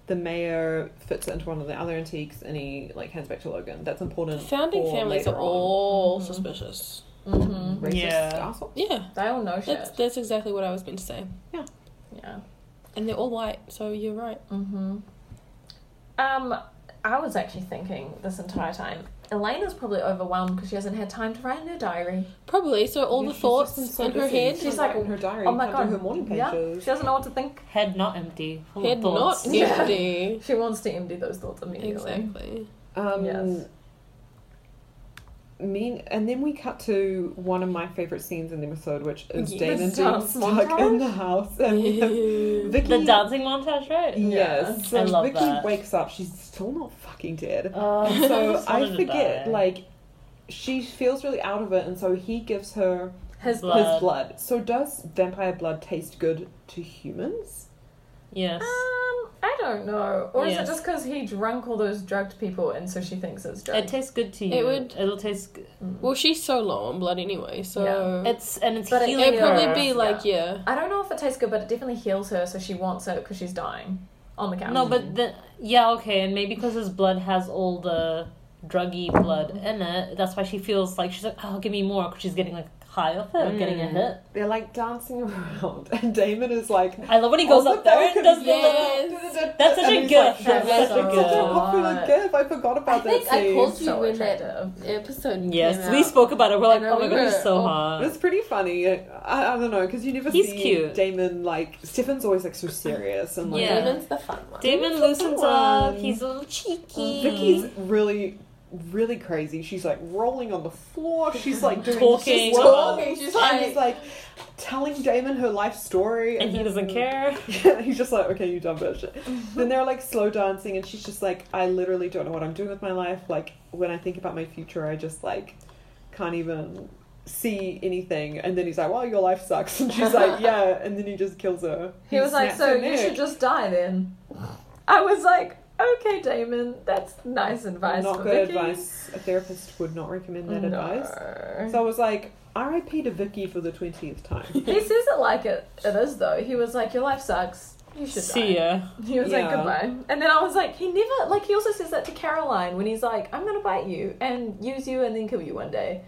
Speaker 1: The mayor fits it into one of the other antiques and he like hands back to Logan. That's important.
Speaker 3: Founding
Speaker 1: for
Speaker 3: families
Speaker 1: later
Speaker 3: are
Speaker 1: on. Mm-hmm.
Speaker 3: all
Speaker 4: Mhm.
Speaker 3: suspicious.
Speaker 4: hmm
Speaker 3: Mm-hmm.
Speaker 1: racist
Speaker 2: Yeah.
Speaker 1: asshole.
Speaker 3: Yeah,
Speaker 4: They all know shit.
Speaker 3: that's that's exactly what I was meant to say.
Speaker 4: Yeah.
Speaker 3: And they're all white, so you're right.
Speaker 4: hmm Um, I was actually thinking this entire time, Elena's probably overwhelmed because she hasn't had time to write in her diary.
Speaker 3: Probably. So all
Speaker 1: Yeah,
Speaker 3: the
Speaker 1: she's just
Speaker 3: thoughts
Speaker 1: been
Speaker 3: in
Speaker 1: so
Speaker 3: her
Speaker 1: busy.
Speaker 3: head.
Speaker 1: She's like in her diary.
Speaker 4: Oh my
Speaker 1: can't do
Speaker 4: god.
Speaker 1: her morning
Speaker 4: Yeah.
Speaker 1: pages.
Speaker 4: She doesn't know what to think.
Speaker 2: Head not empty. Full
Speaker 3: Head
Speaker 2: of thoughts.
Speaker 3: not
Speaker 4: Yeah.
Speaker 3: empty.
Speaker 4: She wants to empty those thoughts immediately.
Speaker 3: Exactly.
Speaker 1: Um,
Speaker 4: Yes.
Speaker 1: Mean, and then we cut to one of my favorite scenes in the episode, which is
Speaker 3: Yes.
Speaker 1: Damon being
Speaker 4: The dance
Speaker 1: stuck in the house, and we have
Speaker 3: Yeah.
Speaker 1: Vicky.
Speaker 2: The dancing montage, right?
Speaker 1: Yes,
Speaker 2: Yeah. I
Speaker 1: so
Speaker 2: love
Speaker 1: Vicky
Speaker 2: that.
Speaker 1: wakes up. She's still not fucking dead.
Speaker 2: Oh,
Speaker 1: And so
Speaker 2: just wanted
Speaker 1: I
Speaker 2: to
Speaker 1: forget,
Speaker 2: die.
Speaker 1: like, she feels really out of it, and so he gives her
Speaker 4: His
Speaker 2: Blood.
Speaker 1: his blood. So does vampire blood taste good to humans?
Speaker 2: yes.
Speaker 1: Ah,
Speaker 4: Um, I don't know. Or is
Speaker 2: Yes.
Speaker 4: it just because he drunk all those drugged people and so she thinks it's
Speaker 2: It
Speaker 4: drugged? Mm.
Speaker 2: tastes good to you.
Speaker 3: It would-
Speaker 2: It'll taste. Good.
Speaker 3: Well, she's so low on blood anyway, so
Speaker 4: Yeah.
Speaker 2: It's and it's
Speaker 4: But it-
Speaker 2: healing
Speaker 3: it'd
Speaker 2: her.
Speaker 3: probably be like yeah.
Speaker 4: I don't know if it tastes good, but it definitely heals her, so she wants it because she's dying on the couch.
Speaker 2: No, but the yeah, okay, and maybe because his blood has all the druggy blood
Speaker 1: Mm.
Speaker 2: in it, that's why she feels like she's like, oh, give me more, because she's getting like high off it, or getting
Speaker 1: Mm.
Speaker 2: a hit.
Speaker 1: They're like dancing around, and Damon is like,
Speaker 2: I love when he goes
Speaker 1: On
Speaker 2: up
Speaker 1: the
Speaker 2: there and does the
Speaker 1: balcony.
Speaker 2: little.
Speaker 3: Yes.
Speaker 2: That's such
Speaker 1: And
Speaker 2: a
Speaker 1: he's
Speaker 2: gift.
Speaker 1: like,
Speaker 2: That's
Speaker 1: "Yes,
Speaker 2: such a
Speaker 1: that's
Speaker 2: gift.
Speaker 1: such a popular gift. I forgot about
Speaker 3: I think
Speaker 1: that
Speaker 3: I
Speaker 1: scene.
Speaker 3: called you
Speaker 4: So
Speaker 3: when
Speaker 4: attractive.
Speaker 3: that episode
Speaker 2: Yes,
Speaker 3: came
Speaker 2: we
Speaker 3: out.
Speaker 2: spoke about it. We're like,
Speaker 3: And I
Speaker 2: oh my god, he's
Speaker 3: remember-
Speaker 2: so
Speaker 3: oh,
Speaker 2: hot.
Speaker 1: It's pretty funny. I, I don't know because you never
Speaker 2: He's
Speaker 1: see
Speaker 2: cute.
Speaker 1: Damon like Stefan's always like so serious and like
Speaker 2: Yeah.
Speaker 3: Damon's the fun one.
Speaker 2: Damon
Speaker 1: Look at
Speaker 2: loosens
Speaker 1: the
Speaker 2: up.
Speaker 1: one.
Speaker 2: He's a little cheeky.
Speaker 1: Vicky's really really crazy. She's like rolling on the floor. She's like doing
Speaker 2: Talking.
Speaker 1: She's,
Speaker 2: Talking.
Speaker 1: She's like, telling Damon her life story,
Speaker 2: and he
Speaker 1: then-
Speaker 2: doesn't care.
Speaker 1: Yeah, he's just like, okay, you dumb bitch. then they're like slow dancing, and she's just like, I literally don't know what I'm doing with my life. Like when I think about my future, I just like can't even see anything. And then he's like, well, your life sucks, and she's like, yeah. And then he just kills her.
Speaker 4: He was like,
Speaker 1: snaps
Speaker 4: so
Speaker 1: her
Speaker 4: you
Speaker 1: neck."
Speaker 4: should just die then. I was like, okay, Damon, that's nice advice.
Speaker 1: Not
Speaker 4: for
Speaker 1: good
Speaker 4: Vicky.
Speaker 1: advice. A therapist would not recommend that
Speaker 4: No.
Speaker 1: advice. So I was like, R.I.P. to Vicky for the twentieth time.
Speaker 4: he says it like it, it is though. He was like, your life sucks. You should
Speaker 2: See
Speaker 4: die.
Speaker 2: ya.
Speaker 4: He was like,
Speaker 1: Yeah.
Speaker 4: goodbye. And then I was like, he never, like, he also says that to Caroline when he's like, I'm gonna bite you and use you and then kill you one day.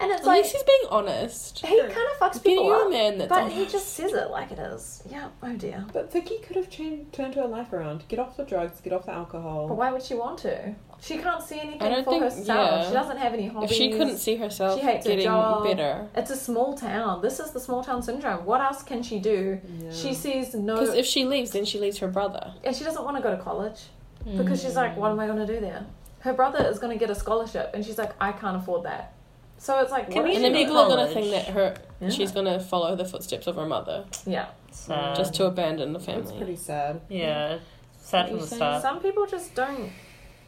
Speaker 4: And it's
Speaker 3: At
Speaker 4: like,
Speaker 3: least he's being honest.
Speaker 4: he kind of fucks
Speaker 3: Being
Speaker 4: people
Speaker 3: a
Speaker 4: up.
Speaker 3: man that's
Speaker 4: But he
Speaker 3: honest.
Speaker 4: just says it like it is. Yeah, oh dear.
Speaker 1: But Vicky could have changed, turned her life around. Get off the drugs. Get off the
Speaker 4: But
Speaker 1: alcohol.
Speaker 4: why would she want to? She can't see
Speaker 3: I
Speaker 4: anything
Speaker 3: don't
Speaker 4: for
Speaker 3: think-
Speaker 4: herself.
Speaker 3: yeah.
Speaker 4: She doesn't have any
Speaker 3: If
Speaker 4: hobbies.
Speaker 3: she couldn't see herself
Speaker 4: She hates her
Speaker 3: getting
Speaker 4: job.
Speaker 3: better.
Speaker 4: It's a small town. This is the small town syndrome. What else can she do?
Speaker 1: Yeah.
Speaker 4: She sees no.
Speaker 3: Because if she leaves, then she leaves her brother.
Speaker 4: and she doesn't want to go to college because she's like, what am I going to do there? Her brother is going to get a scholarship, and she's like, I can't afford that. So it's like,
Speaker 2: Can
Speaker 4: what
Speaker 2: we
Speaker 4: is
Speaker 3: And
Speaker 2: she
Speaker 3: then
Speaker 2: go
Speaker 4: she
Speaker 2: to
Speaker 3: people
Speaker 4: gonna-
Speaker 3: are going
Speaker 2: college?
Speaker 3: to think that her
Speaker 4: Yeah.
Speaker 3: she's going to follow the footsteps of her mother
Speaker 4: Yeah.
Speaker 2: Sad.
Speaker 3: just to abandon the
Speaker 1: That's
Speaker 3: family.
Speaker 1: pretty sad.
Speaker 2: yeah. Sad from
Speaker 3: What
Speaker 2: the
Speaker 3: you saying?
Speaker 2: start.
Speaker 4: Some people just don't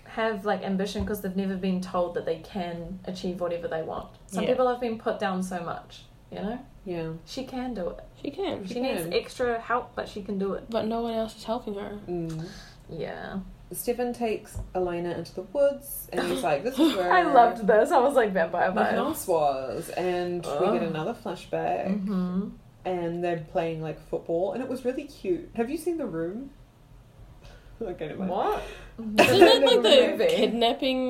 Speaker 4: have like ambition because they've never been told that they can achieve whatever they want. Some
Speaker 2: Yeah.
Speaker 4: people have been put down so much, you know?
Speaker 1: Yeah.
Speaker 4: She can do it.
Speaker 3: She can,
Speaker 4: She
Speaker 1: She
Speaker 4: needs
Speaker 1: can.
Speaker 4: extra help, but she can do it.
Speaker 3: but no one else is helping her.
Speaker 1: Mm.
Speaker 4: Yeah.
Speaker 1: Stefan takes Elena into the woods and he's like, This is where
Speaker 4: I loved this. I was like, vampire
Speaker 1: my
Speaker 4: vibes.
Speaker 1: house was. And
Speaker 4: Oh.
Speaker 1: we get another flashback
Speaker 4: Mm-hmm.
Speaker 1: and they're playing like football and it was really cute. Have you seen The Room? okay, never mind.
Speaker 4: What?
Speaker 3: Isn't it like the
Speaker 4: Movie.
Speaker 3: kidnapping?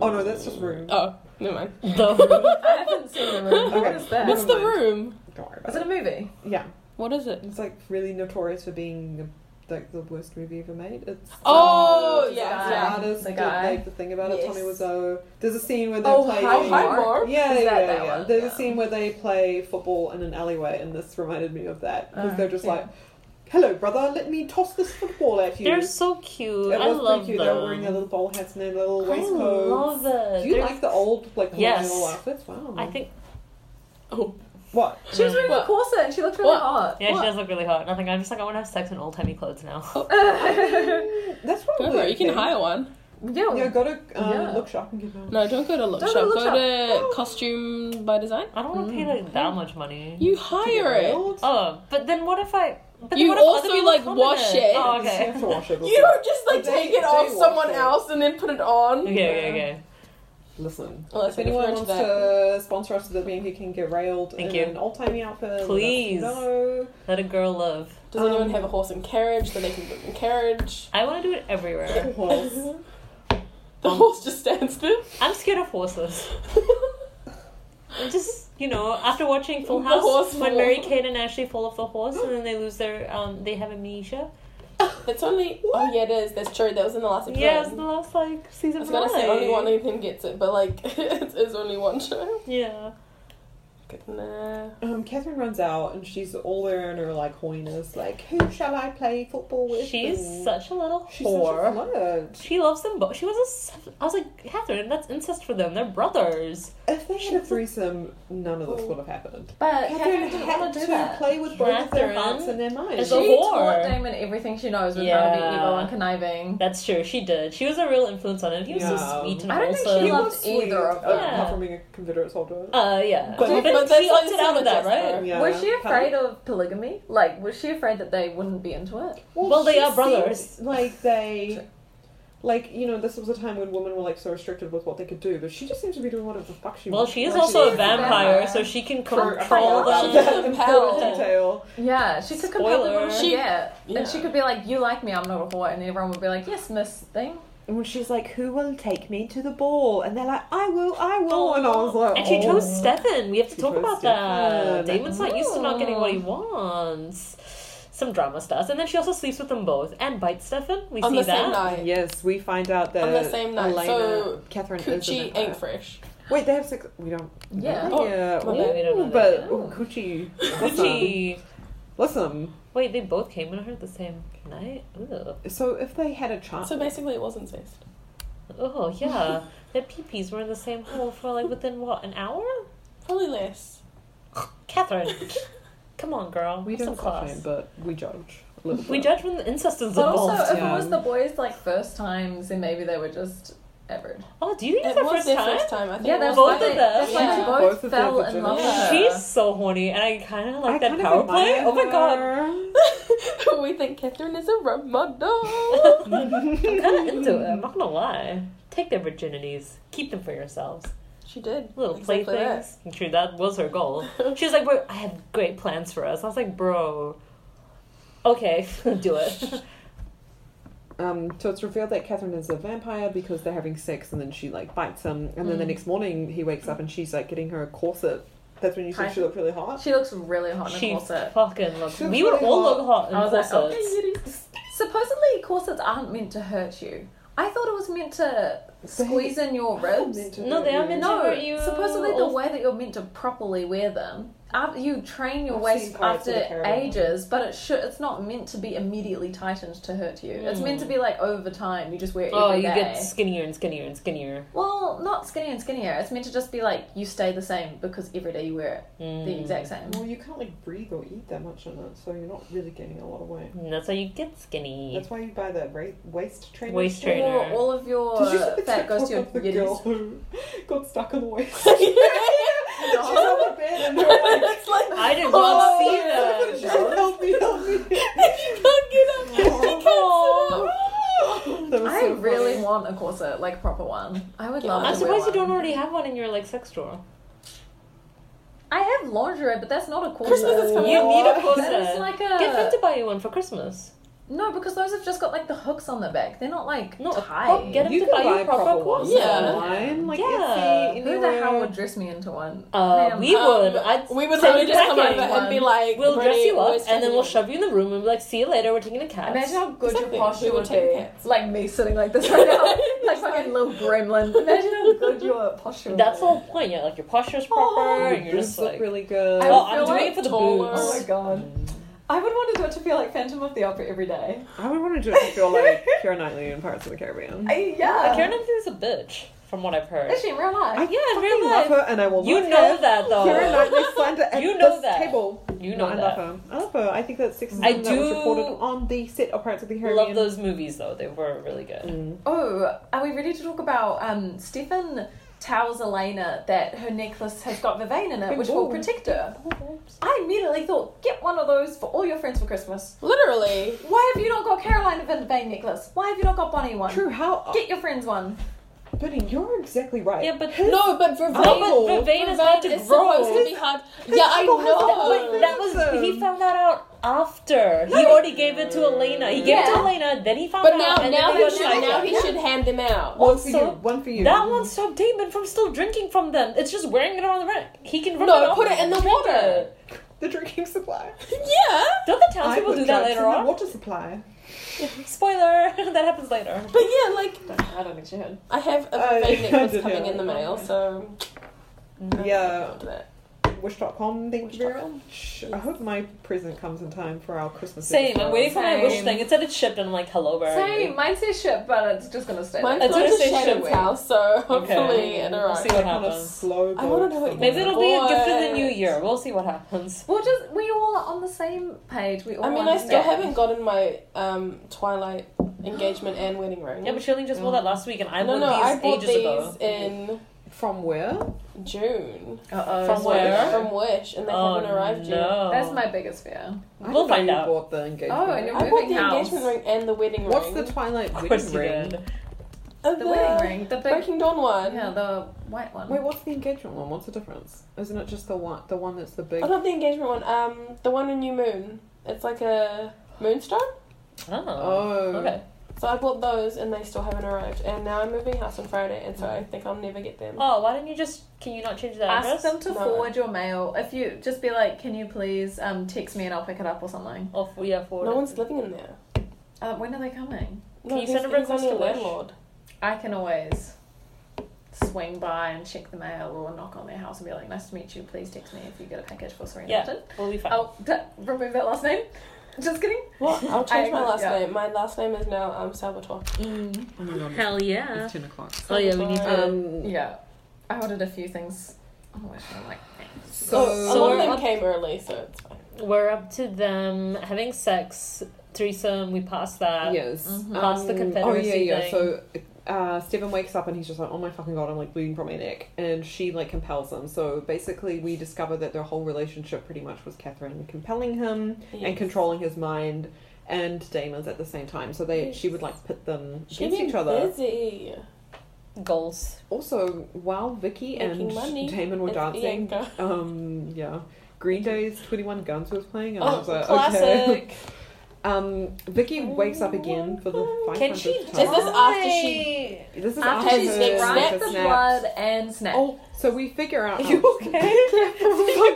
Speaker 1: Oh no, that's just Room.
Speaker 3: Oh, never mind.
Speaker 2: The-
Speaker 4: I haven't seen the room. What
Speaker 1: Okay.
Speaker 4: is that?
Speaker 1: Never
Speaker 3: What's the
Speaker 1: mind.
Speaker 3: room?
Speaker 1: Don't worry
Speaker 4: Is
Speaker 1: about
Speaker 4: it
Speaker 1: it.
Speaker 4: a movie?
Speaker 1: Yeah.
Speaker 3: What is it?
Speaker 1: It's like really notorious for being like the worst movie ever made. It's
Speaker 3: Oh,
Speaker 1: it's
Speaker 3: yeah,
Speaker 1: the
Speaker 3: yeah.
Speaker 1: artist
Speaker 4: The
Speaker 1: that
Speaker 4: guy.
Speaker 1: made the thing about it. Tommy
Speaker 3: Yes.
Speaker 1: Wiseau. There's a scene where they're playing. Yeah,
Speaker 4: Oh, Is
Speaker 1: yeah,
Speaker 4: that
Speaker 1: yeah,
Speaker 4: that
Speaker 1: yeah.
Speaker 4: one?
Speaker 1: There's
Speaker 4: Yeah.
Speaker 1: a scene where they play football in an alleyway, and this reminded me of that because
Speaker 4: Oh,
Speaker 1: they're just
Speaker 4: yeah.
Speaker 1: like, "Hello, brother, let me toss this football at you."
Speaker 2: They're so cute.
Speaker 1: it
Speaker 2: I
Speaker 1: was
Speaker 2: love
Speaker 1: pretty cute. They were wearing their
Speaker 2: them.
Speaker 1: little bowl hats and their little
Speaker 2: I
Speaker 1: waistcoats.
Speaker 2: love it.
Speaker 1: Do you
Speaker 2: They're-
Speaker 1: like the old like
Speaker 2: Yes.
Speaker 1: colonial outfits? Wow.
Speaker 2: I think
Speaker 3: Oh,
Speaker 1: what?
Speaker 4: She was wearing a
Speaker 3: What?
Speaker 4: corset and she looked really
Speaker 3: What?
Speaker 4: hot.
Speaker 2: yeah,
Speaker 3: What?
Speaker 2: she does look really hot. And I think I'm just like I want to have sex in old timey clothes now.
Speaker 1: That's probably.
Speaker 3: go for it. You can
Speaker 1: okay.
Speaker 3: hire one.
Speaker 4: Yeah.
Speaker 1: Yeah, go to um,
Speaker 4: Yeah.
Speaker 1: look shop and get one.
Speaker 3: No, don't go to Look
Speaker 4: Don't
Speaker 3: Shop.
Speaker 4: go to Look
Speaker 3: go
Speaker 4: Shop.
Speaker 1: Oh.
Speaker 3: to Costume by Design.
Speaker 2: I don't want to pay like that much money.
Speaker 3: You
Speaker 1: To get
Speaker 3: hire it.
Speaker 1: oiled.
Speaker 2: oh, but then what if I? But then
Speaker 3: You
Speaker 2: what if other
Speaker 3: also,
Speaker 2: people
Speaker 3: like,
Speaker 2: comment
Speaker 3: wash it.
Speaker 2: Oh,
Speaker 1: You
Speaker 2: okay.
Speaker 1: have to wash it.
Speaker 3: You
Speaker 1: before.
Speaker 3: don't just like
Speaker 1: They-
Speaker 3: take it
Speaker 1: they
Speaker 3: off
Speaker 1: wash
Speaker 3: someone
Speaker 1: it.
Speaker 3: else and then put it on.
Speaker 2: Okay, okay, okay.
Speaker 1: Listen.
Speaker 3: Well, that's
Speaker 1: if anyone
Speaker 3: referring
Speaker 1: wants
Speaker 3: to
Speaker 1: to sponsor us for the being who can get railed
Speaker 2: Thank
Speaker 1: in
Speaker 2: you.
Speaker 1: an old timey outfit, let us
Speaker 2: Please.
Speaker 1: know.
Speaker 2: Let a girl live.
Speaker 3: Does
Speaker 1: Um,
Speaker 3: anyone have a horse and carriage? Then they can put in carriage.
Speaker 2: I want to do it everywhere.
Speaker 1: Horse.
Speaker 3: The
Speaker 2: um,
Speaker 3: horse just stands there.
Speaker 2: I'm scared of horses. I'm Just you know, after watching Full
Speaker 3: The
Speaker 2: House,
Speaker 3: horse
Speaker 2: when
Speaker 3: fall.
Speaker 2: Mary Kate and Ashley fall off the horse and then they lose their um, they have amnesia.
Speaker 3: That's only. Oh yeah, it is. That's true. That was in the last episode.
Speaker 2: Yeah, it's the last like
Speaker 3: I
Speaker 2: season.
Speaker 3: was gonna
Speaker 2: finale.
Speaker 3: say only one of them gets it, but like it is only one show.
Speaker 2: Yeah.
Speaker 3: Goodness.
Speaker 1: Um, Catherine runs out and she's all there in her like horniness, like, who shall I play football with?
Speaker 2: She's
Speaker 1: And
Speaker 2: such a little
Speaker 1: she's such a
Speaker 2: whore.
Speaker 1: flirt.
Speaker 2: She loves them both. She was a. I was like, Catherine, that's incest for them. They're brothers.
Speaker 1: If they had a threesome, none of this would have happened.
Speaker 4: But
Speaker 1: Catherine had to play with both of their
Speaker 2: Catherine
Speaker 1: hearts and their minds.
Speaker 2: is
Speaker 4: She
Speaker 2: a whore.
Speaker 4: taught Damon everything she knows with how to be
Speaker 2: Yeah.
Speaker 4: evil and conniving.
Speaker 2: That's true. She did. She was a real influence on him. He was
Speaker 1: Yeah.
Speaker 2: so sweet and
Speaker 4: I don't think
Speaker 2: wholesome.
Speaker 4: she
Speaker 1: He
Speaker 4: loved
Speaker 1: was sweet,
Speaker 4: either of
Speaker 1: apart
Speaker 2: them.
Speaker 1: from being a Confederate soldier.
Speaker 2: uh, yeah.
Speaker 1: But-
Speaker 2: But,
Speaker 1: But
Speaker 3: that's
Speaker 2: he
Speaker 3: like
Speaker 2: opted out of that,
Speaker 3: synergistic.
Speaker 2: right?
Speaker 1: Yeah.
Speaker 4: Was she
Speaker 1: Huh?
Speaker 4: afraid of polygamy? Like, was she afraid that they wouldn't be into it?
Speaker 2: Well, they
Speaker 1: she
Speaker 2: are brothers.
Speaker 1: seems Like they, like you know, this was a time when women were like so restricted with what they could do, but she just seems to be doing whatever the fuck she
Speaker 2: Well,
Speaker 1: wants.
Speaker 2: she is
Speaker 1: Like,
Speaker 2: also
Speaker 4: is
Speaker 2: a
Speaker 4: a
Speaker 2: vampire,
Speaker 4: vampire.
Speaker 2: so she can
Speaker 1: For-
Speaker 2: control
Speaker 1: for-
Speaker 3: them.
Speaker 1: That
Speaker 3: She's
Speaker 1: important
Speaker 3: compelled.
Speaker 1: detail.
Speaker 4: Yeah, she could compel
Speaker 2: Spoiler.
Speaker 4: everyone to
Speaker 3: She-
Speaker 4: get.
Speaker 3: yeah.
Speaker 4: And she could be like, you like me, I'm not a whore. And everyone would be like, yes, miss thing.
Speaker 1: And when she's like, "Who will take me to the ball?" and they're like, "I will, I will," Oh, and I was like,
Speaker 2: And she
Speaker 1: "Oh."
Speaker 2: chose Stefan. We have to
Speaker 1: She
Speaker 2: talk
Speaker 1: chose
Speaker 2: about
Speaker 1: Stefan.
Speaker 2: that. Damon's not used to not getting what he
Speaker 4: Oh.
Speaker 2: wants. Some drama starts, and then she also sleeps with them both and bites Stefan. We
Speaker 3: On
Speaker 2: see
Speaker 3: the
Speaker 2: that.
Speaker 3: same night.
Speaker 1: Yes, we find out that
Speaker 3: On the same night,
Speaker 1: Elena,
Speaker 3: so
Speaker 1: Catherine is a
Speaker 3: Coochie
Speaker 1: vampire.
Speaker 3: ain't fresh.
Speaker 1: Wait, they have sex. We don't.
Speaker 4: Yeah.
Speaker 3: Oh,
Speaker 1: yeah.
Speaker 3: my bad.
Speaker 2: We don't know
Speaker 1: ooh, but
Speaker 2: that.
Speaker 1: ooh, coochie. Listen.
Speaker 2: Gucci.
Speaker 1: Listen.
Speaker 2: Wait, they both came in her the same night. Ugh.
Speaker 1: So if they had a chance,
Speaker 3: So basically, it wasn't safe.
Speaker 2: Oh yeah, their peepees were in the same hole for like within what an hour?
Speaker 3: Probably less.
Speaker 2: Catherine, come on, girl.
Speaker 1: We
Speaker 2: have some
Speaker 1: don't
Speaker 2: class.
Speaker 1: class. but we judge. a little
Speaker 2: We
Speaker 1: bit.
Speaker 2: judge when the incest is
Speaker 4: But
Speaker 2: involved.
Speaker 4: also, if it
Speaker 1: yeah.
Speaker 4: was the boys' like first times, then maybe they were just average.
Speaker 2: oh, do you think it's
Speaker 3: It
Speaker 2: their
Speaker 3: was
Speaker 2: first
Speaker 3: their
Speaker 2: time?
Speaker 3: first time. I think
Speaker 4: Yeah,
Speaker 3: it
Speaker 4: that's
Speaker 3: was
Speaker 2: both
Speaker 4: why
Speaker 2: of
Speaker 4: they,
Speaker 3: like-
Speaker 2: them.
Speaker 4: That's why they
Speaker 3: Yeah.
Speaker 4: both,
Speaker 1: Both of
Speaker 4: fell
Speaker 1: their
Speaker 4: in love.
Speaker 3: virginity.
Speaker 4: with her.
Speaker 2: She's so horny, and I kind of like that
Speaker 1: kind of
Speaker 2: power play.
Speaker 1: admire
Speaker 2: Oh my god,
Speaker 1: her.
Speaker 3: we think Catherine is a rub model.
Speaker 2: I'm kind of into it. I'm not gonna lie. Take their virginities, keep them for yourselves.
Speaker 3: she did.
Speaker 2: Little
Speaker 3: Exactly that.
Speaker 2: playthings. True, that was her goal. She was like, We're, "I have great plans for us." I was like, "Bro, okay, do it."
Speaker 1: Um, so it's revealed that Catherine is a vampire because they're having sex and then she like bites him and then the
Speaker 2: Mm.
Speaker 1: next morning he wakes up and she's like getting her a corset. That's when you said she looked really hot.
Speaker 4: She looks really hot in a
Speaker 2: she
Speaker 4: corset.
Speaker 2: fucking looked.
Speaker 1: She was
Speaker 2: we would
Speaker 1: really
Speaker 2: all
Speaker 1: hot.
Speaker 2: look hot in
Speaker 4: I was like,
Speaker 2: corsets.
Speaker 4: Supposedly, corsets aren't meant to hurt you. I thought it was meant to squeeze in your ribs.
Speaker 2: No, they are meant to
Speaker 4: No,
Speaker 2: hurt you.
Speaker 4: supposedly the
Speaker 2: all-
Speaker 4: way that you're meant to properly wear them, af- you train your
Speaker 1: I've
Speaker 4: waist
Speaker 1: seen parts
Speaker 4: after
Speaker 1: of the caravan.
Speaker 4: ages, but it should, it's not meant to be immediately tightened to hurt you. It's meant to be like over time. You just wear it every day.
Speaker 2: Oh, you get skinnier and skinnier and skinnier.
Speaker 4: Well, not skinnier and skinnier. It's meant to just be like you stay the same because every day you wear it
Speaker 2: Mm.
Speaker 4: the exact same.
Speaker 1: Well, you can't like breathe or eat that much in it, so you're not really gaining a lot of weight.
Speaker 2: And Mm, that's how you get skinny.
Speaker 1: That's why you buy the ra- waist trainer.
Speaker 2: Waist
Speaker 4: Or
Speaker 2: trainer.
Speaker 4: all of your
Speaker 1: Did you see the
Speaker 4: fat goes to your
Speaker 1: TikTok of the girl
Speaker 4: yiddies.
Speaker 1: who got stuck in the waist? She's on the bed and her like,
Speaker 3: It's like
Speaker 2: I did not
Speaker 3: Oh,
Speaker 2: see that.
Speaker 3: yeah.
Speaker 1: she's like, help me, help me.
Speaker 3: she can't get up. She can't sit
Speaker 4: Oh.
Speaker 2: Aw.
Speaker 3: up.
Speaker 1: That was
Speaker 4: I
Speaker 1: so
Speaker 4: really
Speaker 1: funny.
Speaker 4: want a corset, like a proper one. I would love.
Speaker 2: I'm
Speaker 4: to wear
Speaker 2: surprised you
Speaker 4: one.
Speaker 2: don't already have one in your like sex drawer.
Speaker 4: I have lingerie, but that's not a corset.
Speaker 3: Christmas is coming
Speaker 2: You
Speaker 3: up.
Speaker 2: need a corset.
Speaker 4: That is like a
Speaker 2: Get Finn to buy you one for Christmas.
Speaker 4: no, because those have just got like the hooks on the back. They're not like
Speaker 2: No, a
Speaker 4: tight.
Speaker 2: prop- get a-
Speaker 1: You
Speaker 2: to
Speaker 1: can
Speaker 2: buy you
Speaker 1: buy
Speaker 2: proper
Speaker 1: proper ones
Speaker 3: clothes. Yeah.
Speaker 1: online, like
Speaker 2: Yeah.
Speaker 1: Etsy,
Speaker 4: Who the
Speaker 1: anywhere.
Speaker 4: hell would dress me into one?
Speaker 2: Uh,
Speaker 4: Man,
Speaker 2: we
Speaker 4: um,
Speaker 2: would. I'd
Speaker 3: We would
Speaker 2: send
Speaker 3: literally
Speaker 2: you
Speaker 3: just come
Speaker 2: packing.
Speaker 3: over and be like,
Speaker 2: We'll dress
Speaker 3: "Brittany
Speaker 2: you up,
Speaker 3: always
Speaker 2: and then
Speaker 3: dresses
Speaker 2: we'll
Speaker 3: me
Speaker 2: shove you in the room and be like, "See you later. We're taking a cab."
Speaker 4: Imagine how good
Speaker 3: Exactly.
Speaker 4: your posture
Speaker 3: We would
Speaker 4: would
Speaker 3: take
Speaker 4: be.
Speaker 3: cats.
Speaker 4: Like me sitting like this right now, like fucking little gremlin. Imagine how good your posture. would
Speaker 2: That's
Speaker 4: be.
Speaker 2: the whole point. Yeah, like your posture's
Speaker 4: Oh,
Speaker 2: proper, and you're
Speaker 1: Boobs
Speaker 2: just
Speaker 1: look
Speaker 2: like,
Speaker 1: really good.
Speaker 4: I
Speaker 2: "Oh,
Speaker 4: would
Speaker 2: I'm
Speaker 4: feel
Speaker 2: doing
Speaker 4: like
Speaker 2: it for the
Speaker 3: taller.
Speaker 2: boobs."
Speaker 4: Oh my god. I would want to do it to feel like Phantom of the Opera every day.
Speaker 1: I would want to do it to feel like Kira Knightley in Pirates of the Caribbean. I,
Speaker 4: I,
Speaker 2: But
Speaker 4: yeah.
Speaker 2: Karen is a bitch, from what I've heard.
Speaker 4: Is she in real life?
Speaker 2: Yeah, in
Speaker 1: fucking
Speaker 2: real
Speaker 1: love
Speaker 2: life.
Speaker 1: her, and I will.
Speaker 2: You
Speaker 1: love
Speaker 2: know
Speaker 1: her.
Speaker 2: that though.
Speaker 1: Kira Knightley slander at
Speaker 2: You know
Speaker 1: this
Speaker 2: that.
Speaker 1: table.
Speaker 2: You know
Speaker 1: No, I
Speaker 2: that.
Speaker 1: love her. I love her. I think that sexism
Speaker 2: I
Speaker 1: that was
Speaker 2: do-
Speaker 1: reported on the set of Pirates of the Caribbean.
Speaker 2: Love those movies though. They were really good.
Speaker 1: Mm.
Speaker 4: Oh, are we ready to talk about um, Stefan tells Elena that her necklace has got vervain in it,
Speaker 1: Big
Speaker 4: which will
Speaker 1: balls.
Speaker 4: protect her? I immediately thought, get one of those for all your friends for Christmas.
Speaker 3: Literally.
Speaker 4: Why have you not got Carolina vervain necklace? Why have you not got Bonnie one?
Speaker 1: True. How?
Speaker 4: Get your friends one.
Speaker 1: Buddy, you're exactly right.
Speaker 2: Yeah, but
Speaker 3: No, but vervain.
Speaker 2: No, Oh, but vervain is hard to
Speaker 3: Vervain is
Speaker 2: grow.
Speaker 3: supposed to be hard. Yeah, I
Speaker 1: people have
Speaker 3: know.
Speaker 1: that
Speaker 2: But that was he found that out after. He already gave it to Elena. He gave it to
Speaker 4: Yeah.
Speaker 2: Elena, then he found
Speaker 3: But
Speaker 2: out.
Speaker 3: now,
Speaker 2: and
Speaker 3: now
Speaker 2: then
Speaker 3: he
Speaker 2: got
Speaker 3: should
Speaker 2: shot.
Speaker 3: now he should hand them out.
Speaker 1: one for you.
Speaker 2: also,
Speaker 1: One for you.
Speaker 2: That won't stop Damon from still drinking from them. It's just wearing it on the rack. He can rip it
Speaker 3: No,
Speaker 2: off
Speaker 3: put it in
Speaker 2: and
Speaker 3: the
Speaker 2: drink
Speaker 3: water.
Speaker 2: it.
Speaker 1: The drinking supply.
Speaker 3: Yeah,
Speaker 2: Don't the
Speaker 1: I
Speaker 2: townspeople
Speaker 1: put
Speaker 2: do that
Speaker 1: drugs
Speaker 2: later
Speaker 1: in the
Speaker 2: on?
Speaker 1: water supply.
Speaker 2: Spoiler, that happens later.
Speaker 3: but yeah, like
Speaker 4: I don't think she had.
Speaker 3: I have a
Speaker 2: Oh,
Speaker 1: I-
Speaker 3: vervain
Speaker 1: I
Speaker 3: necklace
Speaker 1: did
Speaker 3: coming
Speaker 1: hear
Speaker 3: in the
Speaker 1: that.
Speaker 3: mail, so
Speaker 1: Yeah.
Speaker 3: that.
Speaker 1: Wish.com. Thank you very
Speaker 3: Wish.com.
Speaker 1: much. I hope my present comes in time for our Christmas.
Speaker 2: Same.
Speaker 1: episode.
Speaker 2: I'm waiting for my wish
Speaker 4: Same.
Speaker 2: thing. It said it's shipped, and I'm like, hello, where are you?
Speaker 4: Same. Mine says ship, but it's just gonna stay.
Speaker 3: Mine's
Speaker 4: there.
Speaker 2: It's
Speaker 3: going
Speaker 2: gonna
Speaker 3: to
Speaker 2: say
Speaker 3: Shannon's
Speaker 2: Shadowway.
Speaker 3: house, so hopefully
Speaker 2: Okay.
Speaker 3: it
Speaker 2: We'll see what
Speaker 3: arrives.
Speaker 1: Kind of
Speaker 2: happens.
Speaker 1: slow.
Speaker 3: I wanna
Speaker 1: boat
Speaker 3: know what you-
Speaker 1: somewhere.
Speaker 2: Maybe it'll be a gift for the new
Speaker 3: Boys.
Speaker 2: year. We'll see what happens.
Speaker 4: We'll just we all are on the same page. We all.
Speaker 3: I mean, I
Speaker 4: understand.
Speaker 3: still haven't gotten my um, Twilight engagement and wedding ring.
Speaker 2: Yeah, but she only just wore that last week, and I
Speaker 3: no,
Speaker 2: bought
Speaker 3: no,
Speaker 2: these
Speaker 3: I bought
Speaker 2: ages
Speaker 3: these
Speaker 2: ago.
Speaker 3: in
Speaker 1: From where?
Speaker 3: June.
Speaker 4: Uh-oh,
Speaker 2: From
Speaker 4: so-
Speaker 2: where?
Speaker 3: From Wish, and they
Speaker 2: oh
Speaker 3: haven't arrived yet.
Speaker 2: no,
Speaker 4: That's my biggest
Speaker 1: I
Speaker 4: fear.
Speaker 1: didn't know
Speaker 2: We'll find
Speaker 1: you
Speaker 2: out.
Speaker 1: Bought the engagement.
Speaker 4: Oh, and
Speaker 1: ring.
Speaker 4: you're
Speaker 3: I bought the
Speaker 4: Moving house.
Speaker 3: engagement ring and the wedding
Speaker 1: What's
Speaker 3: ring.
Speaker 1: the Twilight
Speaker 2: Of
Speaker 1: wedding
Speaker 2: course you
Speaker 1: ring?
Speaker 2: did.
Speaker 3: Uh,
Speaker 4: The wedding ring, the big,
Speaker 3: Breaking Dawn one.
Speaker 4: yeah, the white one.
Speaker 1: Wait, what's the engagement one? What's the difference? Isn't it just the one? The one that's the big.
Speaker 3: Oh, not the engagement one. Um, the one in New Moon. It's like a moonstone.
Speaker 2: Oh,
Speaker 1: Oh.
Speaker 2: okay.
Speaker 3: So I bought those, and they still haven't arrived. And now I'm moving house on Friday, and so I think I'll never get them.
Speaker 2: Oh, why don't you just? Can you not change the
Speaker 4: Ask
Speaker 2: address?
Speaker 4: them to
Speaker 3: No.
Speaker 4: forward your mail. If you just be like, can you please um, text me and I'll pick it up or something.
Speaker 2: Or f- yeah, forward.
Speaker 3: no
Speaker 2: it.
Speaker 3: one's living in there.
Speaker 4: Uh, when are they coming?
Speaker 3: No,
Speaker 2: Can you
Speaker 3: he's-
Speaker 2: send a
Speaker 3: he's
Speaker 2: request
Speaker 3: only
Speaker 2: to Wish?
Speaker 3: landlord.
Speaker 4: I can always swing by and check the mail or knock on their house and be like, nice to meet you. Please text me if you get a package for Serena.
Speaker 2: Yeah.
Speaker 4: Upton."
Speaker 2: We'll be fine.
Speaker 4: I'll d- remove that last name. Just kidding.
Speaker 3: What? I'll change my
Speaker 4: agree,
Speaker 3: last
Speaker 4: yeah.
Speaker 3: name. My last name is now um Salvatore.
Speaker 1: Oh my god.
Speaker 2: Hell yeah.
Speaker 1: It's ten o'clock.
Speaker 2: Oh yeah, we need to.
Speaker 1: Um.
Speaker 4: Yeah. I ordered a few things Oh, actually, I'm like, thanks.
Speaker 2: So,
Speaker 3: a lot of them came early, so it's fine.
Speaker 2: we're up to them having sex, threesome. We passed that.
Speaker 1: Yes.
Speaker 3: Mm-hmm.
Speaker 4: Mhm.
Speaker 2: Past the
Speaker 1: Oh yeah,
Speaker 2: Confederacy
Speaker 1: yeah.
Speaker 2: thing.
Speaker 1: So uh, Stephen wakes up and he's just like, "Oh my fucking god, I'm like bleeding from my neck," and she like compels him. So basically, we discover that their whole relationship pretty much was Catherine compelling him and controlling his mind. And Damon's at the same time, so they she would like pit them
Speaker 3: She
Speaker 1: against
Speaker 3: been
Speaker 1: each other.
Speaker 3: busy
Speaker 2: Goals.
Speaker 1: Also, while Vicky
Speaker 3: making
Speaker 1: and
Speaker 3: money.
Speaker 1: Damon were
Speaker 3: It's
Speaker 1: dancing,
Speaker 3: Bianca.
Speaker 1: um, yeah, Green Day's Twenty One Guns was playing, and I
Speaker 3: Oh,
Speaker 1: was like,
Speaker 3: classic.
Speaker 1: okay. Um, Vicky wakes up again for the five
Speaker 2: Can she?
Speaker 3: Is this after
Speaker 2: she?
Speaker 1: This is
Speaker 4: After
Speaker 1: after,
Speaker 3: she's
Speaker 1: her-
Speaker 3: been
Speaker 1: her
Speaker 4: Right
Speaker 3: Snapped.
Speaker 4: the
Speaker 1: snaps.
Speaker 4: blood and snap.
Speaker 1: Oh, so we figure out.
Speaker 2: Are you
Speaker 1: okay?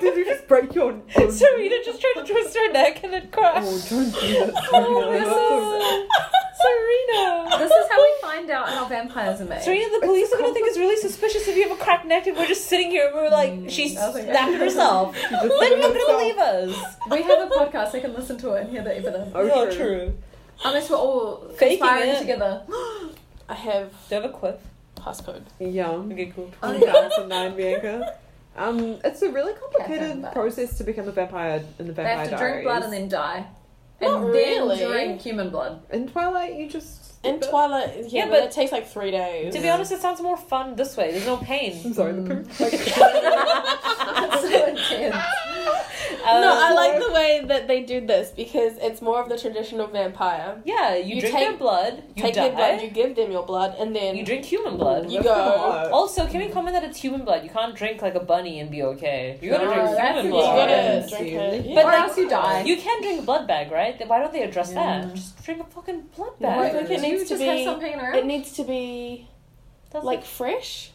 Speaker 1: Did you just break your? Oh,
Speaker 2: Serena just tried to twist her neck and it crashed.
Speaker 1: Oh, don't do that.
Speaker 4: Oh,
Speaker 1: Serena.
Speaker 4: this
Speaker 1: That's so-
Speaker 2: Serena.
Speaker 4: This is how we find out how vampires are made.
Speaker 2: Serena, the police are gonna think it's really suspicious if you have a cracked neck and we're just sitting here and we're like, she
Speaker 4: that was a-
Speaker 2: snapped herself.
Speaker 1: Mm. she just
Speaker 2: They're
Speaker 1: did it
Speaker 2: not gonna
Speaker 1: herself.
Speaker 2: believe us.
Speaker 4: We have a podcast. They can listen to it and hear the evidence.
Speaker 1: Oh,
Speaker 2: Not
Speaker 1: true.
Speaker 4: Unless we're all
Speaker 2: Faking
Speaker 4: conspiring
Speaker 2: it.
Speaker 4: together.
Speaker 3: I have
Speaker 2: Do you have a quip?
Speaker 3: passcode.
Speaker 1: Yeah.
Speaker 2: Okay, cool.
Speaker 4: Oh,
Speaker 1: Two
Speaker 4: yeah.
Speaker 1: thousand nine, Bianca. Um, it's a really complicated
Speaker 4: Vampires.
Speaker 1: process to become a vampire in the
Speaker 4: They
Speaker 1: vampire
Speaker 4: have to
Speaker 1: diaries.
Speaker 4: drink blood and then die. And
Speaker 3: Not
Speaker 4: then
Speaker 3: really.
Speaker 4: drink human blood.
Speaker 1: In Twilight, you just.
Speaker 3: In Twilight, yeah,
Speaker 2: Yeah,
Speaker 3: but,
Speaker 2: but-
Speaker 3: it takes like three days.
Speaker 2: To be honest, it sounds more fun this way. There's no pain.
Speaker 1: I'm sorry, the poop.
Speaker 4: It's so intense.
Speaker 3: no, I like the way that they do this because it's more of the traditional vampire.
Speaker 2: Yeah, you,
Speaker 3: You
Speaker 2: drink
Speaker 3: take-
Speaker 2: their blood, you
Speaker 3: Take
Speaker 2: die,
Speaker 3: their blood, you give them your blood, and then
Speaker 2: you drink human blood.
Speaker 3: You
Speaker 1: That's
Speaker 3: go.
Speaker 1: a lot.
Speaker 2: Also, can we comment that it's human blood? You can't drink like a bunny and be okay. You gotta
Speaker 4: No,
Speaker 2: drink
Speaker 4: that's
Speaker 2: human
Speaker 3: you
Speaker 4: a
Speaker 2: blood.
Speaker 3: gotta
Speaker 1: Yes.
Speaker 3: drink it.
Speaker 2: But
Speaker 4: or
Speaker 2: like-
Speaker 4: else you die.
Speaker 2: You can drink blood bag, right? Why don't they address
Speaker 1: Yeah.
Speaker 2: that? Just drink a fucking blood
Speaker 3: Well, I
Speaker 2: bag.
Speaker 3: think it
Speaker 4: you
Speaker 3: needs to
Speaker 4: just have
Speaker 3: be-
Speaker 4: something around.
Speaker 3: it needs to be
Speaker 2: That's
Speaker 3: like fresh.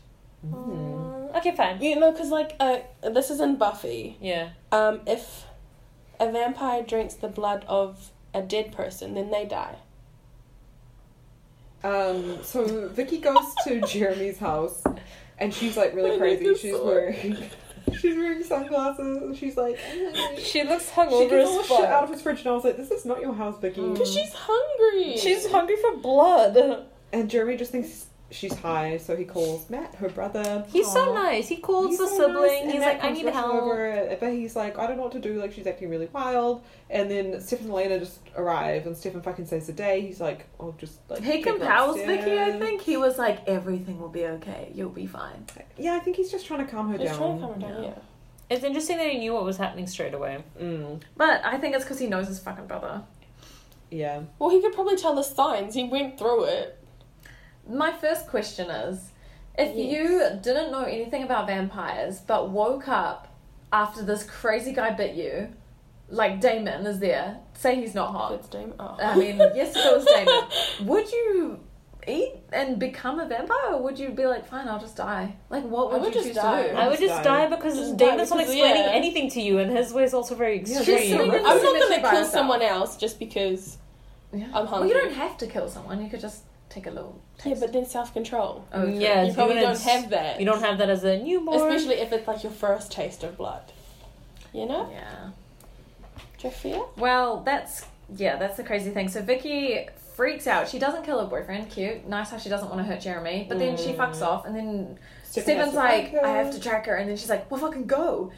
Speaker 1: Mm.
Speaker 2: like- okay, fine.
Speaker 3: You know, because like uh, this is in Buffy.
Speaker 2: Yeah.
Speaker 3: Um, if a vampire drinks the blood of a dead person, then they die.
Speaker 1: Um, so Vicky goes to Jeremy's house, and she's like really
Speaker 3: My
Speaker 1: crazy.
Speaker 3: neck is
Speaker 1: She's
Speaker 3: sore.
Speaker 1: wearing, she's wearing sunglasses. She's like, I'm hungry.
Speaker 2: She looks
Speaker 1: she
Speaker 2: hungover
Speaker 1: gets all the
Speaker 2: as
Speaker 1: shit out
Speaker 2: fuck.
Speaker 1: of his fridge, and I was like, this is not your house, Vicky.
Speaker 3: Because she's hungry.
Speaker 2: She's hungry for blood.
Speaker 1: And Jeremy just thinks she's high, so he calls Matt, her brother.
Speaker 2: He's so nice. He calls
Speaker 1: He's
Speaker 2: the
Speaker 1: so nice,
Speaker 2: sibling.
Speaker 1: and
Speaker 2: He's
Speaker 1: Matt
Speaker 2: like, I
Speaker 1: comes
Speaker 2: need
Speaker 1: rushing
Speaker 2: help.
Speaker 1: Over, but he's like, I don't know what to do. Like, she's acting really wild. And then Stefan and Elena just arrive, and Stefan fucking saves the day. He's like, I'll just like.
Speaker 4: He
Speaker 1: take her
Speaker 4: compels Vicky, I
Speaker 1: upstairs.
Speaker 4: think. He was like, everything will be okay. You'll be fine.
Speaker 1: Yeah, I think he's just trying to calm her
Speaker 3: She's trying
Speaker 1: down.
Speaker 3: to calm her down.
Speaker 4: Yeah.
Speaker 3: Yeah.
Speaker 2: It's interesting that he knew what was happening straight away.
Speaker 1: Mm,
Speaker 4: But I think it's because he knows his fucking brother.
Speaker 1: yeah.
Speaker 3: Well, he could probably tell the signs. He went through it.
Speaker 4: My first question is if
Speaker 3: Yes.
Speaker 4: you didn't know anything about vampires but woke up after this crazy guy bit you, like Damon is there, say he's not
Speaker 3: Oh,
Speaker 4: hot.
Speaker 3: it's Damon. Oh.
Speaker 4: I mean, yes, if it was Damon. Would you eat and become a vampire or would you be like, fine, I'll just die? Like, what
Speaker 3: I
Speaker 4: would,
Speaker 3: would
Speaker 4: you
Speaker 3: just
Speaker 4: choose
Speaker 3: die.
Speaker 4: to do?
Speaker 2: I would just
Speaker 1: Just
Speaker 2: die
Speaker 1: die.
Speaker 2: because
Speaker 3: Just die
Speaker 2: Damon's not
Speaker 3: because,
Speaker 2: explaining
Speaker 3: yeah.
Speaker 2: anything to you, and his way is also very
Speaker 1: Yeah,
Speaker 2: extreme.
Speaker 4: sitting there-
Speaker 3: I'm not
Speaker 4: Cemetery
Speaker 3: gonna
Speaker 4: by
Speaker 3: kill
Speaker 4: herself.
Speaker 3: someone else just because.
Speaker 4: Yeah.
Speaker 3: I'm
Speaker 4: Well, you
Speaker 3: hungry.
Speaker 4: don't have to kill someone, you could just take a little.
Speaker 3: Yeah,
Speaker 4: Taste.
Speaker 3: but then self control.
Speaker 4: Oh, true.
Speaker 2: Yeah,
Speaker 3: You
Speaker 2: if
Speaker 3: probably
Speaker 2: you're gonna
Speaker 3: don't have that.
Speaker 2: You don't have that as a newborn.
Speaker 3: Especially if it's like your first taste of blood. You know?
Speaker 4: Yeah.
Speaker 3: Do you feel?
Speaker 4: Well, that's yeah, that's the crazy thing. So Vicky freaks out. She doesn't kill her boyfriend. Cute, nice how she doesn't want to hurt Jeremy. But then she
Speaker 3: Mm.
Speaker 4: fucks off, and then
Speaker 1: has
Speaker 4: Steven's
Speaker 1: to
Speaker 4: like,
Speaker 1: find her.
Speaker 4: I have to track her, and then she's like, Well, fucking go.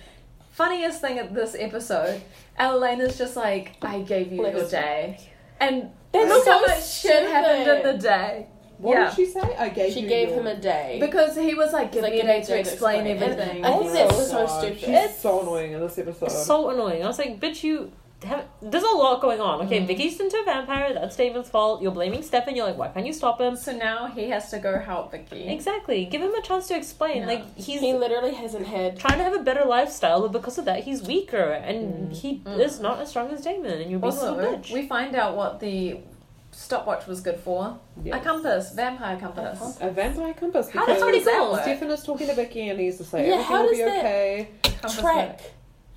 Speaker 4: Funniest thing of this episode, Elena's just like, I gave you your
Speaker 3: Bless
Speaker 4: day, and
Speaker 3: That's
Speaker 4: look how
Speaker 3: so
Speaker 4: much shit happened in
Speaker 3: stupid.
Speaker 4: the day.
Speaker 1: What
Speaker 4: Yeah.
Speaker 1: did she say? I gave
Speaker 3: She
Speaker 1: you
Speaker 3: gave
Speaker 1: your-
Speaker 3: him a day.
Speaker 4: Because he was like, Give
Speaker 3: like,
Speaker 4: me a
Speaker 3: give me
Speaker 4: day to explain everything.
Speaker 3: I think
Speaker 2: Oh
Speaker 3: that's
Speaker 1: my
Speaker 3: so
Speaker 1: God,
Speaker 3: stupid.
Speaker 1: She's so annoying in this episode.
Speaker 2: It's so annoying. I was like, bitch, you. Have, there's a lot going on. Okay, Vicky's into a vampire. That's Damon's fault. You're blaming Stefan. You're like, why can't you stop him?
Speaker 4: so now he has to go help Vicky.
Speaker 2: Exactly. Give him a chance to explain.
Speaker 4: Yeah.
Speaker 2: Like he's
Speaker 3: he literally hasn't had.
Speaker 2: trying to have a better lifestyle, but because of that, he's weaker and he is not as strong as Damon. And you're being a little
Speaker 4: Also, uh,
Speaker 2: bitch.
Speaker 4: we find out what the stopwatch was good for.
Speaker 1: Yes.
Speaker 4: A compass, vampire compass.
Speaker 1: A vampire compass.
Speaker 4: How does
Speaker 1: because
Speaker 4: that work?
Speaker 1: Stefan is talking to Vicky and he's just like,
Speaker 3: Yeah,
Speaker 1: everything
Speaker 3: how
Speaker 1: will be
Speaker 3: does that-
Speaker 1: okay.
Speaker 4: Compass
Speaker 3: Track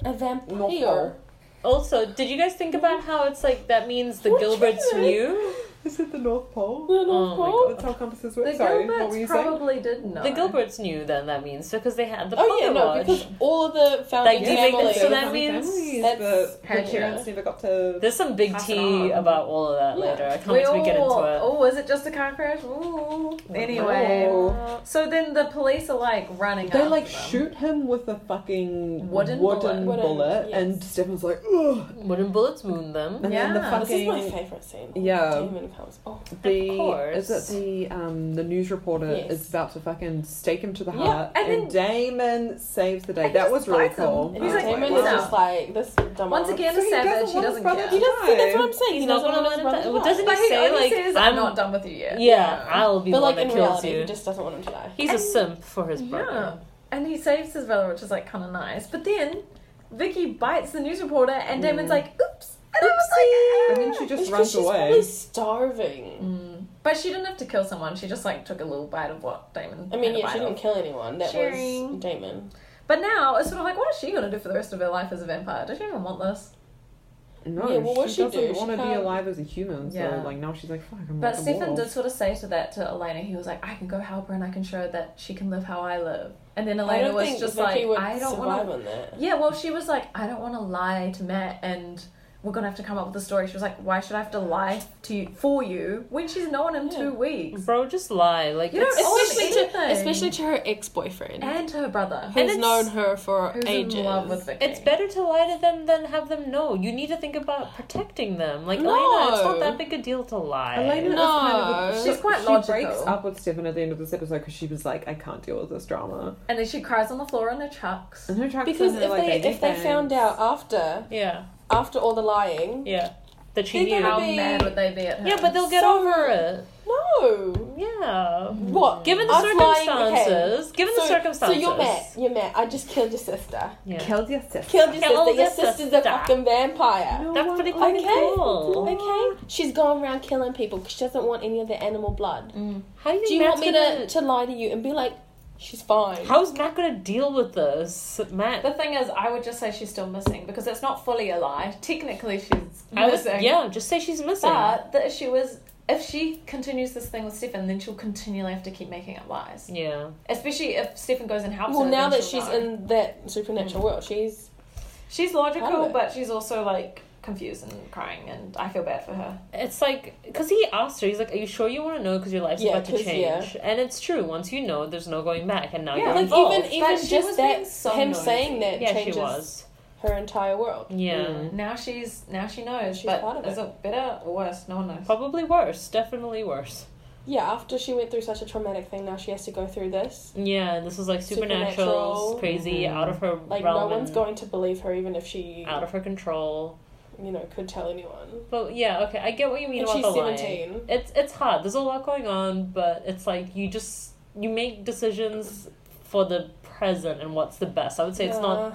Speaker 4: work.
Speaker 3: a vampire.
Speaker 1: North Pole.
Speaker 2: Also, did you guys think about how it's like that means the
Speaker 3: What
Speaker 2: Gilberts
Speaker 3: is it?
Speaker 2: knew
Speaker 1: Is it the North Pole?
Speaker 3: Little
Speaker 2: Oh my
Speaker 3: Paul.
Speaker 1: That's how compasses
Speaker 4: The
Speaker 1: work. Sorry, what were you saying?
Speaker 4: Gilberts probably did know.
Speaker 2: The Gilberts knew that that means because they had the
Speaker 3: Oh yeah,
Speaker 2: pocket
Speaker 3: no,
Speaker 2: watch.
Speaker 3: because all of the
Speaker 2: Like,
Speaker 3: founding
Speaker 2: do you make
Speaker 3: families.
Speaker 2: it so
Speaker 1: Family
Speaker 2: that means
Speaker 1: families,
Speaker 3: That's
Speaker 1: but
Speaker 4: Hannah.
Speaker 1: her parents never got to.
Speaker 2: there's some big
Speaker 4: Pass it
Speaker 2: tea
Speaker 4: on.
Speaker 2: about all of that
Speaker 3: Yeah.
Speaker 2: later. I can't
Speaker 4: We
Speaker 2: wait till we get into it.
Speaker 4: all- Oh, is it just a car crash? Ooh. Anyway.
Speaker 1: Oh.
Speaker 4: So then the police are like running
Speaker 1: They
Speaker 4: after
Speaker 1: like
Speaker 4: them.
Speaker 1: shoot him with a fucking
Speaker 4: Wooden
Speaker 1: wooden,
Speaker 4: bullet.
Speaker 1: bullet,
Speaker 3: Wooden, yes.
Speaker 1: and Stefan's like, ugh.
Speaker 2: Wouldn't bullets wound them?
Speaker 1: And then the
Speaker 4: Yeah.
Speaker 3: This
Speaker 1: fucking
Speaker 3: is my favorite scene.
Speaker 1: Yeah.
Speaker 3: Damon comes. Oh,
Speaker 1: the is
Speaker 2: course.
Speaker 1: it the um the news reporter
Speaker 3: Yes.
Speaker 1: is about to fucking stake him to the
Speaker 3: Yeah,
Speaker 1: heart,
Speaker 4: and then-
Speaker 1: Damon saves the day.
Speaker 4: And
Speaker 1: That
Speaker 4: just
Speaker 1: was really
Speaker 4: bites him.
Speaker 1: cool.
Speaker 3: and
Speaker 4: He's like,
Speaker 3: Damon
Speaker 4: wow.
Speaker 3: is just like this dumb.
Speaker 4: Once
Speaker 3: ass.
Speaker 4: again,
Speaker 1: So
Speaker 4: a
Speaker 1: he
Speaker 4: savage.
Speaker 1: doesn't
Speaker 4: He
Speaker 1: want his
Speaker 4: doesn't
Speaker 1: brother
Speaker 4: care.
Speaker 1: to
Speaker 3: He doesn't. See, that's what I'm
Speaker 2: He's
Speaker 3: saying. He
Speaker 2: not
Speaker 3: doesn't
Speaker 2: gonna
Speaker 3: want his
Speaker 2: let it
Speaker 3: brother
Speaker 2: die.
Speaker 3: to
Speaker 2: It
Speaker 3: die.
Speaker 2: doesn't-
Speaker 4: But he
Speaker 2: Say,
Speaker 4: only
Speaker 2: like,
Speaker 4: says,
Speaker 2: I'm-
Speaker 4: I'm not done with you yet.
Speaker 2: Yeah, I'll be
Speaker 3: But
Speaker 2: the
Speaker 3: like
Speaker 2: one
Speaker 3: in
Speaker 2: that kills
Speaker 3: reality, he
Speaker 2: you.
Speaker 3: just doesn't want him to die.
Speaker 2: He's a
Speaker 4: And-
Speaker 2: simp for his
Speaker 4: Yeah.
Speaker 2: brother.
Speaker 4: And he saves his brother, which is like kind of nice. But then Vicky bites the news reporter, and Damon's like, oops. And I was
Speaker 1: And
Speaker 4: like,
Speaker 1: then
Speaker 4: "Ah."
Speaker 1: she just
Speaker 3: It's 'cause
Speaker 1: runs
Speaker 3: she's
Speaker 1: away.
Speaker 3: probably starving.
Speaker 4: Mm. But she didn't have to kill someone. She just like took a little bite of what Damon.
Speaker 3: I mean,
Speaker 4: had a
Speaker 3: yeah, she
Speaker 4: bite of.
Speaker 3: didn't kill anyone. That
Speaker 4: Sharing.
Speaker 3: was Damon.
Speaker 4: But now it's sort of like, what is she gonna do for the rest of her life as a vampire? Does she even want this?
Speaker 1: No,
Speaker 3: Yeah, well, what
Speaker 1: she,
Speaker 3: she
Speaker 1: doesn't
Speaker 3: do? She
Speaker 1: want to be
Speaker 3: can't-
Speaker 1: alive as a human. So
Speaker 4: Yeah.
Speaker 1: like now she's like, fuck, I'm
Speaker 4: But
Speaker 1: like a
Speaker 4: Stefan
Speaker 1: wolf.
Speaker 4: did sort of say to that to Elena, he was like, I can go help her and I can show her that she can live how I live. And then
Speaker 3: I
Speaker 4: Elena
Speaker 3: don't
Speaker 4: was
Speaker 3: think
Speaker 4: just
Speaker 3: Vicky
Speaker 4: like,
Speaker 3: would
Speaker 4: I don't
Speaker 3: survive
Speaker 4: want
Speaker 3: on that.
Speaker 4: to. Yeah, well, she was like, I don't want to lie to Matt and we're going to have to come up with a story. She was like, why should I have to lie to you for you when she's known him
Speaker 3: Yeah.
Speaker 4: two weeks?
Speaker 2: Bro, just lie. Like
Speaker 4: You don't
Speaker 2: oh, it's-
Speaker 4: own
Speaker 3: especially to
Speaker 4: anything.
Speaker 3: especially to her ex boyfriend,
Speaker 4: And her brother.
Speaker 3: who's
Speaker 2: it's-
Speaker 3: known her for
Speaker 4: Who's
Speaker 3: ages.
Speaker 4: in love with Vicky.
Speaker 2: It's better to lie to them than have them know. You need to think about protecting them. Like
Speaker 3: No.
Speaker 2: Elena, it's not that big a deal to lie.
Speaker 1: Elena
Speaker 3: No.
Speaker 1: is kind of a,
Speaker 4: She's quite
Speaker 1: she
Speaker 4: logical.
Speaker 1: breaks up with Stefan at the end of this episode because she was like, I can't deal with this drama.
Speaker 4: And then she cries on the floor in her chucks.
Speaker 1: And her tracks
Speaker 3: Because
Speaker 1: are
Speaker 3: if
Speaker 1: like,
Speaker 3: they if they
Speaker 1: thanks.
Speaker 3: found out after
Speaker 2: Yeah,
Speaker 3: after all the lying,
Speaker 2: yeah. That she
Speaker 3: They're
Speaker 2: knew.
Speaker 3: gonna
Speaker 4: How
Speaker 3: be-
Speaker 4: mad would they be at her?
Speaker 2: Yeah, but they'll get
Speaker 3: So-
Speaker 2: over it.
Speaker 3: no.
Speaker 2: Yeah.
Speaker 3: What?
Speaker 2: Given the
Speaker 3: Us lying, okay.
Speaker 2: circumstances. Given the circumstances.
Speaker 3: So you're mad. You're mad. I just killed your sister.
Speaker 2: Yeah.
Speaker 1: killed your sister.
Speaker 3: Killed your
Speaker 2: Killed
Speaker 3: sister. Your
Speaker 2: your
Speaker 3: sister's a
Speaker 2: sister.
Speaker 3: fucking vampire.
Speaker 1: No
Speaker 2: That's
Speaker 1: one-
Speaker 2: pretty
Speaker 1: I
Speaker 2: fucking
Speaker 3: Okay.
Speaker 2: cool.
Speaker 3: Okay, she's going around killing people because she doesn't want any of the animal blood.
Speaker 2: How do you,
Speaker 3: Do you
Speaker 2: Matt's
Speaker 3: want me
Speaker 2: gonna,
Speaker 3: to, to lie to you and be like, she's fine?
Speaker 2: How's Matt gonna deal with this, Matt?
Speaker 4: The thing is, I would just say she's still missing because it's not fully a lie. Technically, she's
Speaker 2: I was,
Speaker 4: missing.
Speaker 2: yeah, just say she's missing.
Speaker 4: But the issue is, if she continues this thing with Stefan, then she'll continually have to keep making up lies.
Speaker 2: yeah,
Speaker 4: Especially if Stefan goes and helps
Speaker 3: Well,
Speaker 4: her.
Speaker 3: now
Speaker 4: then
Speaker 3: that
Speaker 4: she'll
Speaker 3: she's
Speaker 4: know.
Speaker 3: in that supernatural world, she's
Speaker 4: she's
Speaker 3: Out
Speaker 4: logical,
Speaker 3: of it.
Speaker 4: but she's also like confused and crying, and I feel bad for her.
Speaker 2: it's like because he asked her. He's like, "Are you sure you want to know? Because your life's
Speaker 3: Yeah,
Speaker 2: about to
Speaker 3: 'cause, yeah.
Speaker 2: change." And it's true. Once you know, there's no going back. And now
Speaker 4: Yeah,
Speaker 2: you're
Speaker 3: like
Speaker 2: involved.
Speaker 3: even even
Speaker 4: she was
Speaker 3: just
Speaker 4: being
Speaker 3: that
Speaker 4: so
Speaker 3: him
Speaker 4: nosy.
Speaker 3: saying that
Speaker 2: yeah,
Speaker 3: changes
Speaker 2: she was.
Speaker 3: her entire world.
Speaker 2: Yeah,
Speaker 1: Mm.
Speaker 4: Now she's now she knows,
Speaker 3: She's
Speaker 4: but
Speaker 3: part of
Speaker 4: is
Speaker 3: it.
Speaker 4: it better or worse? No one knows.
Speaker 2: probably worse. Definitely worse.
Speaker 3: Yeah, after she went through such a traumatic thing, now she has to go through this.
Speaker 2: Yeah, and this was like supernatural,
Speaker 3: Supernatural.
Speaker 2: crazy,
Speaker 1: Mhm.
Speaker 2: out of her
Speaker 3: Like
Speaker 2: realm,
Speaker 3: no one's
Speaker 2: and
Speaker 3: going to believe her, even if she,
Speaker 2: out of her control.
Speaker 3: you know, could tell anyone.
Speaker 2: But yeah, okay, I get what you mean
Speaker 3: and
Speaker 2: about
Speaker 3: she's
Speaker 2: the lying.
Speaker 3: seventeen.
Speaker 2: it's it's hard. There's a lot going on, but it's like you just you make decisions for the present and what's the best. I would say it's not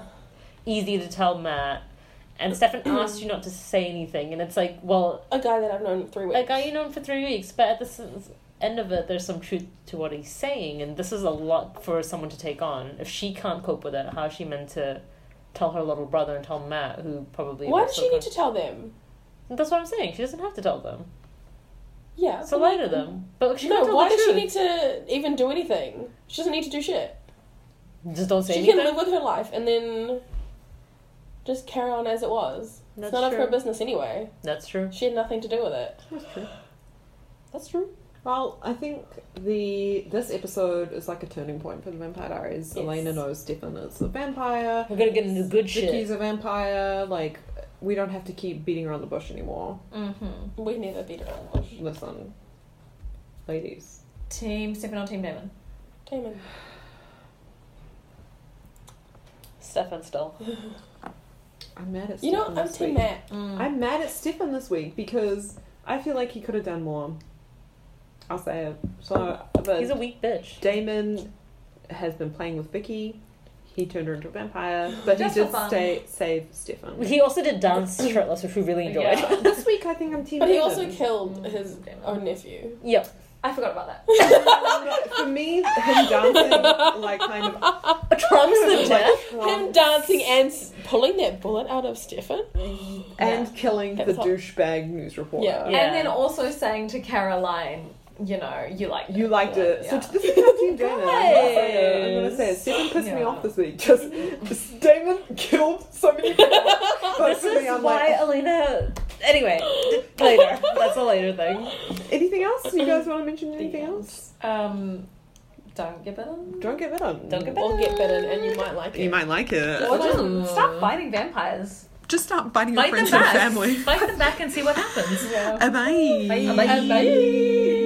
Speaker 2: easy to tell Matt. And Stefan asked you not to say anything, and it's like, well,
Speaker 3: a guy that I've known for three weeks.
Speaker 2: a guy you known for three weeks, but at the s- end of it, there's some truth to what he's saying, and this is a lot for someone to take on. If she can't cope with it, how is she meant to tell her little brother and tell Matt, who probably
Speaker 3: Why does
Speaker 2: also
Speaker 3: she
Speaker 2: can't-
Speaker 3: need to tell them?
Speaker 2: That's what I'm saying. She doesn't have to tell them.
Speaker 3: Yeah.
Speaker 2: So
Speaker 3: but
Speaker 2: lie to them, but she
Speaker 3: no,
Speaker 2: can't tell
Speaker 3: why
Speaker 2: the
Speaker 3: does she
Speaker 2: truth.
Speaker 3: need to even do anything? She doesn't need to do shit.
Speaker 2: Just don't say
Speaker 3: she
Speaker 2: anything.
Speaker 3: can live with her life and then just carry on as it was.
Speaker 2: That's
Speaker 3: it's none
Speaker 2: true.
Speaker 3: of her business anyway.
Speaker 2: That's true.
Speaker 3: She had nothing to do with it.
Speaker 1: That's true.
Speaker 2: That's true.
Speaker 1: Well, I think the this episode is like a turning point for the Vampire Diaries.
Speaker 3: Yes.
Speaker 1: Elena knows Stefan is a vampire.
Speaker 2: We're gonna get into good
Speaker 1: Vicky's
Speaker 2: shit.
Speaker 1: a vampire. Like, we don't have to keep beating around the bush anymore.
Speaker 4: Mm-hmm.
Speaker 3: We never beat around the bush.
Speaker 1: Listen, ladies.
Speaker 4: Team Stefan or Team Damon?
Speaker 3: Damon.
Speaker 2: Stefan still.
Speaker 1: I'm mad at
Speaker 3: You know,
Speaker 1: Stefan
Speaker 3: I'm
Speaker 1: this
Speaker 3: Team
Speaker 1: week.
Speaker 3: Matt.
Speaker 4: Mm.
Speaker 1: I'm mad at Stefan this week because I feel like he could have done more. I'll say it. So, but
Speaker 2: He's a weak bitch.
Speaker 1: Damon has been playing with Vicky. He turned her into a vampire, but
Speaker 4: Just
Speaker 1: he
Speaker 4: for
Speaker 1: did
Speaker 4: fun.
Speaker 1: stay, save Stefan.
Speaker 2: He also did dance shirtless, which we really enjoyed.
Speaker 4: Yeah.
Speaker 1: this week, I think I'm team.
Speaker 3: But he
Speaker 2: Mm.
Speaker 1: Damon.
Speaker 4: Mm.
Speaker 3: also killed his
Speaker 4: Damon.
Speaker 3: own nephew.
Speaker 2: Yep.
Speaker 3: I forgot about that.
Speaker 1: For me, him dancing like kind of
Speaker 7: Trumps the
Speaker 1: like,
Speaker 7: death. Him
Speaker 1: trumps
Speaker 7: dancing and s- pulling that bullet out of Stefan.
Speaker 1: and killing the
Speaker 7: That's all.
Speaker 1: douchebag news reporter.
Speaker 7: Yeah.
Speaker 2: Yeah.
Speaker 4: And then also saying to Caroline, you know, you like
Speaker 1: You liked it.
Speaker 4: Yeah.
Speaker 1: So this is how Team Dana. I'm gonna say it. Stephen pissed me
Speaker 4: Yeah.
Speaker 1: off this week. Just Damon killed so many people. But
Speaker 2: This
Speaker 1: for
Speaker 2: is
Speaker 1: me, I'm
Speaker 2: why
Speaker 1: like,
Speaker 2: Alina. Anyway, d- later. That's a later thing.
Speaker 1: anything else? You guys want to mention anything else?
Speaker 4: um don't give it in.
Speaker 1: Don't get bitten.
Speaker 2: Don't get
Speaker 7: Or get bitten and you might like it.
Speaker 1: might like it.
Speaker 4: Or just stop fighting vampires.
Speaker 1: Just start biting
Speaker 4: Ah,
Speaker 6: Bite them back. Bite them back and see what happens.
Speaker 1: Ah, Bye.
Speaker 6: Bye.